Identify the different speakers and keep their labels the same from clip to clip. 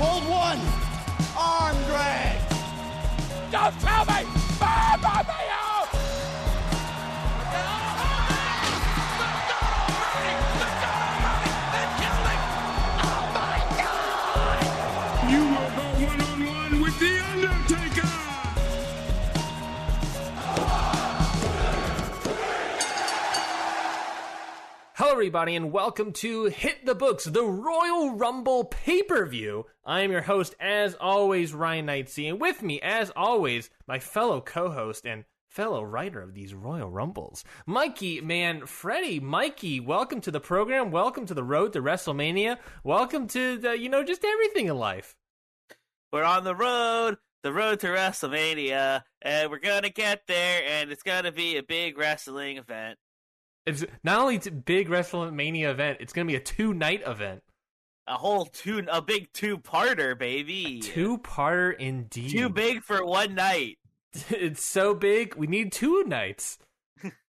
Speaker 1: Hold one. Arm drag.
Speaker 2: Don't tell me! Bye, bye, bye, oh!
Speaker 3: You will go one on one with The Undertaker!
Speaker 4: Hello, everybody, and welcome to Hit the Books, the Royal Rumble pay per view. I am your host, as always, Ryan Knightsey, and with me, as always, my fellow co host and fellow writer of these Royal Rumbles, Mikey Manfredi. Mikey, welcome to the program. Welcome to the road to WrestleMania. Welcome to the, you know, just everything in life.
Speaker 5: We're on the road, the road to WrestleMania, and we're gonna get there, and it's gonna be a big wrestling event.
Speaker 4: It's not only it's a big WrestleMania event, it's going to be a two night event.
Speaker 5: A whole two, a big two-parter, baby.
Speaker 4: Two parter indeed.
Speaker 5: too big for one night.
Speaker 4: it's so big. We need two nights.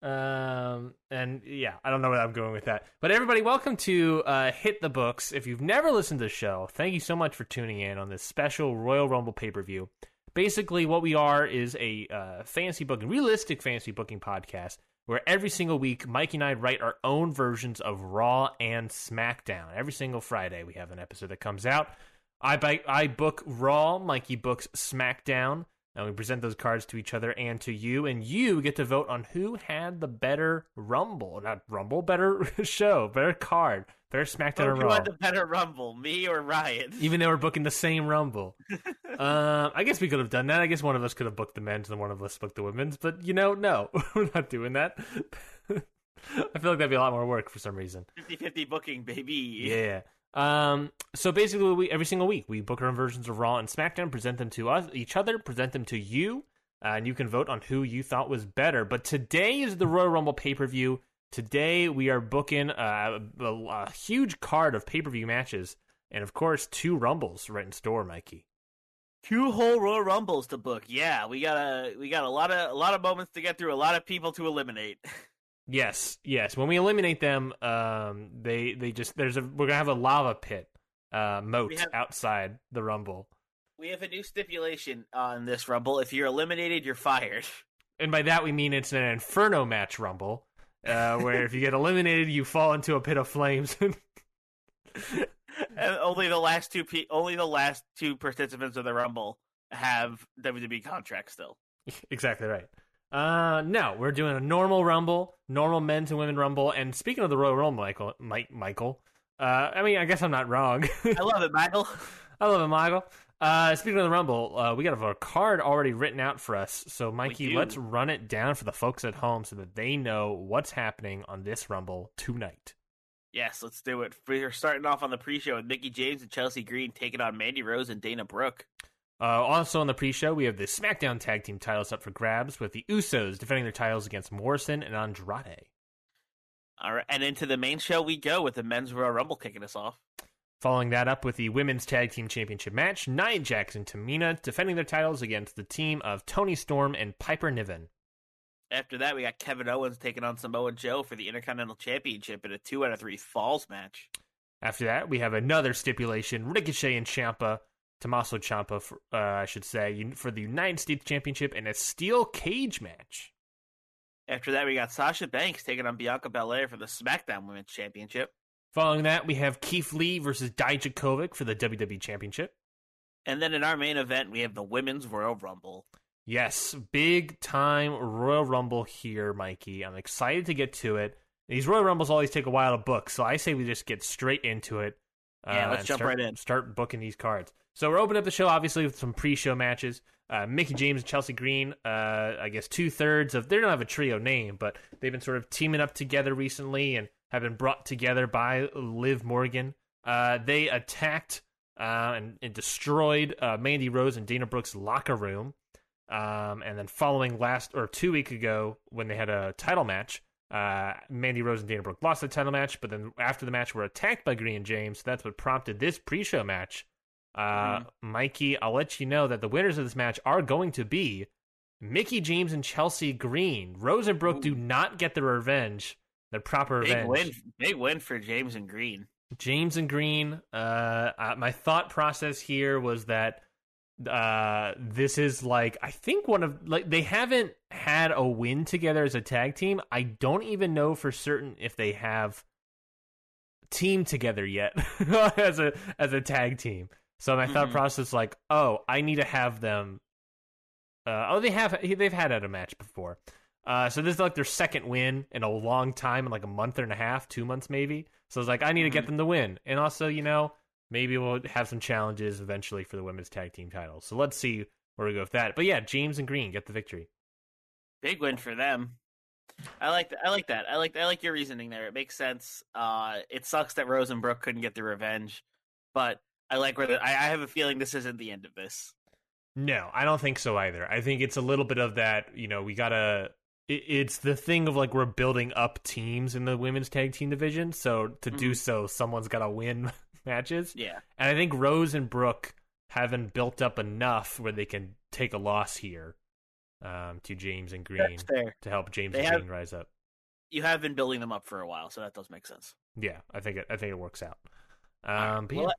Speaker 4: um and yeah, I don't know where I'm going with that. But everybody, welcome to uh, Hit the Books. If you've never listened to the show, thank you so much for tuning in on this special Royal Rumble pay per view. Basically, what we are is a uh, fancy booking, realistic fancy booking podcast where every single week Mike and I write our own versions of Raw and SmackDown. Every single Friday, we have an episode that comes out. I buy, I book Raw, Mikey books SmackDown, and we present those cards to each other and to you, and you get to vote on who had the better Rumble, not Rumble, better show, better card, better SmackDown or
Speaker 5: Oh, Who
Speaker 4: Raw.
Speaker 5: won the better Rumble, me or Ryan?
Speaker 4: Even though we're booking the same Rumble, um, I guess we could have done that. I guess one of us could have booked the men's and one of us booked the women's, but you know, no, we're not doing that. I feel like that'd be a lot more work for some reason.
Speaker 5: 50-50 booking, baby.
Speaker 4: Yeah. Um. So basically, we every single week we book our own versions of Raw and SmackDown, present them to us, each other, present them to you, uh, and you can vote on who you thought was better. But today is the Royal Rumble pay per view. Today we are booking uh, a, a huge card of pay per view matches, and of course, two Rumbles right in store, Mikey.
Speaker 5: Two whole Royal Rumbles to book. Yeah, we got a we got a lot of a lot of moments to get through, a lot of people to eliminate.
Speaker 4: Yes, yes. When we eliminate them, um, they they just there's a we're gonna have a lava pit, uh, moat
Speaker 5: We have-
Speaker 4: outside the Rumble.
Speaker 5: We have a new stipulation on this Rumble. If you're eliminated, you're fired.
Speaker 4: and by that we mean it's an inferno match rumble uh, where if you get eliminated you fall into a pit of flames
Speaker 5: And only the last two pe- only the last two participants of the Rumble have WWE contracts still.
Speaker 4: exactly right uh no we're doing a normal rumble normal men's and women rumble and speaking of the royal rumble michael mike michael uh i mean i guess i'm not wrong
Speaker 5: I love it, Michael.
Speaker 4: i love it michael uh speaking of the rumble uh we got a card already written out for us so mikey
Speaker 5: do.
Speaker 4: let's run it down for the folks at home so that they know what's happening on this rumble tonight
Speaker 5: Yes, let's do it. We're starting off on the pre-show with Mickey James and Chelsea Green taking on Mandy Rose and Dana Brooke.
Speaker 4: Uh, also on the pre-show, we have the SmackDown Tag Team titles up for grabs, with the Usos defending their titles against Morrison and Andrade.
Speaker 5: All right, and into the main show we go with the men's Royal Rumble kicking us off.
Speaker 4: Following that up with the Women's Tag Team Championship match, Nia Jax and Tamina defending their titles against the team of Tony Storm and Piper Niven.
Speaker 5: After that, we got Kevin Owens taking on Samoa Joe for the Intercontinental Championship in a two out of three falls match.
Speaker 4: After that, we have another stipulation: Ricochet and Ciampa, Tommaso Ciampa, for, uh, I should say, un- for the United States Championship in a steel cage match.
Speaker 5: After that, we got Sasha Banks taking on Bianca Belair for the SmackDown Women's Championship.
Speaker 4: Following that, we have Keith Lee versus Dijakovic for the WWE Championship.
Speaker 5: And then in our main event, we have the Women's Royal Rumble.
Speaker 4: Yes, big time Royal Rumble here, Mikey. I'm excited to get to it. These Royal Rumbles always take a while to book, so I say we just get straight into it. uh,
Speaker 5: Yeah, let's
Speaker 4: and
Speaker 5: jump
Speaker 4: start-
Speaker 5: right in.
Speaker 4: Start booking these cards. So we're opening up the show, obviously, with some pre-show matches. Uh, Mickey James and Chelsea Green, uh, I guess two thirds of they don't have a trio name, but they've been sort of teaming up together recently and have been brought together by Liv Morgan. Uh, they attacked uh, and, and destroyed uh, Mandy Rose and Dana Brooks' locker room. Um, and then following last or two week ago when they had a title match, Uh, Mandy Rose and Dana Brooke lost the title match, but then after the match were attacked by Green and James. So that's what prompted this pre-show match. Uh,
Speaker 5: Hmm.
Speaker 4: Mikey, I'll let you know that the winners of this match are going to be Mickey James and Chelsea Green. Rose and Brooke do not get their revenge, their proper
Speaker 5: Big
Speaker 4: revenge.
Speaker 5: win, big win for James and Green.
Speaker 4: James and Green. Uh, uh, my thought process here was that uh, this is like I think one of like they haven't had a win together as a tag team. I don't even know for certain if they have team together yet as a as a tag team. So my thought
Speaker 5: Mhm.
Speaker 4: process like, oh, I need to have them. Uh, oh, they have they've had at a match before. Uh, so this is like their second win in a long time, in like a month and a half, two months maybe. So it's like I need to get them to win, and also you know maybe we'll have some challenges eventually for the women's tag team titles. So let's see where we go with that. But yeah, James and Green get the victory.
Speaker 5: Big win for them. I like that. I like that. I like. I like your reasoning there. It makes sense. Uh, it sucks that Rose and Brooke couldn't get the revenge, but I like where the, I, I have a feeling this isn't the end of this.
Speaker 4: No, I don't think so either. I think it's a little bit of that. You know, we gotta. it- It's the thing of like we're building up teams in the women's tag team division. So to do so, someone's gotta win matches.
Speaker 5: Yeah.
Speaker 4: And I think Rose and Brooke haven't built up enough where they can take a loss here um, to James and Green
Speaker 5: That's fair.
Speaker 4: to help James
Speaker 5: They
Speaker 4: and
Speaker 5: have-
Speaker 4: Green rise up.
Speaker 5: You have been building them up for a while, so that does make sense.
Speaker 4: Yeah, I think it, I think it works out.
Speaker 5: All
Speaker 4: Um,
Speaker 5: right.
Speaker 4: but
Speaker 5: Well,
Speaker 4: yeah.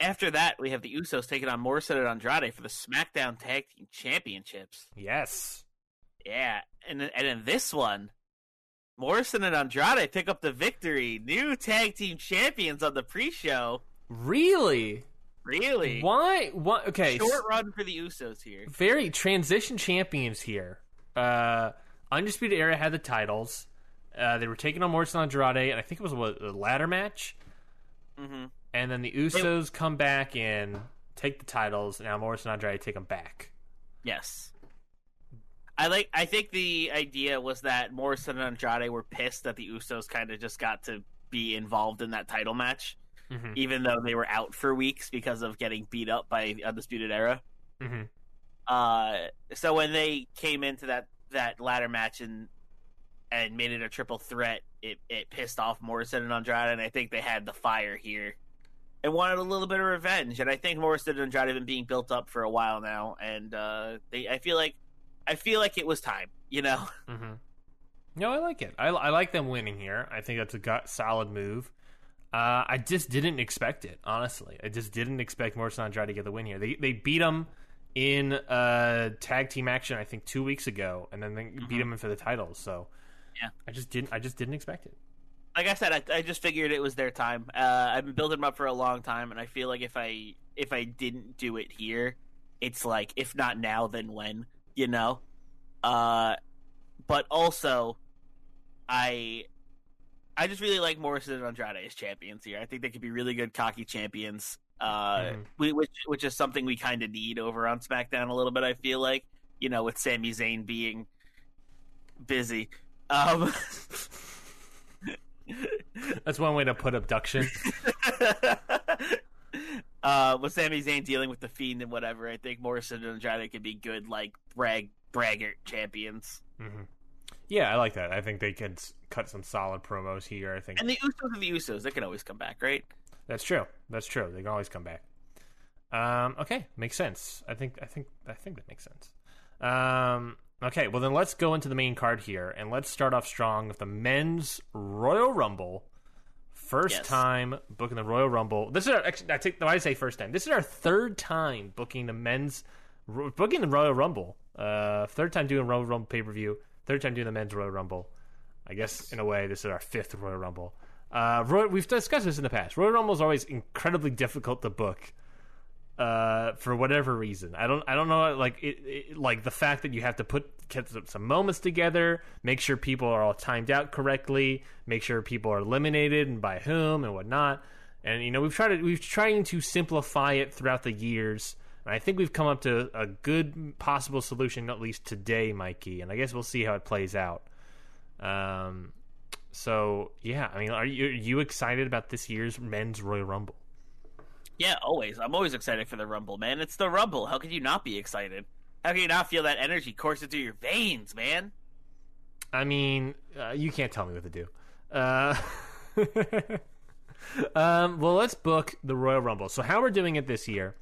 Speaker 5: After that, we have the Usos taking on Morrison and Andrade for the SmackDown Tag Team Championships.
Speaker 4: yes,
Speaker 5: Yeah, and then- and in this one, Morrison and Andrade pick up the victory. New tag team champions on the pre-show.
Speaker 4: really?
Speaker 5: Really
Speaker 4: Why? Why? Okay, s-
Speaker 5: short run for the Usos here.
Speaker 4: very transition champions here. Uh, Undisputed Era had the titles. Uh, they were taking on Morrison and Andrade, and I think it was what, a ladder match.
Speaker 5: Mhm.
Speaker 4: And then the Usos come back and take the titles. and Now Morrison and Andrade take them back.
Speaker 5: Yes, I like. I think the idea was that Morrison and Andrade were pissed that the Usos kind of just got to be involved in that title match,
Speaker 4: Mhm.
Speaker 5: even though they were out for weeks because of getting beat up by Undisputed Era.
Speaker 4: Mm-hmm.
Speaker 5: Uh, so when they came into that that ladder match and and made it a triple threat, it it pissed off Morrison and Andrade, and I think they had the fire here and wanted a little bit of revenge. And I think Morrison and Andrade have been being built up for a while now, and uh, they I feel like I feel like it was time, you know.
Speaker 4: Mm-hmm. No, I like it. I, I like them winning here. I think that's a gut, solid move. Uh, I just didn't expect it, honestly. I just didn't expect Morrison and Andrade to get the win here. They they beat him in uh, tag team action, I think, two weeks ago, and then they beat him in for the titles. So,
Speaker 5: Mm-hmm. Yeah.
Speaker 4: I just didn't. I just didn't expect it.
Speaker 5: like I said, I, I just figured it was their time. Uh, I've been building them up for a long time, and I feel like if I if I didn't do it here, it's like if not now, then when? You know. Uh, but also, I I just really like Morrison and Andrade as champions here. I think they could be really good cocky champions. Uh,
Speaker 4: Mhm.
Speaker 5: we, which which is something we kind of need over on SmackDown a little bit. I feel like you know with Sami Zayn being busy. Um,
Speaker 4: That's one way to put abduction.
Speaker 5: uh, with Sami Zayn dealing with the Fiend and whatever, I think Morrison and Andrade could be good, like brag braggart champions.
Speaker 4: hmm Yeah, I like that. I think they could s- cut some solid promos here. I think
Speaker 5: And the Usos are the Usos; they can always come back, right?
Speaker 4: That's true. That's true. They can always come back. Um, okay, makes sense. I think I think I think that makes sense. Um, okay, well then let's go into the main card here and let's start off strong with the men's Royal Rumble. First
Speaker 5: Yes.
Speaker 4: time booking the Royal Rumble. This is our actually, I take no, I say first time. This is our third time booking the men's ro- booking the Royal Rumble. Uh, third time doing Royal Rumble pay per view. Third time doing the men's Royal Rumble. I guess in a way, this is our fifth Royal Rumble. Uh, Roy, we've discussed this in the past. Royal Rumble is always incredibly difficult to book uh, for whatever reason. I don't, I don't know, like it, it, like the fact that you have to put get some- some moments together, make sure people are all timed out correctly, make sure people are eliminated and by whom and whatnot. And you know, we've tried to, we've trying to simplify it throughout the years. And I think we've come up to a good possible solution, at least today, Mikey. And I guess we'll see how it plays out. Um, so yeah, I mean, are you are you excited about this year's men's Royal Rumble?
Speaker 5: Yeah, always. I'm always excited for the Rumble, man. It's the Rumble. How could you not be excited? How can you not feel that energy coursing through your veins, man?
Speaker 4: I mean, uh, you can't tell me what to do. Uh, um, well, let's book the Royal Rumble. So, how we're doing it this year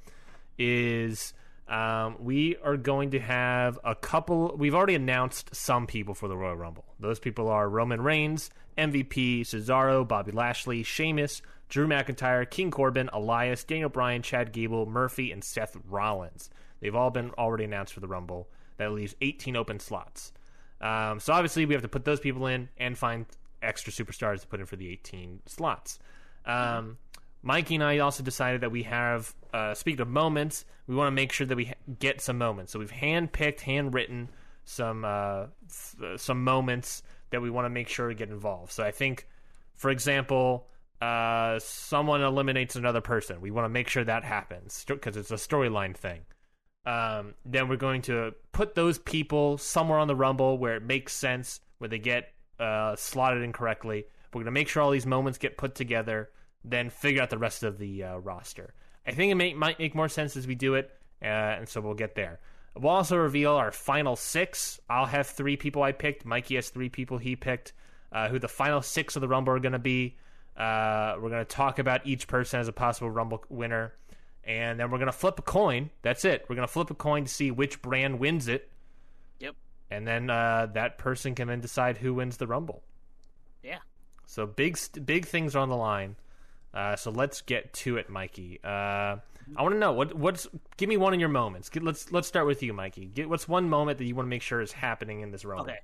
Speaker 4: is um, we are going to have a couple. We've already announced some people for the Royal Rumble. Those people are Roman Reigns, MVP, Cesaro, Bobby Lashley, Sheamus, Drew McIntyre, King Corbin, Elias, Daniel Bryan, Chad Gable, Murphy, and Seth Rollins. They've all been already announced for the Rumble. That leaves 18 open slots. Um, so obviously, we have to put those people in and find extra superstars to put in for the 18 slots. Um, Mikey and I also decided that we have, uh, speaking of moments, we want to make sure that we ha- get some moments. So we've handpicked, handwritten some uh, s- uh, some moments that we want to make sure to get involved. So I think, for example, uh, someone eliminates another person. We want to make sure that happens because it's a storyline thing um, then we're going to put those people somewhere on the Rumble where it makes sense, where they get uh, slotted in correctly. We're going to make sure all these moments get put together, then figure out the rest of the uh, roster. I think it may, might make more sense as we do it, uh, and so we'll get there. We'll also reveal our final six. I'll have three people I picked. Mikey has three people he picked. Uh, who the final six of the Rumble are going to be. Uh, we're going to talk about each person as a possible Rumble winner and then we're gonna flip a coin. That's it. We're gonna flip a coin to see which brand wins it,
Speaker 5: Yep.
Speaker 4: and then uh, that person can then decide who wins the rumble.
Speaker 5: Yeah.
Speaker 4: So big, st- big things are on the line. Uh, so let's get to it, Mikey. Uh, I want to know what what's. Give me one of your moments. Get, let's let's start with you, Mikey. Get, what's one moment that you want to make sure is happening in this rumble?
Speaker 5: Okay.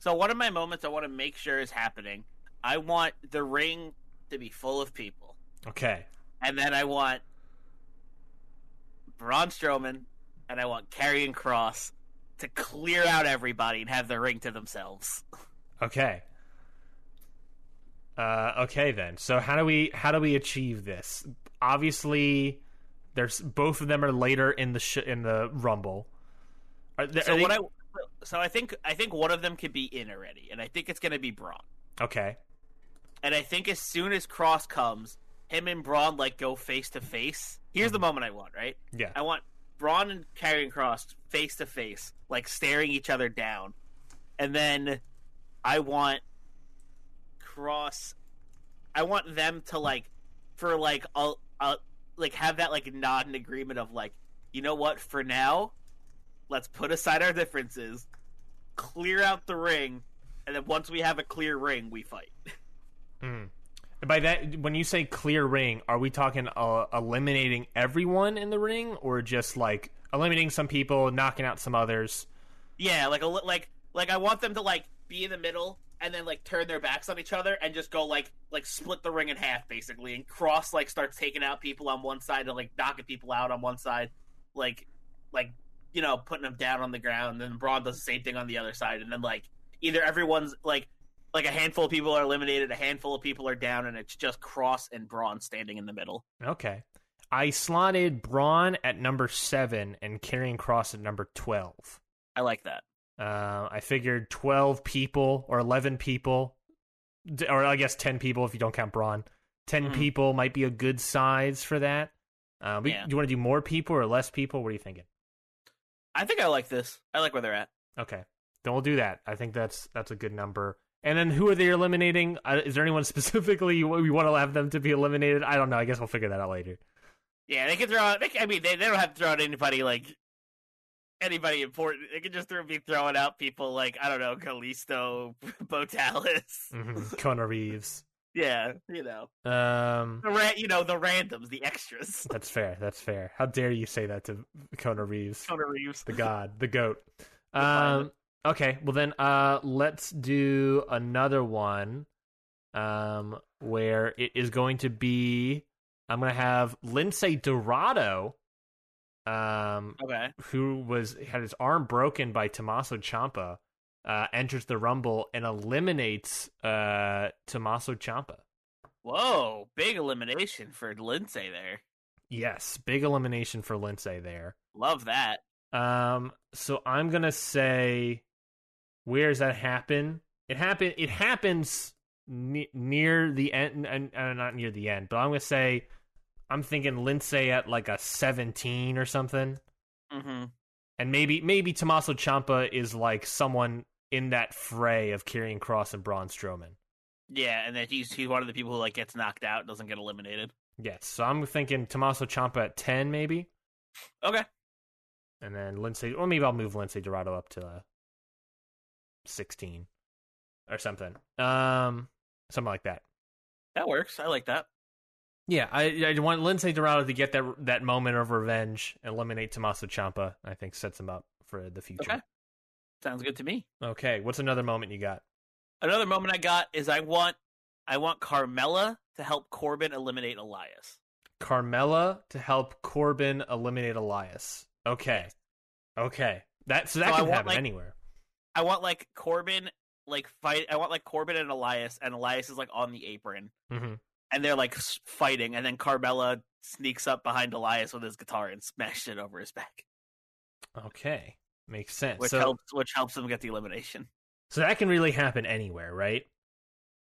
Speaker 5: So one of my moments I want to make sure is happening. I want the ring to be full of people,
Speaker 4: Okay.
Speaker 5: and then I want Braun Strowman and I want Karrion Cross to clear out everybody and have the ring to themselves.
Speaker 4: Okay. Uh, okay then. So how do we how do we achieve this? Obviously, there's both of them are later in the sh- in the rumble. Are they,
Speaker 5: So
Speaker 4: are they-
Speaker 5: what I so I think I think one of them could be in already, and I think it's going to be Braun.
Speaker 4: okay
Speaker 5: And I think as soon as Cross comes, him and Braun like go face to face. Here's the moment I want, right?
Speaker 4: yeah
Speaker 5: I want Braun and Karrion Cross face to face, like staring each other down. And then I want Cross I want them to like for like a, a like have that like nod and agreement of like, you know what, for now, let's put aside our differences, clear out the ring, and then once we have a clear ring, we fight.
Speaker 4: And by that when you say clear ring, are we talking uh, eliminating everyone in the ring or just like eliminating some people, knocking out some others?
Speaker 5: Yeah, like a li- like like I want them to like be in the middle and then like turn their backs on each other and just go like like split the ring in half basically and cross like starts taking out people on one side and like knocking people out on one side, like like you know putting them down on the ground. And then Braun does the same thing on the other side, and then like either everyone's like like a handful of people are eliminated, a handful of people are down, and it's just Cross and Braun standing in the middle.
Speaker 4: Okay. I slotted Braun at number seven and carrying Cross at number twelve.
Speaker 5: I like that.
Speaker 4: Uh, I figured 12 people or 11 people, d- or I guess 10 people if you don't count Braun. 10
Speaker 5: Mhm.
Speaker 4: people might be a good size for that. Uh, we,
Speaker 5: Yeah.
Speaker 4: Do you want to do more people or less people? What are you thinking?
Speaker 5: I think I like this. I like where they're at.
Speaker 4: Okay, then we'll do that. I think that's that's a good number. And then who are they eliminating? Uh, is there anyone specifically you, we want to have them to be eliminated? I don't know. I guess we'll figure that out later.
Speaker 5: Yeah, they can throw out. They can, I mean, they, they don't have to throw out anybody like anybody important. They can just throw, be throwing out people like I don't know, Callisto, Botalis.
Speaker 4: Mhm. Kona Reeves.
Speaker 5: Yeah, you know
Speaker 4: Um,
Speaker 5: the ra- you know the randoms, the extras.
Speaker 4: that's fair. That's fair. How dare you say that to Kona Reeves?
Speaker 5: Kona Reeves.
Speaker 4: the god, the goat.
Speaker 5: final.
Speaker 4: Um, okay, well then, uh, let's do another one, um, where it is going to be. I'm gonna have Lindsay Dorado, um,
Speaker 5: Okay.
Speaker 4: who was had his arm broken by Tommaso Ciampa, uh, enters the Rumble and eliminates uh Tommaso Ciampa.
Speaker 5: Whoa, big elimination for Lindsay there.
Speaker 4: Yes, big elimination for Lindsay there.
Speaker 5: Love that.
Speaker 4: Um, so I'm gonna say, where does that happen? It happen. It happens ne- near the end, and uh, not near the end, but I'm gonna say, I'm thinking Lindsay at like a 17 or something,
Speaker 5: Mm-hmm.
Speaker 4: and maybe maybe Tommaso Ciampa is like someone in that fray of carrying Cross and Braun Strowman.
Speaker 5: Yeah, and that he's he's one of the people who like gets knocked out, doesn't get eliminated.
Speaker 4: Yes, so I'm thinking Tommaso Ciampa at ten maybe,
Speaker 5: Okay.
Speaker 4: and then Lindsay. Or maybe I'll move Lindsay Dorado up to uh, sixteen or something. Um, something like that.
Speaker 5: That works. I like that.
Speaker 4: Yeah, I I want Lindsay Dorado to get that that moment of revenge, eliminate Tommaso Ciampa. I think sets him up for the future.
Speaker 5: Okay. Sounds good to me.
Speaker 4: Okay, what's another moment you got?
Speaker 5: Another moment I got is I want I want Carmella to help Corbin eliminate Elias.
Speaker 4: Carmella to help Corbin eliminate Elias. Okay, okay, that so that
Speaker 5: So I
Speaker 4: can
Speaker 5: want,
Speaker 4: happen
Speaker 5: like-
Speaker 4: anywhere.
Speaker 5: I want like Corbin like fight I want like Corbin and Elias and Elias is like on the apron
Speaker 4: hmm
Speaker 5: and they're like s- fighting and then Carmella sneaks up behind Elias with his guitar and smashes it over his back,
Speaker 4: Okay, makes sense.
Speaker 5: which
Speaker 4: so
Speaker 5: helps which helps him get the elimination.
Speaker 4: so that can really happen anywhere, right?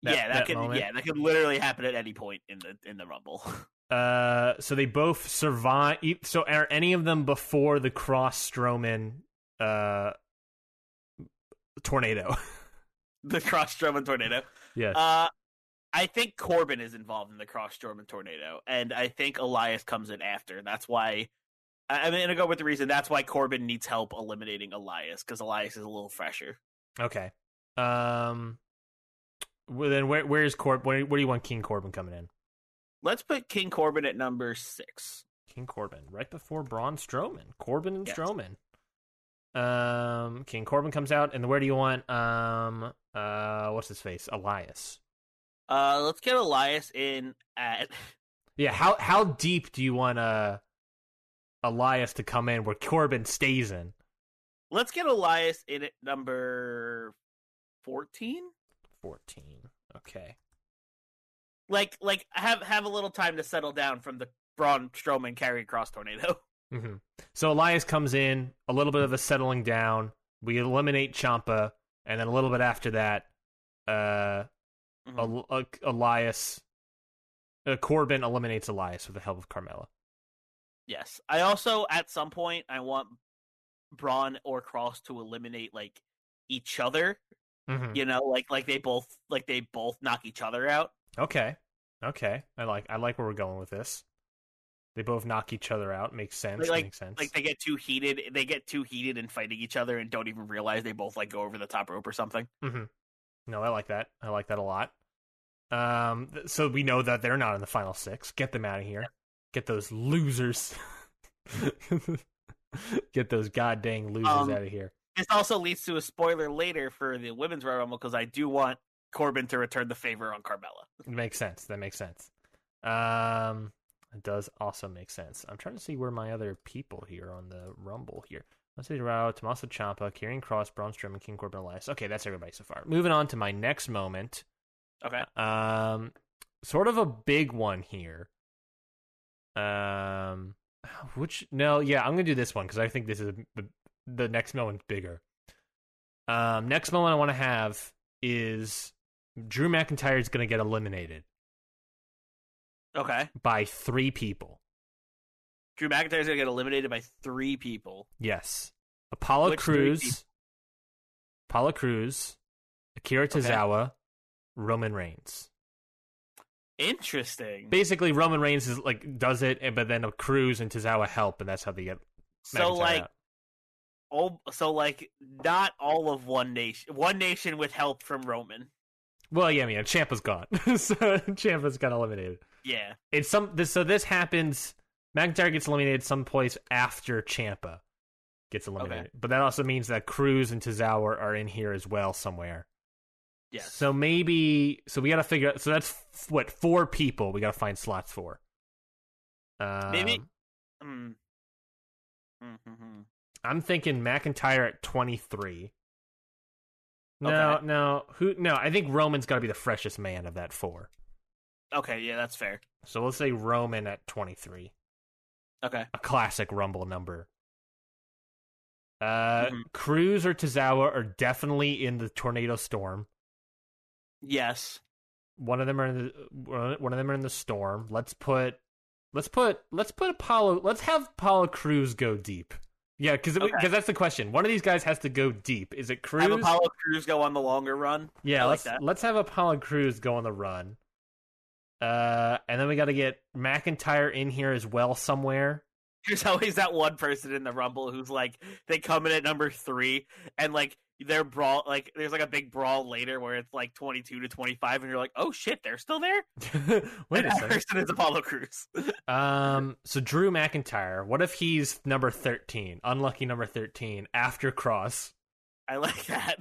Speaker 4: That-
Speaker 5: yeah, that,
Speaker 4: that
Speaker 5: could
Speaker 4: moment?
Speaker 5: yeah, that could literally happen at any point in the in the rumble.
Speaker 4: Uh, so they both survive. e- So are any of them before the Cross Strowman uh tornado?
Speaker 5: the cross Strowman tornado.
Speaker 4: yes.
Speaker 5: Uh I think Corbin is involved in the cross Strowman tornado, and I think Elias comes in after. That's why I- I'm gonna go with the reason. That's why Corbin needs help eliminating Elias because Elias is a little fresher.
Speaker 4: Okay. Um. Well, then where where is Corb? Where, where do you want King Corbin coming in?
Speaker 5: Let's put King Corbin at number six.
Speaker 4: King Corbin, right before Braun Strowman. Corbin and
Speaker 5: Yes.
Speaker 4: Strowman. Um, King Corbin comes out, and where do you want? Um, uh, what's his face? Elias.
Speaker 5: Uh, let's get Elias in at
Speaker 4: Yeah. How how deep do you want uh Elias to come in where Corbin stays in?
Speaker 5: let's get Elias in at number fourteen.
Speaker 4: Fourteen. Okay.
Speaker 5: Like like have have a little time to settle down from the Braun Strowman carry cross tornado.
Speaker 4: hmm So Elias comes in, a little bit of a settling down. We eliminate Champa, and then a little bit after that, uh,
Speaker 5: Mhm.
Speaker 4: El- uh, Elias uh, Corbin eliminates Elias with the help of Carmella.
Speaker 5: Yes. I also at some point I want Braun or Cross to eliminate like each other.
Speaker 4: Mm-hmm.
Speaker 5: You know, like like they both like they both knock each other out.
Speaker 4: Okay, okay, I like I like where we're going with this. They both knock each other out. Makes sense.
Speaker 5: Like-
Speaker 4: makes sense.
Speaker 5: Like they get too heated, they get too heated and fighting each other and don't even realize they both like go over the top rope or something.
Speaker 4: no, I like that. I like that a lot. Um, th- so we know that they're not in the final six. Get them out of here. Get those losers. Get those goddamn losers
Speaker 5: Um,
Speaker 4: out of here.
Speaker 5: This also leads to a spoiler later for the women's Royal Rumble because I do want Corbin to return the favor on Carmella.
Speaker 4: makes sense. That makes sense. Um, it does also make sense. I'm trying to see where my other people here on the Rumble here. Let's see, Rao, Tommaso Ciampa, Kieran Cross, Braun Strowman, King Corbin, Elias. Okay, that's everybody so far. Moving on to my next moment.
Speaker 5: Okay.
Speaker 4: Um, sort of a big one here. Um, which no, yeah, I'm gonna do this one because I think this is the the next moment's bigger. Um, next moment I want to have is Drew McIntyre is gonna get eliminated
Speaker 5: Okay.
Speaker 4: by three people.
Speaker 5: Drew McIntyre's gonna get eliminated by three people.
Speaker 4: Yes, Apollo
Speaker 5: Which three
Speaker 4: Cruz,
Speaker 5: people?
Speaker 4: Apollo Cruz, Akira
Speaker 5: Okay.
Speaker 4: Tozawa, Roman Reigns.
Speaker 5: Interesting.
Speaker 4: Basically, Roman Reigns is like does it, and but then Cruz and Tozawa help, and that's how they get.
Speaker 5: so
Speaker 4: McIntyre
Speaker 5: like
Speaker 4: out.
Speaker 5: all so like not all of one nation one nation with help from roman
Speaker 4: Well, yeah, I mean, Champa's gone, so Champa's got eliminated.
Speaker 5: yeah
Speaker 4: It's some this, so this happens. McIntyre gets eliminated someplace after Champa gets eliminated, but that also means that Cruz and Tozawa are in here as well somewhere.
Speaker 5: yes
Speaker 4: So maybe so we got to figure out. So that's f- what four people we got to find slots for. Um,
Speaker 5: Maybe- mm. Mm-hmm.
Speaker 4: I'm thinking McIntyre at 23. No,
Speaker 5: Okay.
Speaker 4: no, who? No, I think Roman's got to be the freshest man of that four.
Speaker 5: okay yeah that's fair
Speaker 4: So let's say Roman at 23.
Speaker 5: okay
Speaker 4: a classic Rumble number. Uh,
Speaker 5: Mhm.
Speaker 4: Cruz or Tozawa are definitely in the tornado storm.
Speaker 5: yes
Speaker 4: One of them are in the one of them are in the storm. Let's put, let's put, let's put Apollo. Let's have Apollo Cruz go deep. Yeah, because
Speaker 5: Okay.
Speaker 4: that's the question. One of these guys has to go deep. Is it Cruz?
Speaker 5: Have Apollo Crews go on the longer run.
Speaker 4: yeah,
Speaker 5: I like
Speaker 4: let's
Speaker 5: that.
Speaker 4: let's have Apollo Cruz go on the run. Uh, and then we got to get McIntyre in here as well somewhere.
Speaker 5: There's always that one person in the Rumble who's like they come in at number three and like their brawl like there's like a big brawl later where it's like 22 to 25 and you're like oh shit they're still there
Speaker 4: Wait
Speaker 5: And
Speaker 4: a
Speaker 5: that
Speaker 4: second.
Speaker 5: person is apollo cruz
Speaker 4: Um, so Drew McIntyre. What if he's number thirteen, unlucky number thirteen after Cross?
Speaker 5: i like that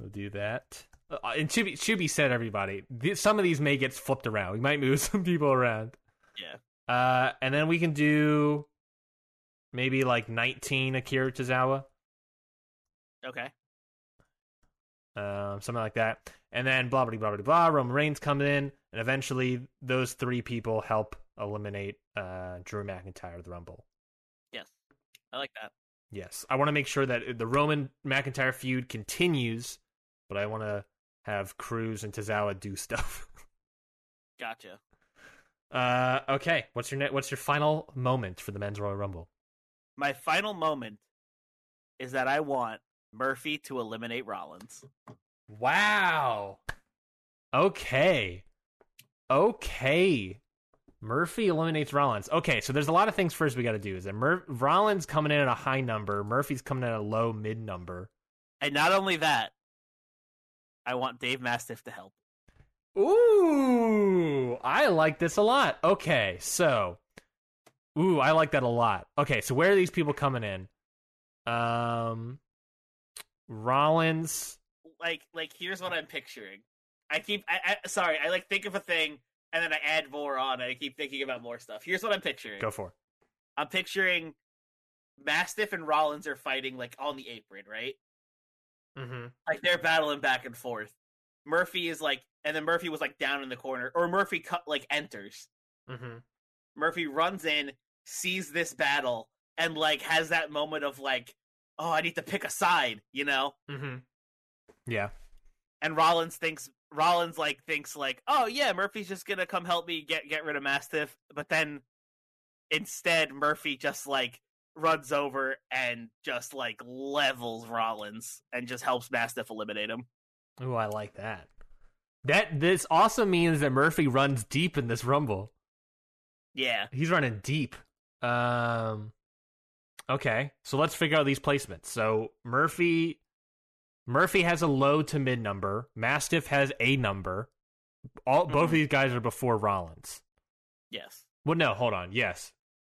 Speaker 4: We'll do that. Uh, and to be, to be said, everybody, th- some of these may get flipped around. We might move some people around.
Speaker 5: Yeah.
Speaker 4: Uh, and then we can do maybe like 19 Akira Tozawa,
Speaker 5: okay
Speaker 4: um, something like that. And then blah, blah, blah, blah, blah. Roman Reigns comes in, and eventually those three people help eliminate uh, Drew McIntyre of the Rumble.
Speaker 5: yes i like that
Speaker 4: Yes. I want to make sure that the Roman McIntyre feud continues, but I want to have Cruz and Tozawa do stuff.
Speaker 5: gotcha
Speaker 4: Uh, okay. What's your ne- what's your final moment for the men's Royal Rumble?
Speaker 5: my final moment is that i want murphy to eliminate rollins
Speaker 4: Wow. Okay. Okay. Murphy eliminates Rollins. Okay, so there's a lot of things first we got to do. Is that Mur- Rollins coming in at a high number, Murphy's coming in at a low mid number.
Speaker 5: and not only that i want dave mastiff to help
Speaker 4: Ooh, I like this a lot. Okay, so, ooh, I like that a lot. Okay, so where are these people coming in? Um, Rollins.
Speaker 5: like like here's what I'm picturing. I keep I, I sorry, I like think of a thing and then I add more on and I keep thinking about more stuff. Here's what I'm picturing.
Speaker 4: Go for it.
Speaker 5: I'm picturing Mastiff and Rollins are fighting like on the apron, right?
Speaker 4: Mm-hmm.
Speaker 5: Like they're battling back and forth. Murphy is like and then Murphy was like down in the corner or Murphy cut like enters.
Speaker 4: Mm-hmm.
Speaker 5: Murphy runs in, sees this battle and like has that moment of like oh, I need to pick a side, you know?
Speaker 4: Mm-hmm. Yeah.
Speaker 5: and Rollins thinks Rollins like thinks like, oh yeah, Murphy's just gonna come help me get get rid of Mastiff, but then instead Murphy just like runs over and just like levels Rollins and just helps Mastiff eliminate him.
Speaker 4: Ooh, I like that. That this also means that Murphy runs deep in this rumble.
Speaker 5: Yeah,
Speaker 4: He's running deep. Um Okay. So let's figure out these placements. So Murphy Murphy has a low to mid number. Mastiff has a number. All both of these guys are before Rollins.
Speaker 5: yes,
Speaker 4: Well, no, hold on. Yes.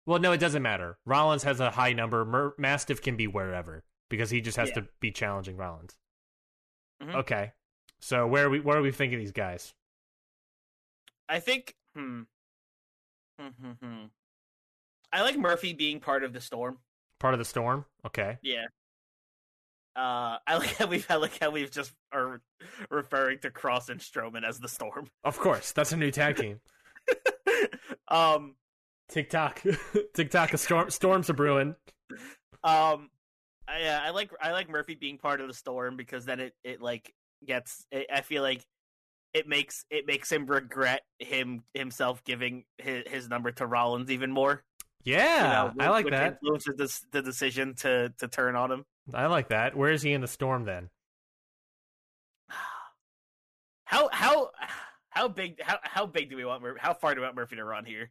Speaker 4: Well, no, it doesn't matter. Rollins has a high number. Mer- Mastiff can be wherever because he just has
Speaker 5: Yeah.
Speaker 4: to be challenging Rollins.
Speaker 5: Mhm.
Speaker 4: Okay. So where are we where are we thinking these guys?
Speaker 5: I think. Hmm. Hmm, hmm, hmm. I like Murphy being part of the storm.
Speaker 4: Part of the storm? Okay.
Speaker 5: Yeah. Uh, I like how we've I like how we've just are referring to Cross and Strowman as the storm.
Speaker 4: Of course. That's a new tag team.
Speaker 5: um,
Speaker 4: TikTok. TikTok a storm storms a brewing.
Speaker 5: Um, I, uh, I like I like Murphy being part of the storm because then it it like gets. It, I feel like it makes it makes him regret him himself giving his, his number to Rollins even more. you
Speaker 4: Yeah.
Speaker 5: know,
Speaker 4: I like
Speaker 5: which
Speaker 4: that.
Speaker 5: Influences this- the decision to to turn on him.
Speaker 4: I like that. Where is he in the storm then?
Speaker 5: How how how big how how big do we want Murphy? How far do we want Murphy to run here?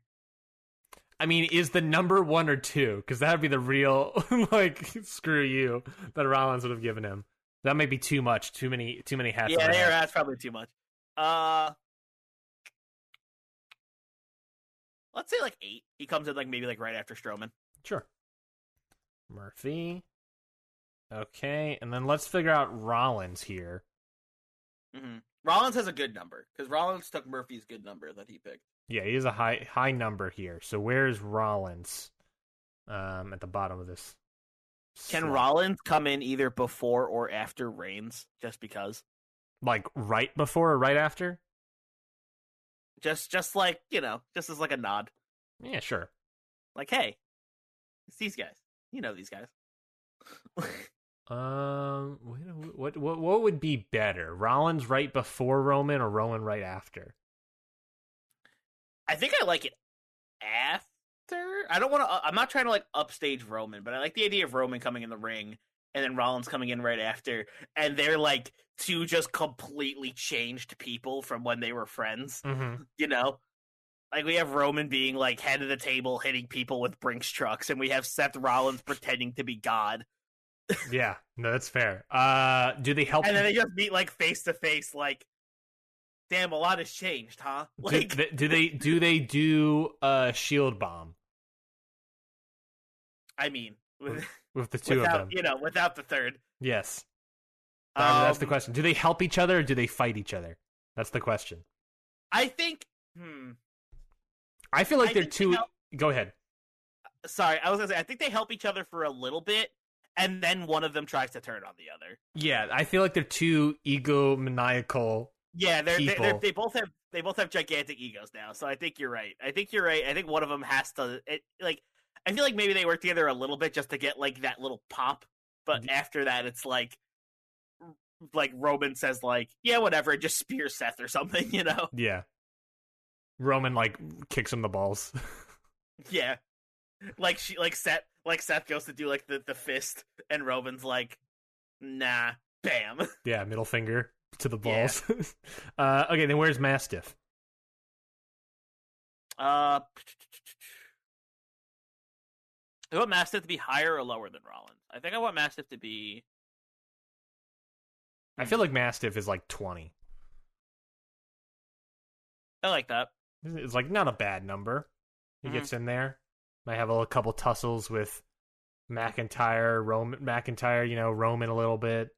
Speaker 4: I mean, is the number one or two? Because that would be the real like screw you that Rollins would have given him. That might be too much. Too many. Too many hats.
Speaker 5: yeah,
Speaker 4: on a
Speaker 5: there,
Speaker 4: head.
Speaker 5: that's probably too much. Uh. Let's say like eight. He comes in like maybe like right after Strowman.
Speaker 4: Sure. Murphy. Okay, and then let's figure out Rollins here.
Speaker 5: hmm Rollins has a good number because Rollins took Murphy's good number that he picked.
Speaker 4: Yeah, he has a high high number here. So where's Rollins? Um, at the bottom of this.
Speaker 5: Can
Speaker 4: slot.
Speaker 5: Rollins come in either before or after Reigns? Just because,
Speaker 4: like right before or right after?
Speaker 5: just just like you know, just as like a nod,
Speaker 4: Yeah, sure.
Speaker 5: like hey, it's these guys. You know these guys.
Speaker 4: Um, what what what, what would be better? Rollins right before Roman or Roman right after?
Speaker 5: I think I like it after. character. I don't want to. I'm not trying to like upstage Roman, but I like the idea of Roman coming in the ring and then Rollins coming in right after, and they're like two just completely changed people from when they were friends.
Speaker 4: Mm-hmm.
Speaker 5: You know, like we have Roman being like head of the table, hitting people with Brinks trucks, and we have Seth Rollins pretending to be God,
Speaker 4: Yeah, no, that's fair. Uh, do they help?
Speaker 5: and then they just meet like face to face, like. Damn, a lot has changed, huh?
Speaker 4: do,
Speaker 5: Like,
Speaker 4: they, do they do they do a shield bomb
Speaker 5: I mean, with,
Speaker 4: with the two
Speaker 5: without
Speaker 4: of them?
Speaker 5: you know, without the third.
Speaker 4: Yes, Um, that's the
Speaker 5: Um,
Speaker 4: question. Do they help each other or do they fight each other? That's the question.
Speaker 5: I think. Hmm.
Speaker 4: I feel like
Speaker 5: I
Speaker 4: they're
Speaker 5: think they
Speaker 4: too.
Speaker 5: help-
Speaker 4: Go ahead.
Speaker 5: Sorry, I was gonna say. I think they help each other for a little bit, and then one of them tries to turn on the other.
Speaker 4: Yeah, I feel like they're too egomaniacal.
Speaker 5: Yeah, they're, they're, they're
Speaker 4: People.
Speaker 5: they both have they both have gigantic egos now. So I think you're right. I think you're right. I think one of them has to it, like. I feel like maybe they work together a little bit just to get like that little pop,
Speaker 4: Mm-hmm.
Speaker 5: but after that, it's like. Like Roman says, like yeah, whatever, and just spear Seth or something, you know?
Speaker 4: Yeah. Roman like kicks him the balls.
Speaker 5: Yeah. Like she like Seth like Seth goes to do like the, the fist and Roman's like, nah, bam.
Speaker 4: yeah, middle finger to the
Speaker 5: Yeah.
Speaker 4: balls. uh, okay, then where's Mastiff?
Speaker 5: Uh I want Mastiff to be higher or lower than Rollins. I think I want Mastiff to be
Speaker 4: I feel like Mastiff is like twenty.
Speaker 5: I like that.
Speaker 4: It's like not a bad number. He
Speaker 5: Mhm.
Speaker 4: gets in there. Might have a little- couple tussles with McIntyre, Roman McIntyre. You know, Roman a little bit.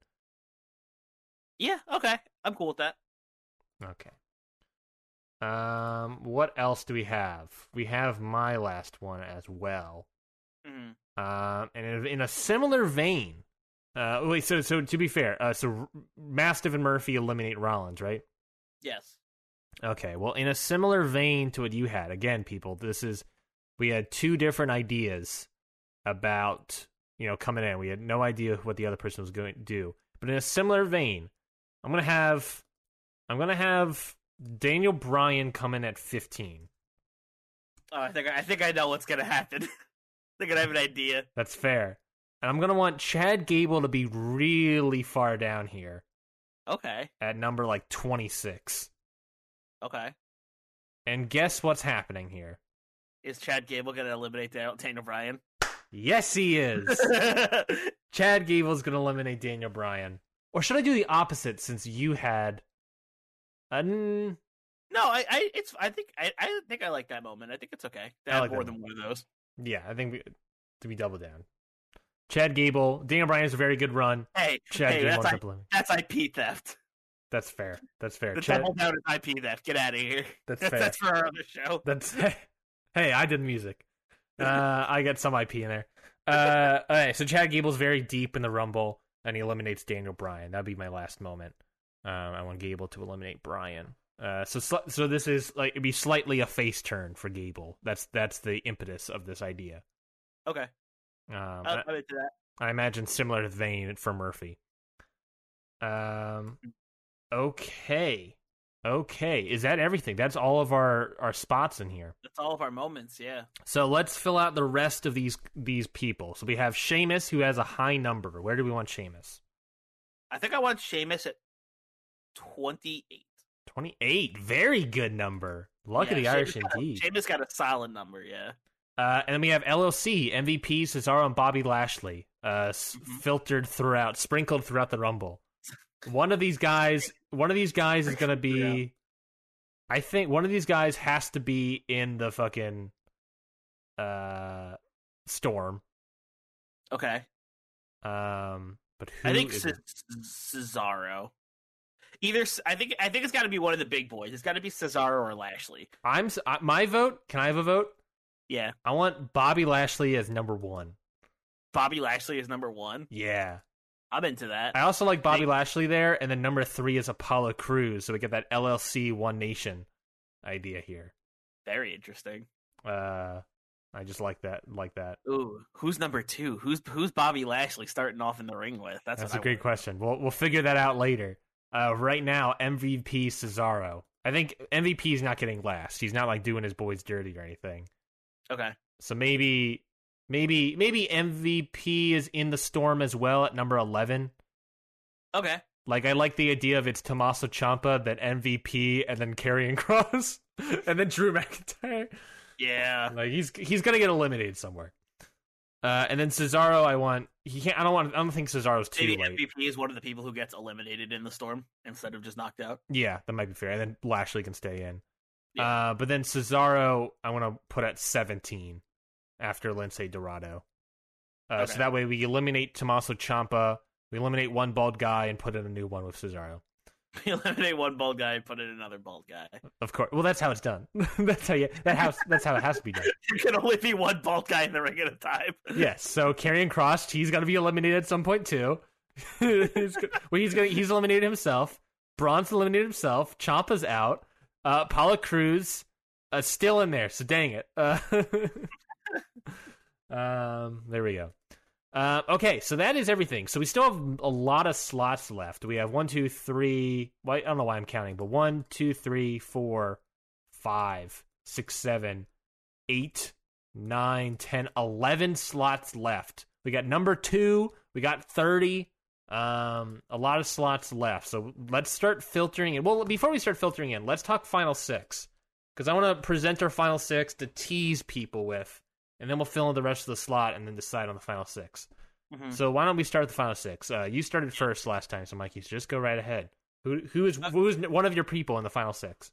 Speaker 5: Yeah, okay. I'm cool with that.
Speaker 4: Okay. Um, what else do we have? We have my last one as well.
Speaker 5: Mhm.
Speaker 4: Um, and in, in a similar vein. Uh, wait. So, so to be fair, uh, so R- Mastiff and Murphy eliminate Rollins, right?
Speaker 5: Yes.
Speaker 4: Okay. Well, in a similar vein to what you had, again, people, this is we had two different ideas about you know coming in. We had no idea what the other person was going to do, but in a similar vein, I'm gonna have I'm gonna have Daniel Bryan come in at 15.
Speaker 5: Oh, I think I think I know what's gonna happen. I think I have an idea.
Speaker 4: That's fair, and I'm gonna want Chad Gable to be really far down here
Speaker 5: Okay.
Speaker 4: at number like 26.
Speaker 5: Okay.
Speaker 4: And guess what's happening here?
Speaker 5: Is Chad Gable gonna eliminate Daniel Daniel Bryan?
Speaker 4: Yes, he is. Chad Gable's going to eliminate Daniel Bryan. Or should I do the opposite since you had. Uh, mm,
Speaker 5: No, I, I it's I think I, I think I like that moment. I think it's okay. To
Speaker 4: I
Speaker 5: have
Speaker 4: like that
Speaker 5: more than one of those.
Speaker 4: yeah, I think we, we double down. Chad Gable. Daniel Bryan has a very good run.
Speaker 5: Hey,
Speaker 4: Chad
Speaker 5: hey,
Speaker 4: Gable
Speaker 5: that's,
Speaker 4: ends
Speaker 5: I,
Speaker 4: up eliminating.
Speaker 5: that's IP theft.
Speaker 4: That's fair. That's fair.
Speaker 5: The
Speaker 4: Chad,
Speaker 5: double down is IP theft. Get out of here.
Speaker 4: That's
Speaker 5: that's,
Speaker 4: fair.
Speaker 5: that's for our other show.
Speaker 4: That's hey, I did music. Uh, I got some IP in there. Uh, all right, so Chad Gable's very deep in the Rumble, and he eliminates Daniel Bryan. That'd be my last moment. Um, I want Gable to eliminate Bryan. Uh, so sli- so this is like it'd be slightly a face turn for Gable. That's that's the impetus of this idea.
Speaker 5: Okay, Uh,
Speaker 4: Um,
Speaker 5: I'll
Speaker 4: I,
Speaker 5: I'm into that.
Speaker 4: I imagine similar to vein for Murphy. Um, okay, okay, is that everything? That's all of our our spots in here.
Speaker 5: That's all of our moments. Yeah.
Speaker 4: So let's fill out the rest of these these people. So we have Seamus who has a high number. Where do we want Seamus?
Speaker 5: I think I want Seamus at twenty eight.
Speaker 4: Twenty eight. Very good number. Luck of the Irish indeed.
Speaker 5: Seamus got a solid number. Yeah.
Speaker 4: Uh, and then we have LLC, MVP, Cesaro, and Bobby Lashley, uh, s
Speaker 5: Mm-hmm.
Speaker 4: filtered throughout, sprinkled throughout the Rumble. One of these guys, one of these guys is going to be, I think one of these guys has to be in the fucking uh, storm.
Speaker 5: Okay.
Speaker 4: Um, but who
Speaker 5: I think
Speaker 4: is
Speaker 5: Ce-
Speaker 4: it?
Speaker 5: Cesaro. Either Ce- I think I think it's got to be one of the big boys. It's got to be Cesaro or Lashley.
Speaker 4: I'm s- I- my vote. Can I have a vote?
Speaker 5: Yeah.
Speaker 4: I want Bobby Lashley as number one.
Speaker 5: Bobby Lashley is number one.
Speaker 4: Yeah.
Speaker 5: I'm into that.
Speaker 4: I also like Bobby Lashley there, and then number three is Apollo Cruz. So we get that LLC One Nation idea here.
Speaker 5: Very interesting.
Speaker 4: Uh, I just like that. Like that.
Speaker 5: Ooh, who's number two? Who's who's Bobby Lashley starting off in the ring with? That's,
Speaker 4: That's, a
Speaker 5: what I
Speaker 4: great
Speaker 5: want.
Speaker 4: question. We'll we'll figure that out later. Uh, right now MVP Cesaro. I think MVP is not getting last. He's not like doing his boys dirty or anything.
Speaker 5: Okay.
Speaker 4: So maybe maybe maybe MVP is in the storm as well at number 11.
Speaker 5: Okay.
Speaker 4: Like I like the idea of it's Tommaso Ciampa, then MVP, and then Karrion Cross, and then Drew McIntyre.
Speaker 5: Yeah.
Speaker 4: Like he's he's gonna get eliminated somewhere. Uh, and then Cesaro, I want he can't. I don't want. I don't think Cesaro's too
Speaker 5: Maybe
Speaker 4: late.
Speaker 5: MVP is one of the people who gets eliminated in the storm instead of just knocked out.
Speaker 4: Yeah, that might be fair. And then Lashley can stay in.
Speaker 5: Yeah.
Speaker 4: Uh, but then Cesaro, I want to put at 17 after Lince Dorado. Uh, So
Speaker 5: Okay.
Speaker 4: that way we eliminate Tommaso Ciampa, we eliminate one bald guy and put in a new one with Cesaro.
Speaker 5: You eliminate one bald guy and put in another bald guy.
Speaker 4: Of course. Well, that's how it's done. that's how you, that house that's how it has to be done.
Speaker 5: There can only be one bald guy in the ring at a time.
Speaker 4: Yes. So Karrion Cross, he's got to be eliminated at some point too. he's, go- well, he's gonna he's eliminated himself. Braun's eliminated himself. Champa's out. Uh, Paula Cruz uh, still in there. So dang it. Uh, um, there we go. Uh, okay, so that is everything. So we still have a lot of slots left. We have one, two, three. Well, I don't know why I'm counting, but one, two, three, four, five, six, seven, eight, nine, 10, 11 slots left. We got number two, we got 30, um, a lot of slots left. So let's start filtering in. Well, before we start filtering in, let's talk final six because I want to present our final six to tease people with, and then we'll fill in the rest of the slot and then decide on the final 6
Speaker 5: Mhm.
Speaker 4: So why don't we start with the final six? Uh, you started first last time, so Mikey, so just go right ahead. Who who is who is one of your people in the final six?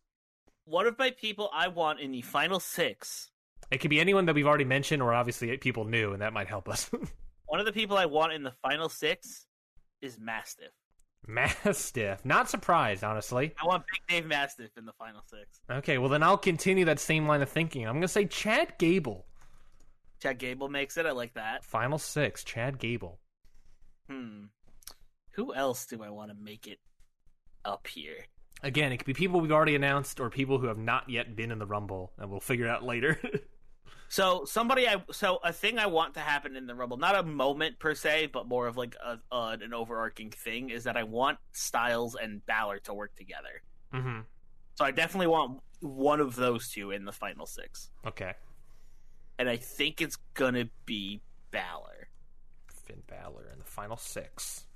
Speaker 5: One of my people I want in the final six.
Speaker 4: It could be anyone that we've already mentioned, or obviously people new, and that might help us.
Speaker 5: One of the people I want in the final six is Mastiff.
Speaker 4: Mastiff. Not surprised, honestly.
Speaker 5: I want Big Dave Mastiff in the final six.
Speaker 4: Okay, well then I'll continue that same line of thinking. I'm gonna say Chad Gable.
Speaker 5: Chad Gable makes it. I like that.
Speaker 4: Final six, Chad Gable.
Speaker 5: Hmm. Who else do I want to make it up here?
Speaker 4: Again, it could be people we've already announced or people who have not yet been in the Rumble, and we'll figure it out later.
Speaker 5: So somebody I so a thing I want to happen in the Rumble, not a moment per se, but more of like a, a, an overarching thing is that I want Styles and Balor to work together.
Speaker 4: mm-hmm.
Speaker 5: So I definitely want one of those two in the final six,
Speaker 4: Okay.
Speaker 5: and I think it's gonna be Balor.
Speaker 4: Finn Balor in the final six.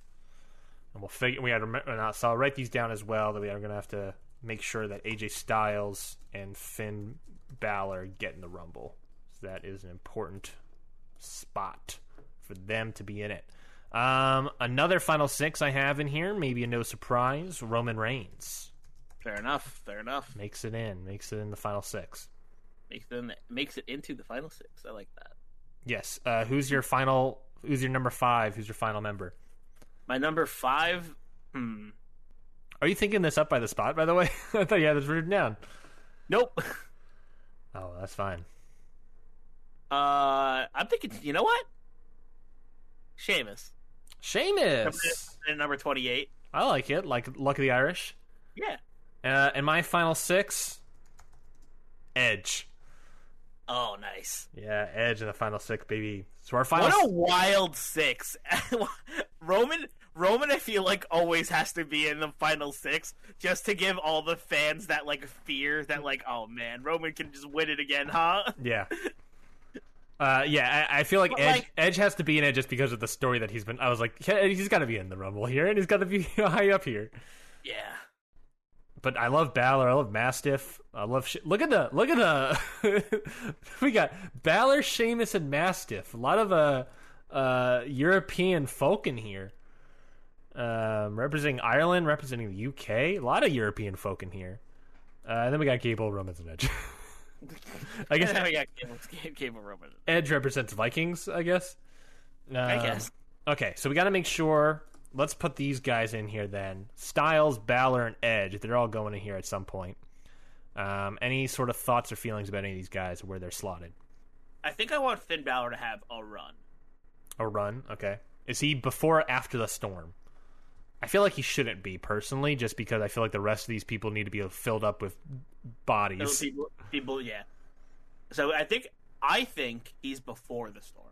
Speaker 4: And we'll figure. We had to remember. and uh, So I'll write these down as well. That we are going to have to make sure that AJ Styles and Finn Balor get in the Rumble. So that is an important spot for them to be in it. Um, another final six I have in here, maybe a no surprise. Roman Reigns
Speaker 5: Fair enough. Fair enough.
Speaker 4: makes it in. Makes it in the final six.
Speaker 5: Makes them makes it into the final six. I like that.
Speaker 4: Yes. Uh, who's your final? Who's your number five? Who's your final member?
Speaker 5: My number five. Hmm.
Speaker 4: Are you thinking this up by the spot, by the way? I thought you had this written down.
Speaker 5: Nope.
Speaker 4: Oh, that's fine.
Speaker 5: Uh, I'm thinking. You know what? Sheamus.
Speaker 4: Seamus!
Speaker 5: At number twenty-eight.
Speaker 4: I like it. Like Luck of the Irish.
Speaker 5: Yeah.
Speaker 4: Uh, and my final six Edge.
Speaker 5: Oh, nice.
Speaker 4: Yeah, Edge in the final six, baby. So our final.
Speaker 5: What a wild six. Roman Roman I feel like always has to be in the final six just to give all the fans that like fear that like oh man, Roman can just win it again, huh?
Speaker 4: yeah. Uh, yeah, I, I feel like
Speaker 5: But,
Speaker 4: Edge,
Speaker 5: like-
Speaker 4: Edge has to be in it just because of the story that he's been. I was like, yeah, he's got to be in the Rumble here, and he's got to be high up here.
Speaker 5: Yeah.
Speaker 4: but I love Balor. I love Mastiff. I love. Sh- look at the. Look at the. we got Balor, Sheamus, and Mastiff. A lot of uh, uh, European folk in here. Um, representing Ireland, representing the UK. A lot of European folk in here. Uh, and then we got Gable, Romans, and Edge. I
Speaker 5: And
Speaker 4: guess
Speaker 5: then we got Gable, Gable Roman.
Speaker 4: Edge represents Vikings, I guess.
Speaker 5: I
Speaker 4: Um,
Speaker 5: guess.
Speaker 4: Okay, so we got to make sure. Let's put these guys in here then. Styles, Balor, and Edge. They're all going in here at some point. Um, any sort of thoughts or feelings about any of these guys where they're slotted?
Speaker 5: I think I want Finn Balor to have a run.
Speaker 4: A run, okay. Is he before or after the storm? I feel like he shouldn't be personally, just because I feel like the rest of these people need to be filled up with
Speaker 5: Those
Speaker 4: bodies.
Speaker 5: People, people yeah. So I think I think he's before the storm.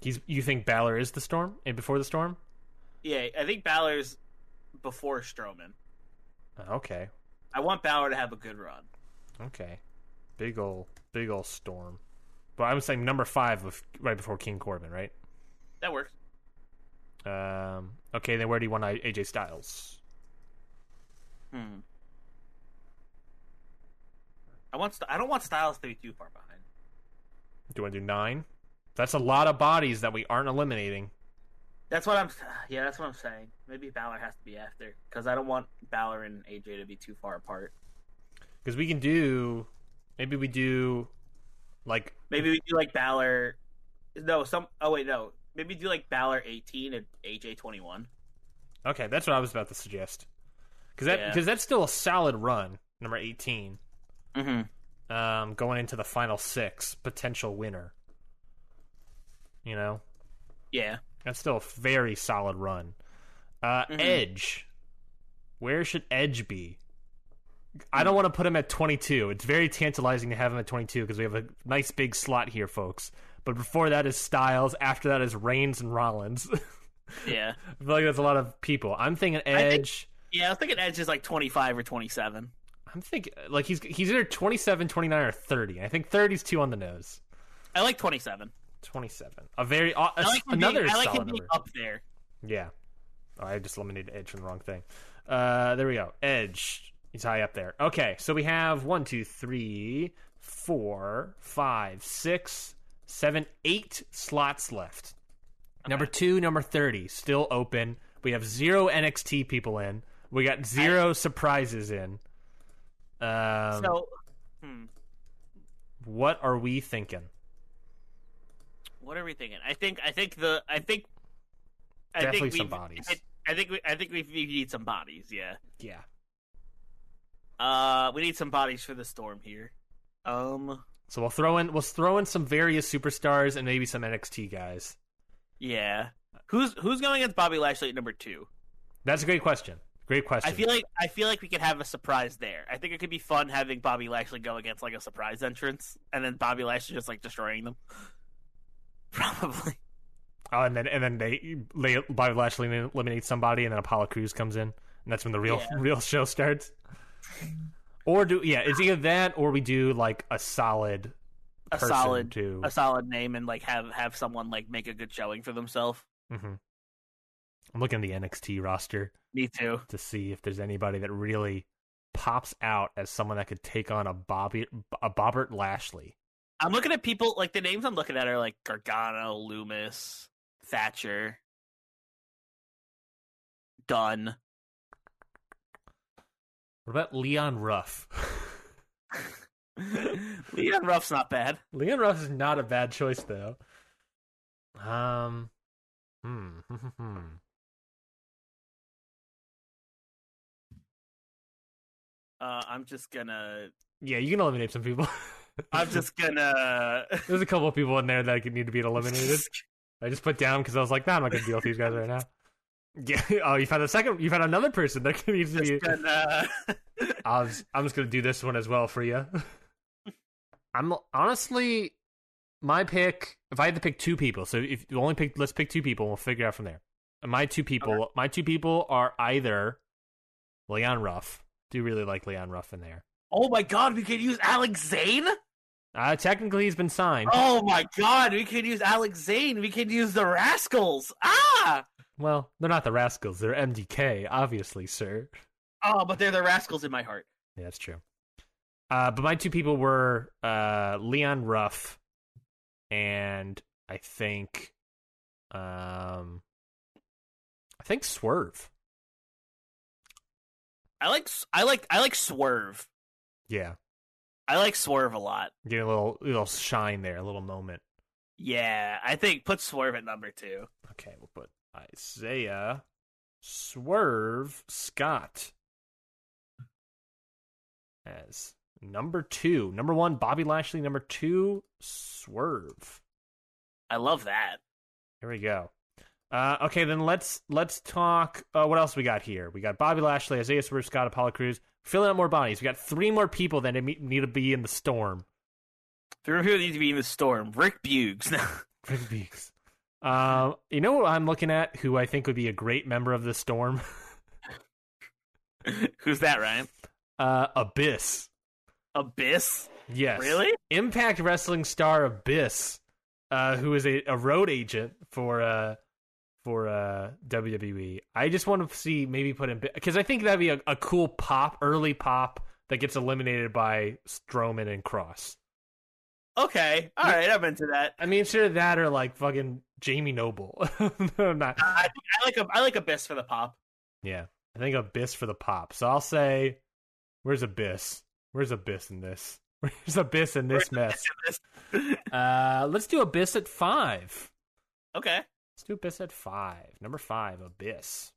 Speaker 4: He's. You think Balor is the storm and before the storm?
Speaker 5: Yeah, I think Balor's before Strowman.
Speaker 4: Uh, Okay,
Speaker 5: I want Balor to have a good run.
Speaker 4: okay. Big ol' big ol' storm. But I'm saying number five with, right before King Corbin, right?
Speaker 5: That works.
Speaker 4: Um, okay, then where do you want I- AJ Styles?
Speaker 5: Hmm. I want. St- I don't want Styles to be too far behind.
Speaker 4: Do you want to do nine? That's a lot of bodies that we aren't eliminating.
Speaker 5: That's what I'm. Yeah, that's what I'm saying. Maybe Balor has to be after because I don't want Balor and AJ to be too far apart.
Speaker 4: Because we can do, maybe we do, like
Speaker 5: Maybe we do like Balor. No, some. Oh wait, no. Maybe do like Balor 18 and AJ 21.
Speaker 4: okay, that's what I was about to suggest. Because that
Speaker 5: Yeah.
Speaker 4: because that's still a solid run, number eighteen,
Speaker 5: Mm-hmm.
Speaker 4: um, going into the final six potential winner. You know,
Speaker 5: Yeah.
Speaker 4: that's still a very solid run. Uh,
Speaker 5: Mm-hmm.
Speaker 4: Edge, where should Edge be? I
Speaker 5: Hmm.
Speaker 4: don't want to put him at 22. It's very tantalizing to have him at 22 because we have a nice big slot here, folks. But before that is Styles. After that is Reigns and Rollins.
Speaker 5: Yeah.
Speaker 4: I feel like that's a lot of people. I'm thinking Edge.
Speaker 5: yeah. I was thinking Edge is like 25 or 27.
Speaker 4: I'm thinking like he's he's either 27, 29, or 30. I think 30 is too on the nose.
Speaker 5: I like 27.
Speaker 4: 27. A very a,
Speaker 5: I like him
Speaker 4: another
Speaker 5: Being, I like
Speaker 4: solid
Speaker 5: him being
Speaker 4: number.
Speaker 5: up there.
Speaker 4: Yeah. Oh, I just eliminated Edge from the wrong thing. Uh, there we go. Edge. He's high up there. Okay, so we have one, two, three, four, five, six, seven, eight slots left. Number two, number 30, still open. We have zero NXT people in. We got zero surprises in. Um,
Speaker 5: so, hmm,
Speaker 4: what are we thinking?
Speaker 5: what are we thinking? I think. I think the. I think. I
Speaker 4: Definitely
Speaker 5: think
Speaker 4: some
Speaker 5: we've-
Speaker 4: bodies.
Speaker 5: I, I think. We, I think we we need some bodies. Yeah.
Speaker 4: Yeah.
Speaker 5: Uh, we need some bodies for the storm here. Um,
Speaker 4: So we'll throw in we'll throw in some various superstars and maybe some NXT guys.
Speaker 5: yeah. Who's who's going against Bobby Lashley at number two?
Speaker 4: That's a great question. Great question.
Speaker 5: I feel like I feel like we could have a surprise there. I think it could be fun having Bobby Lashley go against like a surprise entrance, and then Bobby Lashley just like destroying them. Probably.
Speaker 4: Oh, and then and then they, they Bobby Lashley eliminates somebody, and then Apollo Crews comes in, and that's when the real
Speaker 5: Yeah.
Speaker 4: real show starts. Or do yeah, it's either that or we do like a solid
Speaker 5: A
Speaker 4: person
Speaker 5: solid
Speaker 4: to
Speaker 5: a solid name and like have have someone like make a good showing for themselves.
Speaker 4: Mhm. I'm looking at the NXT roster
Speaker 5: Me too.
Speaker 4: to see if there's anybody that really pops out as someone that could take on a Bobby a Bobbert Lashley.
Speaker 5: I'm looking at people like the names I'm looking at are like Gargano, Loomis, Thatcher, Dunn.
Speaker 4: What about Leon Ruff?
Speaker 5: Leon Ruff's not bad.
Speaker 4: Leon Ruff is not a bad choice though. Um, hmm, hmm, hmm, hmm.
Speaker 5: Uh, I'm just gonna.
Speaker 4: Yeah, you can eliminate some people.
Speaker 5: I'm just gonna.
Speaker 4: There's a couple of people in there that could need to be eliminated. I just put down because I was like, nah, I'm not gonna deal with these guys right now. Yeah. Oh, you found a second. You found another person that could need to be.
Speaker 5: just gonna.
Speaker 4: I was, I'm just gonna do this one as well for you. I'm honestly, my pick. If I had to pick two people, so if you only pick, let's pick two people. and We'll figure it out from there. And my two people, my two people are either Leon Ruff. Do really like Leon Ruff in there.
Speaker 5: oh my god, we could use Alex Zane.
Speaker 4: Uh, technically, he's been signed.
Speaker 5: Oh my god, we could use Alex Zane. We could use the Rascals. Ah.
Speaker 4: Well, they're not the Rascals. They're MDK, obviously, sir.
Speaker 5: Oh, but they're the Rascals in my heart.
Speaker 4: Yeah, that's true. Uh, but my two people were uh, Leon Ruff and I think, um, I think Swerve.
Speaker 5: I like. I like. I like Swerve.
Speaker 4: Yeah,
Speaker 5: I like Swerve a lot.
Speaker 4: get a little little shine there, a little moment.
Speaker 5: Yeah, I think put Swerve at number two.
Speaker 4: Okay, we'll put Isaiah, Swerve, Scott as number two. Number one, Bobby Lashley. Number two, Swerve.
Speaker 5: I love that.
Speaker 4: Here we go. Uh, okay, then let's let's talk. Uh, what else we got here? We got Bobby Lashley, Isaiah Swerve, Scott, Apollo Cruz. Filling out more bodies. We got three more people that need need to be in the storm.
Speaker 5: Three people need to be in the storm. Rick Bugs.
Speaker 4: Greg Beeks. Um, you know what I'm looking at? Who I think would be a great member of the storm?
Speaker 5: Who's that, Ryan?
Speaker 4: Uh, Abyss.
Speaker 5: Abyss.
Speaker 4: Yes.
Speaker 5: Really?
Speaker 4: Impact Wrestling star Abyss, uh, who is a, a road agent for uh, for uh, WWE. I just want to see maybe put in because I think that'd be a, a cool pop, early pop that gets eliminated by Strowman and Cross.
Speaker 5: Okay, all right, I'm into that.
Speaker 4: I mean, sure that or like fucking Jamie Noble. no, I'm not.
Speaker 5: I, think I like a, I like Abyss for the pop.
Speaker 4: Yeah, I think Abyss for the pop. So I'll say, where's Abyss? Where's Abyss in this? Where's Abyss in this mess? Uh, let's do Abyss at five.
Speaker 5: okay,
Speaker 4: Let's do Abyss at five. Number five, Abyss.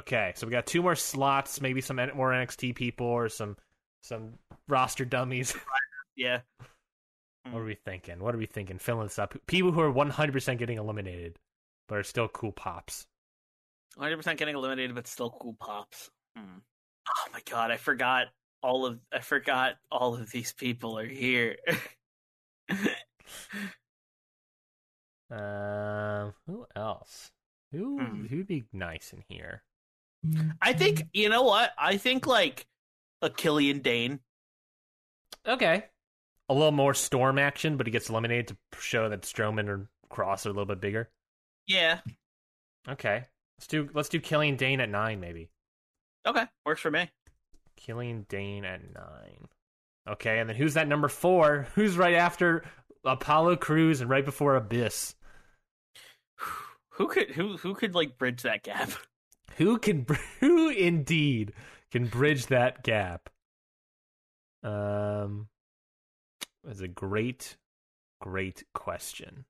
Speaker 4: Okay, so we got two more slots, maybe some N- more NXT people or some some roster dummies.
Speaker 5: yeah,
Speaker 4: what are we thinking? What are we thinking? Filling this up. People who are one hundred percent getting eliminated, but are still cool pops.
Speaker 5: 100 percent getting eliminated, but still cool pops. Hmm. Oh my god, I forgot all of I forgot all of these people are here.
Speaker 4: Um, who else? Who
Speaker 5: Hmm.
Speaker 4: who'd be nice in here?
Speaker 5: I think you know what? I think like a Killian Dane.
Speaker 4: Okay, a little more storm action, but he gets eliminated to show that Strowman or Cross are a little bit bigger.
Speaker 5: Yeah.
Speaker 4: Okay, let's do let's do Killian Dane at nine, maybe.
Speaker 5: Okay, works for me.
Speaker 4: Killian Dane at nine. Okay, and then who's that number four? Who's right after Apollo Cruz and right before Abyss?
Speaker 5: Who could who who could like bridge that gap?
Speaker 4: Who can who indeed can bridge that gap? Um, that's a great, great question.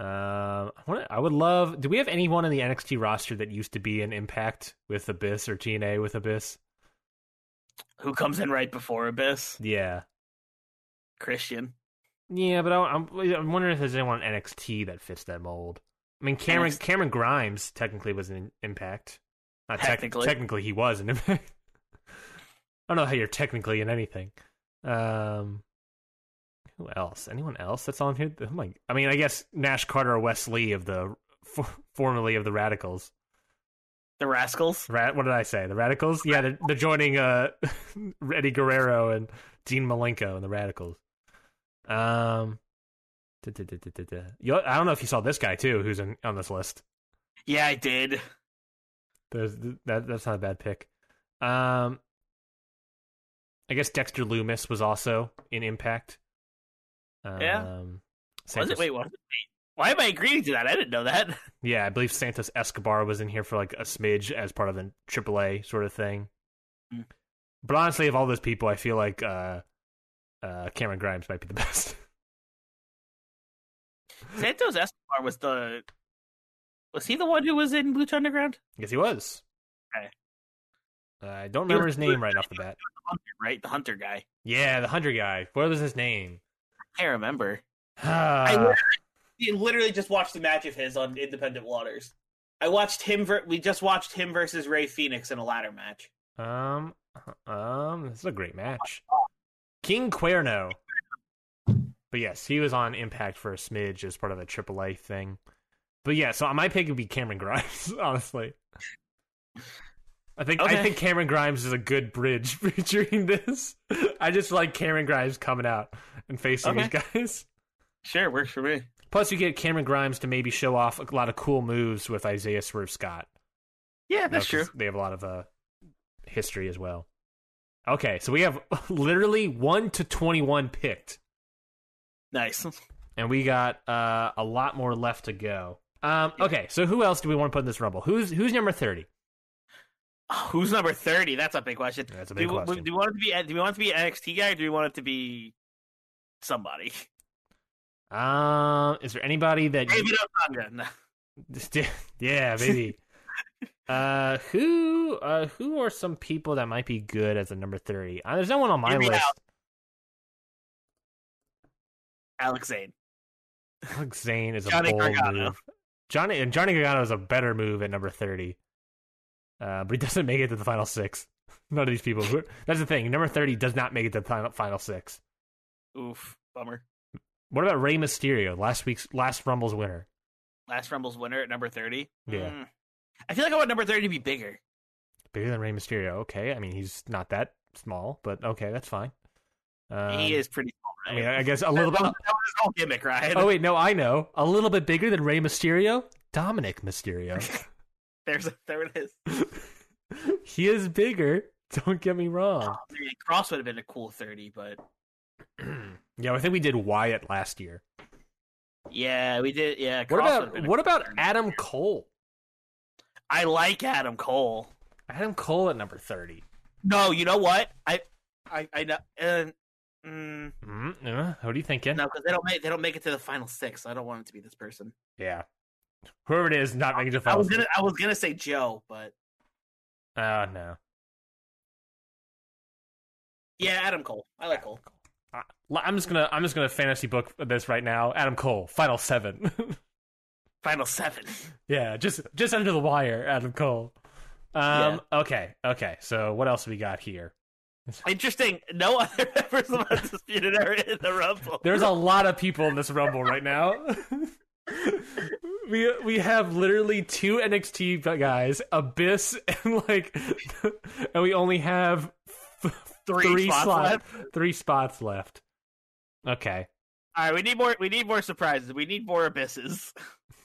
Speaker 4: Um, I, wanna, I would love. Do we have anyone in the NXT roster that used to be in Impact with Abyss or TNA with Abyss?
Speaker 5: Who comes in right before Abyss?
Speaker 4: Yeah,
Speaker 5: Christian.
Speaker 4: Yeah, but I, I'm I'm wondering if there's anyone on NXT that fits that mold. I mean, Cameron
Speaker 5: NXT.
Speaker 4: Cameron Grimes technically was in Impact. Not tec-
Speaker 5: Technically.
Speaker 4: technically he was in Impact. I don't know how you're technically in anything. Um, who else? Anyone else that's on here? I'm like, I mean, I guess Nash Carter or Wesley of the for, formerly of the Radicals.
Speaker 5: The Rascals.
Speaker 4: Ra- what did I say? The Radicals? Yeah, they're, they're joining uh, Eddie Guerrero and Dean Malenko and the Radicals. Um, duh, duh, duh, duh, duh, duh. You- I don't know if you saw this guy too, who's in, on this list.
Speaker 5: Yeah, I did.
Speaker 4: There's, that, that's not a bad pick. Um, I guess Dexter Loomis was also in Impact. Um,
Speaker 5: Yeah.
Speaker 4: Santos-
Speaker 5: was it? Wait, what? Why am I agreeing to that? I didn't know that.
Speaker 4: Yeah, I believe Santos Escobar was in here for like a smidge as part of a AAA sort of thing.
Speaker 5: Mm.
Speaker 4: But honestly, of all those people, I feel like uh, uh, Cameron Grimes might be the best.
Speaker 5: Santos Escobar was the was he the one who was in Lucha Underground?
Speaker 4: yes, he was.
Speaker 5: Okay.
Speaker 4: I don't
Speaker 5: He
Speaker 4: remember
Speaker 5: was-
Speaker 4: his name right off the bat.
Speaker 5: Right, the Hunter guy.
Speaker 4: Yeah, the Hunter guy. What was his name?
Speaker 5: I can't remember.
Speaker 4: I
Speaker 5: literally- You literally just watched a match of his on Independent Waters. I watched him. Ver- we just watched him versus Ray Phoenix in a ladder match.
Speaker 4: Um, um, this is a great match. King Cuerno. But yes, he was on Impact for a smidge as part of the AAA thing. But yeah, so my pick would be Cameron Grimes, honestly. I think I
Speaker 5: Okay.
Speaker 4: think Cameron Grimes is a good bridge featuring this. I just like Cameron Grimes coming out and facing these guys.
Speaker 5: Sure, works for me.
Speaker 4: Plus, you get Cameron Grimes to maybe show off a lot of cool moves with Isaiah Swerve Scott.
Speaker 5: Yeah,
Speaker 4: No,
Speaker 5: that's true.
Speaker 4: 'cause They have a lot of uh, history as well. Okay, so we have literally one to twenty-one picked,
Speaker 5: Nice.
Speaker 4: and we got uh, a lot more left to go. Um, okay, so who else do we want to put in this rumble? Who's who's number thirty?
Speaker 5: Oh, Who's number thirty? That's a big question.
Speaker 4: That's a big
Speaker 5: do, we-
Speaker 4: question.
Speaker 5: Do we want it to be? Do we want it to be an NXT guy? or Do we want it to be somebody?
Speaker 4: Um, is there anybody that? you-
Speaker 5: David Otunga. No.
Speaker 4: yeah, baby. uh, who uh, who are some people that might be good as a number thirty? Uh, there's no one on my
Speaker 5: Hear me
Speaker 4: list.
Speaker 5: out. Alex Zane.
Speaker 4: Alex Zane is
Speaker 5: Johnny
Speaker 4: a bold
Speaker 5: Gargano.
Speaker 4: move. Johnny and Johnny Gargano is a better move at number thirty, uh, but he doesn't make it to the final six. None of these people. who- That's the thing. Number thirty does not make it to the final, final six.
Speaker 5: Oof, bummer.
Speaker 4: What about Rey Mysterio, last week's last Rumble's winner?
Speaker 5: Last Rumble's winner at number thirty.
Speaker 4: Yeah.
Speaker 5: Mm. I feel like I want number thirty to be bigger.
Speaker 4: Bigger than Rey Mysterio. Okay, I mean he's not that small, but okay, that's fine. Um,
Speaker 5: he is pretty small,
Speaker 4: I
Speaker 5: right?
Speaker 4: mean, I guess a little bit.
Speaker 5: that was his whole gimmick, right?
Speaker 4: Oh wait, no, I know. A little bit bigger than Rey Mysterio, Dominic Mysterio.
Speaker 5: There's there it is.
Speaker 4: he is bigger. Don't get me wrong.
Speaker 5: I mean, Cross would have been a cool thirty, but
Speaker 4: Yeah, I think we did Wyatt last year.
Speaker 5: yeah, we did. Yeah,
Speaker 4: What
Speaker 5: Cross would've been
Speaker 4: about
Speaker 5: a
Speaker 4: what
Speaker 5: cool
Speaker 4: about
Speaker 5: 30.
Speaker 4: Adam Cole?
Speaker 5: I like Adam Cole.
Speaker 4: Adam Cole at number thirty.
Speaker 5: No, you know what? I I I know. Uh, mm,
Speaker 4: Mm, uh, what are you thinking?
Speaker 5: no, because they don't make they don't make it to the final six. So I don't want it to be this person.
Speaker 4: Yeah, whoever it is, not making the
Speaker 5: I
Speaker 4: final.
Speaker 5: was gonna I was gonna say Joe, but
Speaker 4: Oh no.
Speaker 5: yeah, Adam Cole. I like Cole.
Speaker 4: I- I'm just gonna I'm just gonna fantasy book this right now. Adam Cole, final seven.
Speaker 5: Final seven.
Speaker 4: yeah, just just under the wire, Adam Cole. Um. Okay. Okay. So what else we got here?
Speaker 5: Interesting. No other members of Undisputed are in the Rumble.
Speaker 4: There's a lot of people in this rumble right now. we we have literally two NXT guys, Abyss, and like, and we only have f-
Speaker 5: Three spots
Speaker 4: left. Three spots left. Okay.
Speaker 5: All right, we need more. We need more surprises. We need more abysses.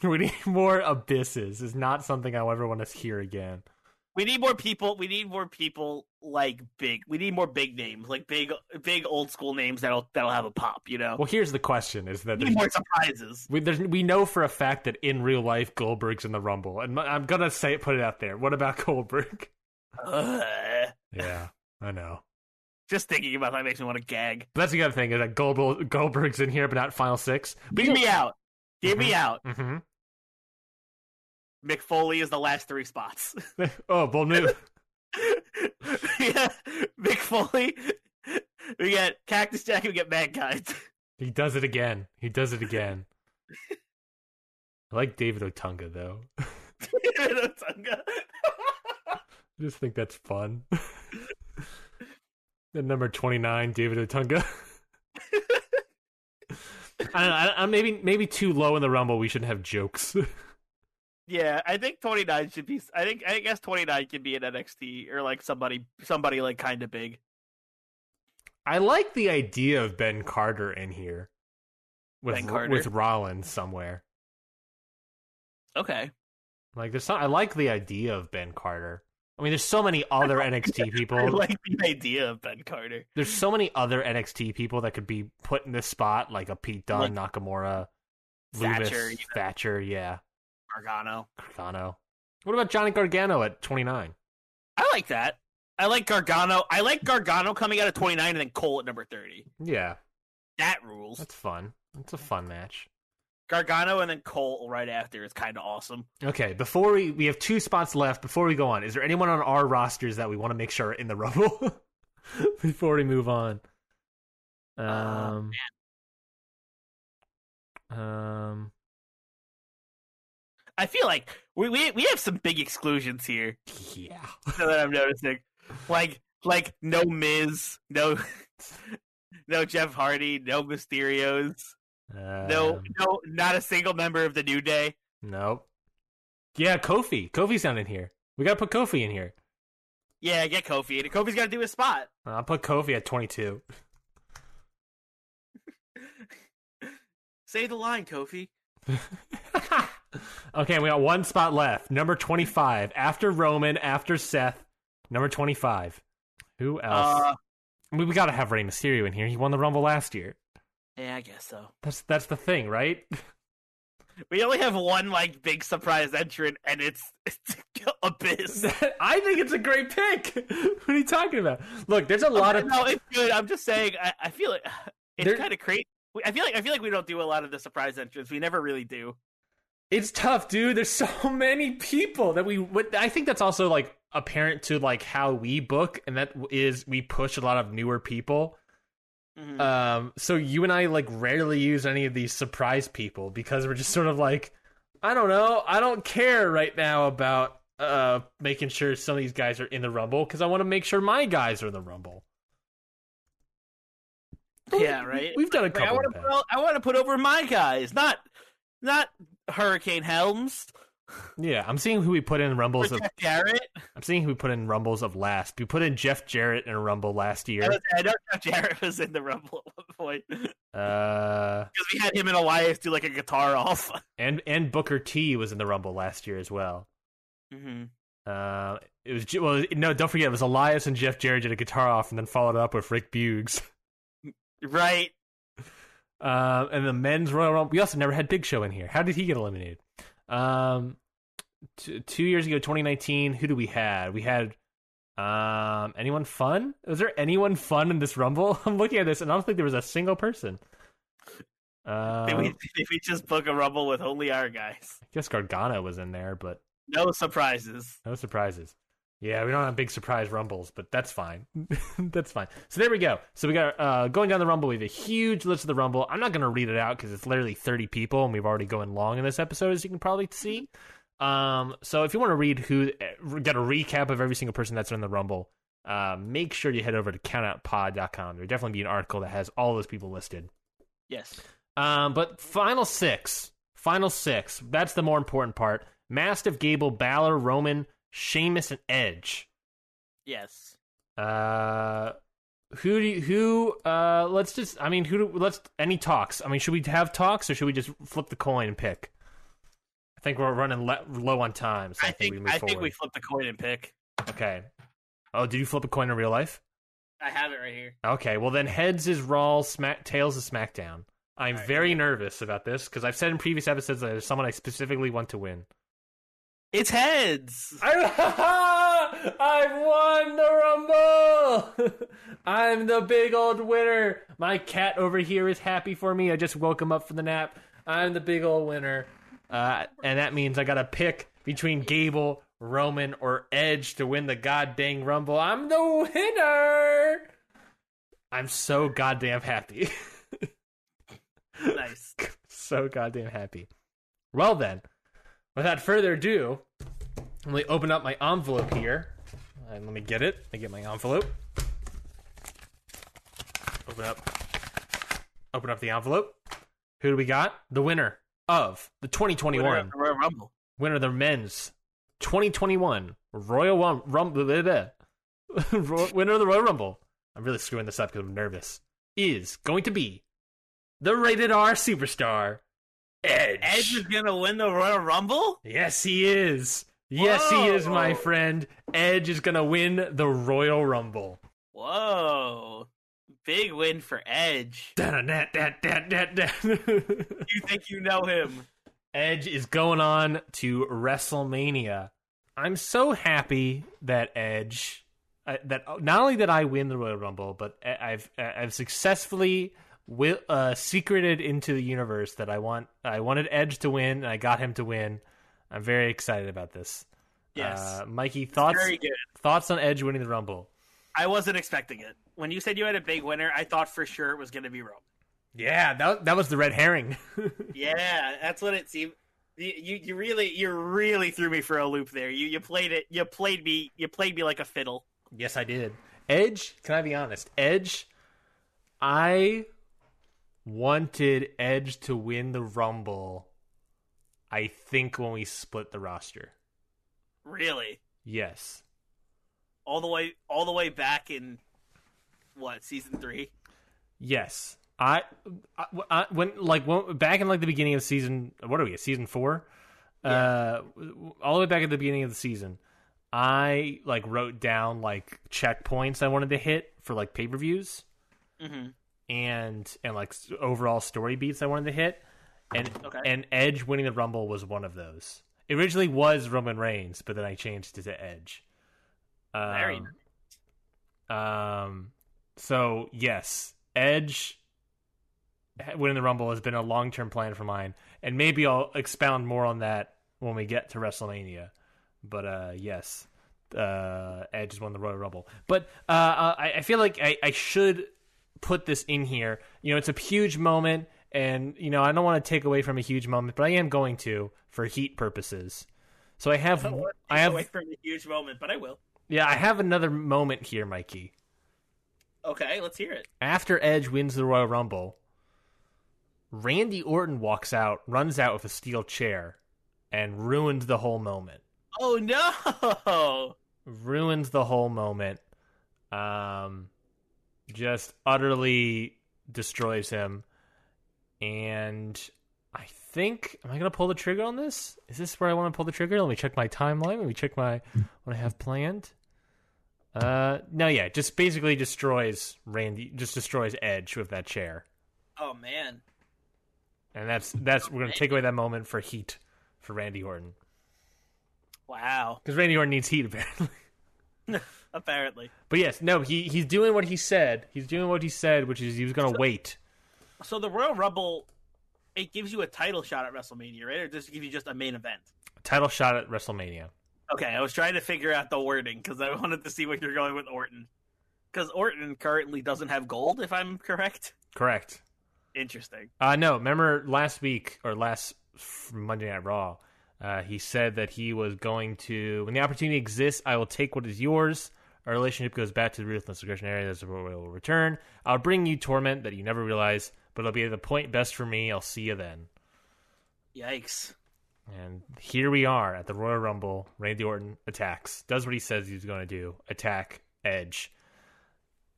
Speaker 4: We need more abysses. Is not something I'll ever want to hear again.
Speaker 5: We need more people. We need more people like big. We need more big names, like big, big old school names that'll that'll have a pop. You know,
Speaker 4: Well, here's the question: Is that
Speaker 5: we
Speaker 4: there's,
Speaker 5: need more surprises.
Speaker 4: we, there's, we know for a fact that in real life Goldberg's in the Rumble, and I'm gonna say it, put it out there. What about Goldberg?
Speaker 5: Ugh.
Speaker 4: Yeah, I know.
Speaker 5: Just thinking about that makes me want to gag.
Speaker 4: But that's the other thing is that Gold, Goldberg's in here, but not Final Six.
Speaker 5: Beat me out. Get me out.
Speaker 4: hmm
Speaker 5: Mick Foley is the last three spots.
Speaker 4: oh, bold move.
Speaker 5: yeah, Mick Foley. We got Cactus Jack. We get Mankind.
Speaker 4: he does it again. He does it again. I like David Otunga though. I
Speaker 5: Otunga.
Speaker 4: just think that's fun. At number twenty nine, David Otunga. I don't know. I, I, maybe maybe too low in the rumble. We should have jokes.
Speaker 5: Yeah, I think 29 should be. I think I guess 29 can be an NXT or like somebody, somebody like kind of big.
Speaker 4: I like the idea of Ben Carter in here with
Speaker 5: Ben Carter?
Speaker 4: with Rollins somewhere.
Speaker 5: Okay,
Speaker 4: Like there's some, I like the idea of Ben Carter. I mean, there's so many other NXT
Speaker 5: I
Speaker 4: people.
Speaker 5: like the idea of Ben Carter.
Speaker 4: There's so many other NXT people that could be put in this spot, like a Pete Dunne, Nakamura, Loomis,
Speaker 5: Thatcher, you
Speaker 4: Thatcher, yeah,
Speaker 5: Gargano.
Speaker 4: Gargano. What about Johnny Gargano at 29?
Speaker 5: I like that. I like Gargano. I like Gargano coming out of 29 and then Cole at number 30.
Speaker 4: Yeah,
Speaker 5: That rules.
Speaker 4: that's fun. That's a fun match.
Speaker 5: Gargano and then Cole right after is kind of awesome.
Speaker 4: Okay, before we we have two spots left. Before we go on, is there anyone on our rosters that we want to make sure are in the rumble before we move on? Um. um.
Speaker 5: I feel like we, we we have some big exclusions here
Speaker 4: Yeah.
Speaker 5: now that I'm noticing. Like like no Miz, no no Jeff Hardy, no Mysterios, no
Speaker 4: Um,
Speaker 5: no not a single member of the New Day.
Speaker 4: Nope. Yeah, Kofi. Kofi's not in here. We gotta put Kofi in here.
Speaker 5: Yeah, get Kofi. And Kofi's got to do his spot.
Speaker 4: I'll put Kofi at 22.
Speaker 5: Say the line, Kofi.
Speaker 4: okay, we got one spot left. Number 25. After Roman, after Seth. Number 25. Who else?
Speaker 5: Uh,
Speaker 4: I mean, we gotta have Rey Mysterio in here. He won the Rumble last year.
Speaker 5: yeah, I guess so.
Speaker 4: That's that's the thing, right?
Speaker 5: We only have one like big surprise entrant, and it's, it's Abyss.
Speaker 4: I think it's a great pick. what are you talking about? Look, there's a lot of
Speaker 5: no, it's good. I'm just saying. I, I feel it. It's
Speaker 4: There-
Speaker 5: kind of crazy. I feel like I feel like we don't do a lot of the surprise entrants. We never really do.
Speaker 4: It's tough, dude. There's so many people that we would. I think that's also like apparent to like how we book, and that is we push a lot of newer people.
Speaker 5: Mhm.
Speaker 4: Um, so you and I like rarely use any of these surprise people because we're just sort of like, I don't know, I don't care right now about uh making sure some of these guys are in the rumble because I want to make sure my guys are in the rumble.
Speaker 5: yeah, right.
Speaker 4: We've done a
Speaker 5: Like, I
Speaker 4: couple.
Speaker 5: want
Speaker 4: of
Speaker 5: to
Speaker 4: that.
Speaker 5: put, o- I want to put over my guys, not not Hurricane Helms,
Speaker 4: Yeah, I'm seeing who we put in rumbles of.
Speaker 5: Jeff Jarrett.
Speaker 4: I'm seeing who we put in rumbles of last. We put in Jeff Jarrett in a rumble last
Speaker 5: I,
Speaker 4: year.
Speaker 5: was, I know Jeff Jarrett was in the Rumble at one point because
Speaker 4: Uh,
Speaker 5: we had him and Elias do like a guitar off.
Speaker 4: and and Booker T was in the rumble last year as well.
Speaker 5: Mm-hmm.
Speaker 4: Uh, it was J- well, no, don't forget it was Elias and Jeff Jarrett did a guitar off, and then followed up with Rick Bugs.
Speaker 5: Right.
Speaker 4: Um, and the men's Royal Rumble. We also never had Big Show in here. How did he get eliminated? Um, t- two years ago, 2019. Who do we had? We had um anyone fun? Was there anyone fun in this Rumble? I'm looking at this, and I don't think there was a single person. Um,
Speaker 5: Did we, did we just book a Rumble with only our guys?
Speaker 4: I guess Gargano was in there, but
Speaker 5: No surprises.
Speaker 4: No surprises. Yeah, we don't have big surprise rumbles, but that's fine. that's fine. So there we go. So we got uh, going down the rumble. We have a huge list of the rumble. I'm not going to read it out because it's literally 30 people, and we've already going long in this episode, as you can probably see. Um, so if you want to read who, eh, get a recap of every single person that's in the rumble, uh, make sure you head over to countoutpod.com. There'll definitely be an article that has all those people listed.
Speaker 5: Yes.
Speaker 4: Um, but final six, final six. That's the more important part. Mastiff, Gable, Balor, Roman, Sheamus, and Edge.
Speaker 5: Yes.
Speaker 4: Uh, who do you, who? Uh, let's just. I mean, who? Do, let's any talks. I mean, should we have talks or should we just flip the coin and pick? I think we're running le- low on time, so I,
Speaker 5: I think
Speaker 4: we move
Speaker 5: I
Speaker 4: forward.
Speaker 5: think we flip the coin and pick.
Speaker 4: okay. Oh, did you flip a coin in real life?
Speaker 5: I have it right here.
Speaker 4: Okay, well then heads is Raw, smack tails is SmackDown. I'm very nervous about this because I've said in previous episodes that there's someone I specifically want to win.
Speaker 5: It's heads.
Speaker 4: I, I've won the Rumble. I'm the big old winner. My cat over here is happy for me. I just woke him up from the nap. I'm the big old winner, uh, and that means I got to pick between Gable, Roman, or Edge to win the goddamn Rumble. I'm the winner. I'm so goddamn happy.
Speaker 5: nice.
Speaker 4: so goddamn happy. Well then, without further ado, let me open up my envelope here. And let me get it. Let me get my envelope. Open up. Open up the envelope. Who do we got? The winner of the 2021
Speaker 5: Winner of the Royal Rumble.
Speaker 4: winner of the men's 2021 Royal Rum- Rum- blah, blah, blah. Ro- winner of the Royal Rumble. I'm really screwing this up because I'm nervous. Is going to be the rated R superstar Edge.
Speaker 5: Edge is gonna win the Royal Rumble.
Speaker 4: Yes, he is. Yes, he is, my
Speaker 5: Whoa.
Speaker 4: friend. Edge is going to win the Royal Rumble.
Speaker 5: Whoa! Big win for Edge.
Speaker 4: Da-da-da-da-da-da-da.
Speaker 5: You think you know him?
Speaker 4: Edge is going on to WrestleMania. I'm so happy that Edge, uh, that not only did I win the Royal Rumble, but I- I've uh, I've successfully wi- uh, secreted into the universe that I want I wanted Edge to win, and I got him to win. I'm very excited about this.
Speaker 5: Yes.
Speaker 4: uh, Mikey, thoughts
Speaker 5: Very good.
Speaker 4: thoughts on Edge winning the Rumble?
Speaker 5: I wasn't expecting it. When you said you had a big winner, I thought for sure it was gonna be Roman.
Speaker 4: Yeah, that that was the red herring.
Speaker 5: Yeah, that's what it seemed. You, you you really you really threw me for a loop there. You you played it. You played me. You played me like a fiddle.
Speaker 4: Yes, I did. Edge, can I be honest? Edge, I wanted Edge to win the Rumble, I think, when we split the roster.
Speaker 5: Really,
Speaker 4: Yes.
Speaker 5: all the way all the way back in what season three?
Speaker 4: Yes. I, I, I when like when, back in like the beginning of season what are we at season four, uh, all the way back at the beginning of the season, I like wrote down like checkpoints I wanted to hit for like pay per views,
Speaker 5: Mm-hmm.
Speaker 4: and and like s- overall story beats I wanted to hit, and
Speaker 5: Okay.
Speaker 4: and Edge winning the Rumble was one of those. It originally was Roman Reigns, but then I changed it to Edge. Um,
Speaker 5: Very
Speaker 4: um, so yes, Edge winning the Rumble has been a long term plan for mine, and maybe I'll expound more on that when we get to WrestleMania. But uh, yes, uh, Edge has won the Royal Rumble. But uh, uh, I, I feel like I, I should put this in here. You know, it's a huge moment, and you know I don't want to take away from a huge moment, but I am going to for heat purposes. So I
Speaker 5: Oh,
Speaker 4: have I
Speaker 5: away
Speaker 4: have
Speaker 5: from the huge moment, but I will.
Speaker 4: yeah I have another moment here, Mikey.
Speaker 5: Okay, let's hear it.
Speaker 4: after Edge wins the Royal Rumble, Randy Orton walks out, runs out with a steel chair, and ruined the whole moment.
Speaker 5: Oh no!
Speaker 4: Ruined the whole moment. Um, just utterly destroys him. And I think am I gonna pull the trigger on this? Is this where I want to pull the trigger? Let me check my timeline. Let me check my what I have planned. Uh, no, yeah, just basically destroys Randy. Just destroys Edge with that chair.
Speaker 5: Oh man.
Speaker 4: And that's that's we're gonna take away that moment for heat for Randy Orton
Speaker 5: Wow.
Speaker 4: because Randy Orton needs heat apparently.
Speaker 5: Apparently.
Speaker 4: But yes, no, he he's doing what he said. He's doing what he said, which is he was gonna wait.
Speaker 5: So the Royal Rumble, it gives you a title shot at WrestleMania, right? Or does it give you just a main event?
Speaker 4: Title shot at WrestleMania.
Speaker 5: Okay, I was trying to figure out the wording because I wanted to see where you're going with Orton. Because Orton currently doesn't have gold, if I'm correct.
Speaker 4: Correct.
Speaker 5: Interesting.
Speaker 4: Uh no, remember last week or last f- Monday Night Raw, uh, he said that he was going to when the opportunity exists, I will take what is yours. Our relationship goes back to the ruthless aggression area. That's where we will return. I'll bring you torment that you never realize, but it'll be at the point best for me. I'll see you then.
Speaker 5: Yikes.
Speaker 4: And here we are at the Royal Rumble. Randy Orton attacks, does what he says he's going to do attack Edge.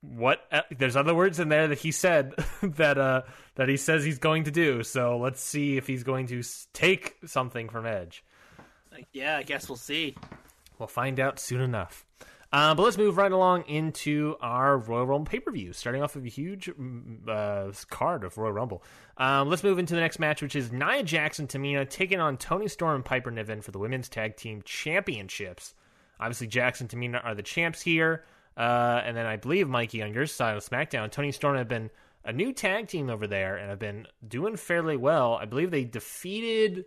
Speaker 4: What? Uh, there's other words in there that he said that uh that he says he's going to do. So let's see if he's going to s- take something from Edge.
Speaker 5: Like, yeah, I guess we'll see.
Speaker 4: We'll find out soon enough. Um, but let's move right along into our Royal Rumble pay per view, starting off with a huge mm, uh, card of Royal Rumble. Um, let's move into the next match, which is Nia Jackson Tamina taking on Tony Storm and Piper Niven for the Women's Tag Team Championships. Obviously, Jackson Tamina are the champs here. Uh, and then I believe, Mikey, on your side of SmackDown, Tony Storm have been a new tag team over there and have been doing fairly well. I believe they defeated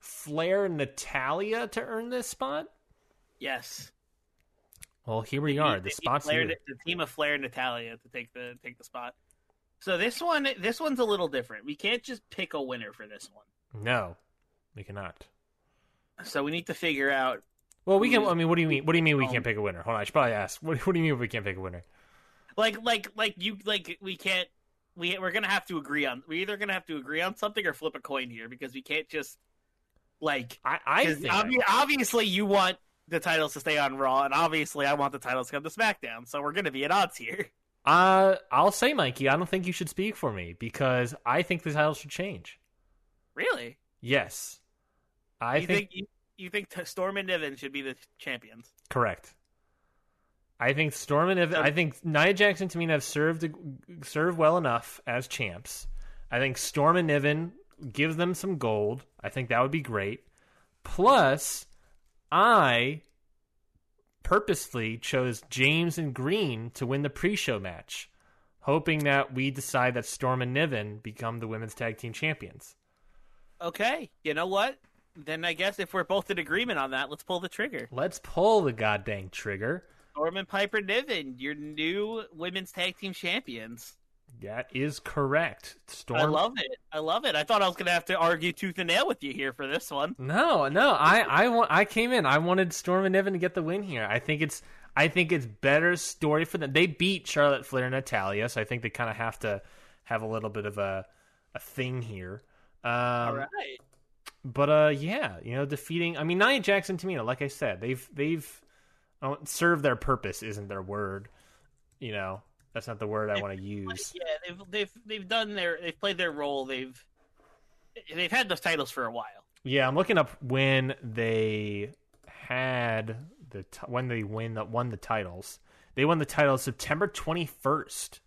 Speaker 4: Flair and Natalia to earn this spot.
Speaker 5: Yes.
Speaker 4: Well, here we are.
Speaker 5: They
Speaker 4: The
Speaker 5: need
Speaker 4: spot's
Speaker 5: Flair,
Speaker 4: here.
Speaker 5: the team of Flair and Natalia to take the take the spot. So this one, this one's a little different. We can't just pick a winner for this one.
Speaker 4: No, we cannot.
Speaker 5: So we need to figure out.
Speaker 4: Well, we
Speaker 5: Who
Speaker 4: can.
Speaker 5: is-
Speaker 4: I mean, what do you mean? What do you mean we
Speaker 5: Um,
Speaker 4: can't pick a winner? Hold on, I should probably ask. What, what do you mean we can't pick a winner?
Speaker 5: Like, like, like you, like we can't. We we're gonna have to agree on. We're either gonna have to agree on something or flip a coin here because we can't just like.
Speaker 4: I, I
Speaker 5: 'cause
Speaker 4: think.
Speaker 5: obvi- obviously, you want the titles to stay on Raw, and obviously, I want the titles to come to SmackDown. So we're gonna be at odds here.
Speaker 4: uh, I'll say, Mikey. I don't think you should speak for me because I think the title should change.
Speaker 5: Really?
Speaker 4: Yes, I
Speaker 5: you
Speaker 4: think,
Speaker 5: think, you, you think T- Storm and Niven should be the champions?
Speaker 4: correct. I think Storm and Ev- I think Nia Jackson Tamina have served served well enough as champs. I think Storm and Niven give them some gold. I think that would be great. Plus, I purposely chose James and Green to win the pre-show match, hoping that we decide that Storm and Niven become the women's tag team champions.
Speaker 5: Okay, you know what? Then I guess if we're both in agreement on that, let's pull the trigger.
Speaker 4: Let's pull the goddamn trigger.
Speaker 5: Norman Piper Niven, your new women's tag team champions.
Speaker 4: That is correct. Storm.
Speaker 5: I love it. I love it. I thought I was going to have to argue tooth and nail with you here for this one.
Speaker 4: No, no, I, I want, I came in. I wanted Storm and Evan to get the win here. I think it's, I think it's better story for them. They beat Charlotte Flair and Natalia, so I think they kind of have to have a little bit of a, a thing here. Um,
Speaker 5: All right.
Speaker 4: But uh, yeah, you know, defeating. I mean, Nia Jackson, Tamina, like I said, they've, they've, oh, serve their purpose isn't their word. You know, that's not the word I want to use.
Speaker 5: Yeah, they've they've they've done their they've played their role. They've they've had those titles for a while.
Speaker 4: Yeah, I'm looking up when they had the t- when they win the, won the titles. They won the title September 21st,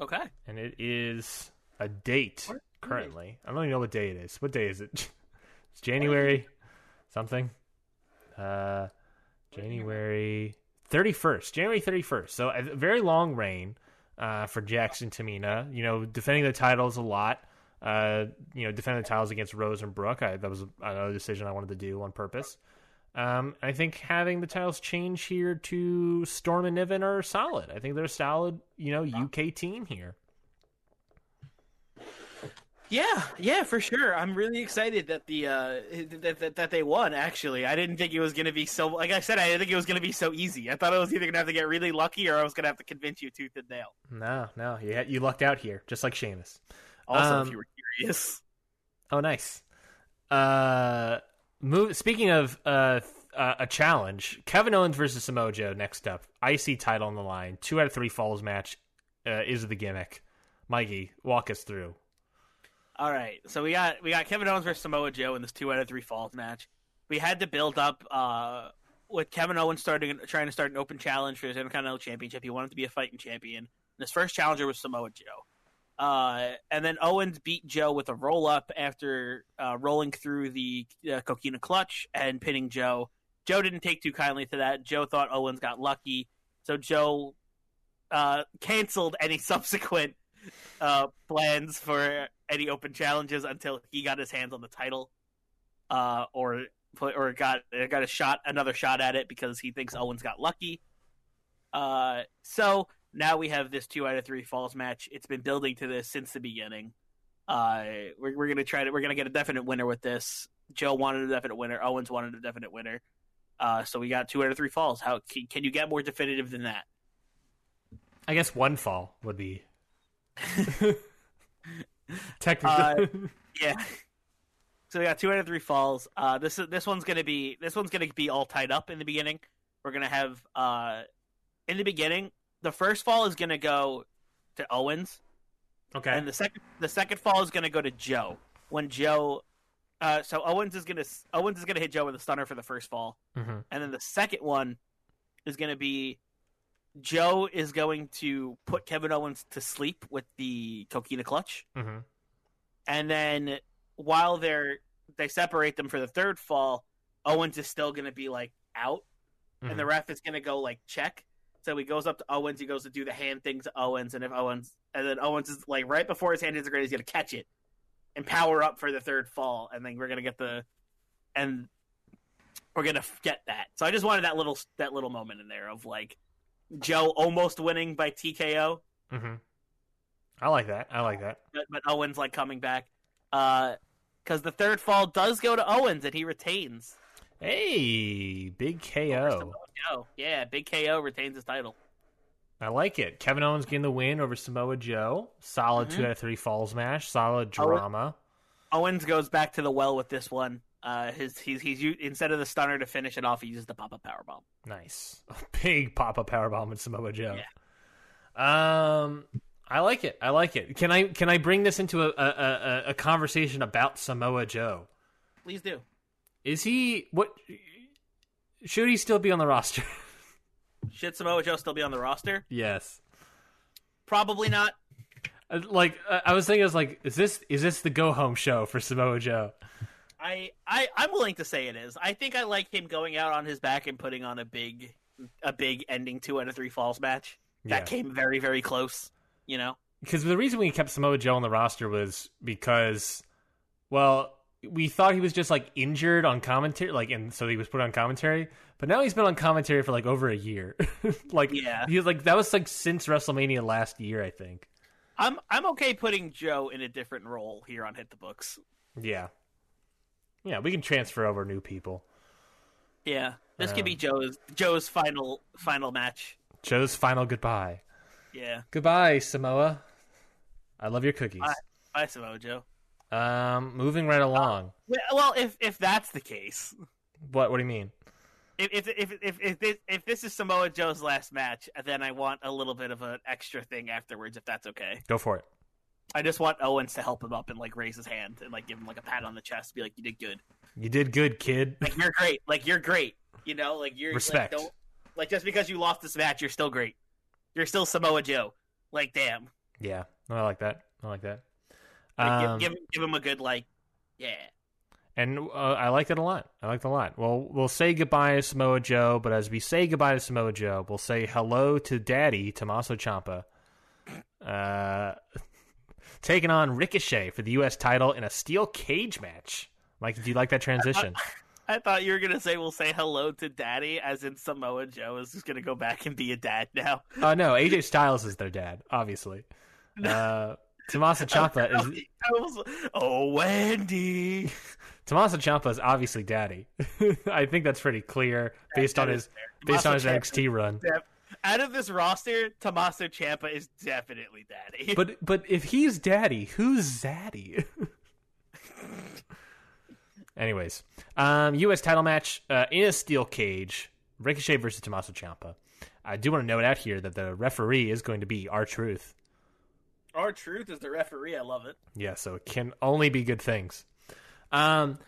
Speaker 5: Okay.
Speaker 4: and it is a date currently. I don't even know what day it is. What day is it? it's January something. Uh, January 31st. January 31st. So a very long reign uh, for Jackson Tamina. You know, defending the titles a lot. Uh, you know, defending the titles against Rose and Brooke. I, that was another decision I wanted to do on purpose. Um, I think having the titles change here to Storm and Niven are solid. I think they're a solid, you know, UK team here.
Speaker 5: Yeah, yeah, for sure. I'm really excited that the uh that, that that they won. Actually, I didn't think it was gonna be so. Like I said, I didn't think it was gonna be so easy. I thought I was either gonna have to get really lucky or I was gonna have to convince you tooth and nail.
Speaker 4: No, no, you you lucked out here, just like Seamus.
Speaker 5: Also,
Speaker 4: Um,
Speaker 5: if you were curious,
Speaker 4: Oh, nice. Uh, Move, speaking of uh, th- uh, a challenge, Kevin Owens versus Samoa Joe next up. Icy title on the line. Two out of three falls match uh, is the gimmick. Mikey, walk us through.
Speaker 5: All right, so we got we got Kevin Owens versus Samoa Joe in this two out of three falls match. We had to build up uh, with Kevin Owens starting trying to start an open challenge for his Intercontinental Championship. He wanted to be a fighting champion. And his first challenger was Samoa Joe, uh, and then Owens beat Joe with a roll up after uh, rolling through the uh, coquina clutch and pinning Joe. Joe didn't take too kindly to that. Joe thought Owens got lucky, so Joe uh, canceled any subsequent uh, plans for any open challenges until he got his hands on the title, uh, or or got got a shot another shot at it because he thinks Owens got lucky. Uh, so now we have this two out of three falls match. It's been building to this since the beginning. Uh, we're we're gonna try to we're gonna get a definite winner with this. Joe wanted a definite winner. Owens wanted a definite winner. Uh, so we got two out of three falls. How can, can you get more definitive than that?
Speaker 4: I guess one fall would be
Speaker 5: Uh,
Speaker 4: technically.
Speaker 5: Yeah. So we got two out of three falls. Uh, this is- this one's gonna be this one's gonna be all tied up in the beginning. We're gonna have uh, in the beginning the first fall is gonna go to Owens,
Speaker 4: okay.
Speaker 5: and the second the second fall is gonna go to Joe. When Joe, uh, so Owens is gonna Owens is gonna hit Joe with a stunner for the first fall,
Speaker 4: Mhm.
Speaker 5: and then the second one is gonna be Joe is going to put Kevin Owens to sleep with the coquina clutch
Speaker 4: Mhm.
Speaker 5: and then while they're they separate them for the third fall, Owens is still gonna be like out,
Speaker 4: mm-hmm,
Speaker 5: and the ref is gonna go like check. So he goes up to Owens, he goes to do the hand thing to Owens, and if Owens and then Owens is like right before his hand is grenade, he's gonna catch it and power up for the third fall, and then we're gonna get the and we're gonna get that. So I just wanted that little that little moment in there of like Joe almost winning by TKO,
Speaker 4: Mhm. I like that. I like that.
Speaker 5: but, but Owens like coming back. Because the third fall does go to Owens and he retains.
Speaker 4: Hey, big
Speaker 5: Oh,
Speaker 4: KO.
Speaker 5: Joe. Yeah, Big KO retains his title.
Speaker 4: I like it. Kevin Owens getting the win over Samoa Joe. Solid two out of three falls match. Solid
Speaker 5: Owen-
Speaker 4: drama.
Speaker 5: Owens goes back to the well with this one. Uh, his he's he's u- instead of the stunner to finish it off, he uses the pop up power bomb.
Speaker 4: Nice. A big pop up powerbomb in Samoa Joe.
Speaker 5: Yeah.
Speaker 4: Um I like it. I like it. Can I can I bring this into a a, a, a conversation about Samoa Joe?
Speaker 5: Please do.
Speaker 4: Is he what should he still be on the roster?
Speaker 5: Should Samoa Joe still be on the roster?
Speaker 4: yes.
Speaker 5: Probably not.
Speaker 4: Uh, Like uh, I was thinking, I was like, is this is this the go home show for Samoa Joe?
Speaker 5: I, I I'm willing to say it is. I think I like him going out on his back and putting on a big a big ending two out of three falls match. That
Speaker 4: Yeah.
Speaker 5: came very very close. You know.
Speaker 4: because the reason we kept Samoa Joe on the roster was because, well, we thought he was just like injured on commentary, like, and so he was put on commentary. But now he's been on commentary for like over a year. like,
Speaker 5: Yeah.
Speaker 4: he was like that was like since WrestleMania last year, I think.
Speaker 5: I'm I'm okay putting Joe in a different role here on Hit the Books.
Speaker 4: Yeah, yeah, we can transfer over new people.
Speaker 5: Yeah, this could be
Speaker 4: Um,
Speaker 5: Joe's Joe's final final match.
Speaker 4: Joe's final goodbye.
Speaker 5: Yeah,
Speaker 4: Goodbye, Samoa. I love your cookies.
Speaker 5: bye Samoa Joe.
Speaker 4: Um, moving right along.
Speaker 5: Yeah, Well, if if that's the case,
Speaker 4: what? What do you mean?
Speaker 5: if if if if if this, if this is Samoa Joe's last match, then I want a little bit of an extra thing afterwards, if that's okay.
Speaker 4: Go for it.
Speaker 5: I just want Owens to help him up and like raise his hand and like give him like a pat on the chest, be like, "You did good.
Speaker 4: You did good, kid.
Speaker 5: Like you're great. Like you're great. You know, like you're
Speaker 4: Respect.
Speaker 5: Like, don't, like just because you lost this match, you're still great. You're still Samoa Joe. Like damn."
Speaker 4: Yeah, I like that. I like that.
Speaker 5: Like,
Speaker 4: Um,
Speaker 5: give, give, give him a good like, yeah.
Speaker 4: and uh, I liked it a lot. I liked it a lot. Well, we'll say goodbye to Samoa Joe, but as we say goodbye to Samoa Joe, we'll say hello to Daddy Tommaso Ciampa, uh, taking on Ricochet for the U.S. title in a steel cage match. Mike, do you like that transition?
Speaker 5: I thought you were gonna say we'll say hello to Daddy, as in Samoa Joe is just gonna go back and be a dad now.
Speaker 4: Oh no, AJ Styles is their dad, obviously. Uh, Tommaso Ciampa is
Speaker 5: I was- oh Wendy,
Speaker 4: Tommaso Ciampa is obviously daddy. I think that's pretty clear based
Speaker 5: that
Speaker 4: on
Speaker 5: is
Speaker 4: his based on his
Speaker 5: Tommaso Ciampa
Speaker 4: NXT run.
Speaker 5: out of this roster, Tommaso Champa is definitely Daddy.
Speaker 4: But but if he's daddy, who's zaddy? Anyways, um, U.S. title match uh, in a steel cage. Ricochet versus Tommaso Ciampa. I do want to note out here that the referee is going to be our truth.
Speaker 5: Our truth is the referee. I love it.
Speaker 4: Yeah, so it can only be good things. Um,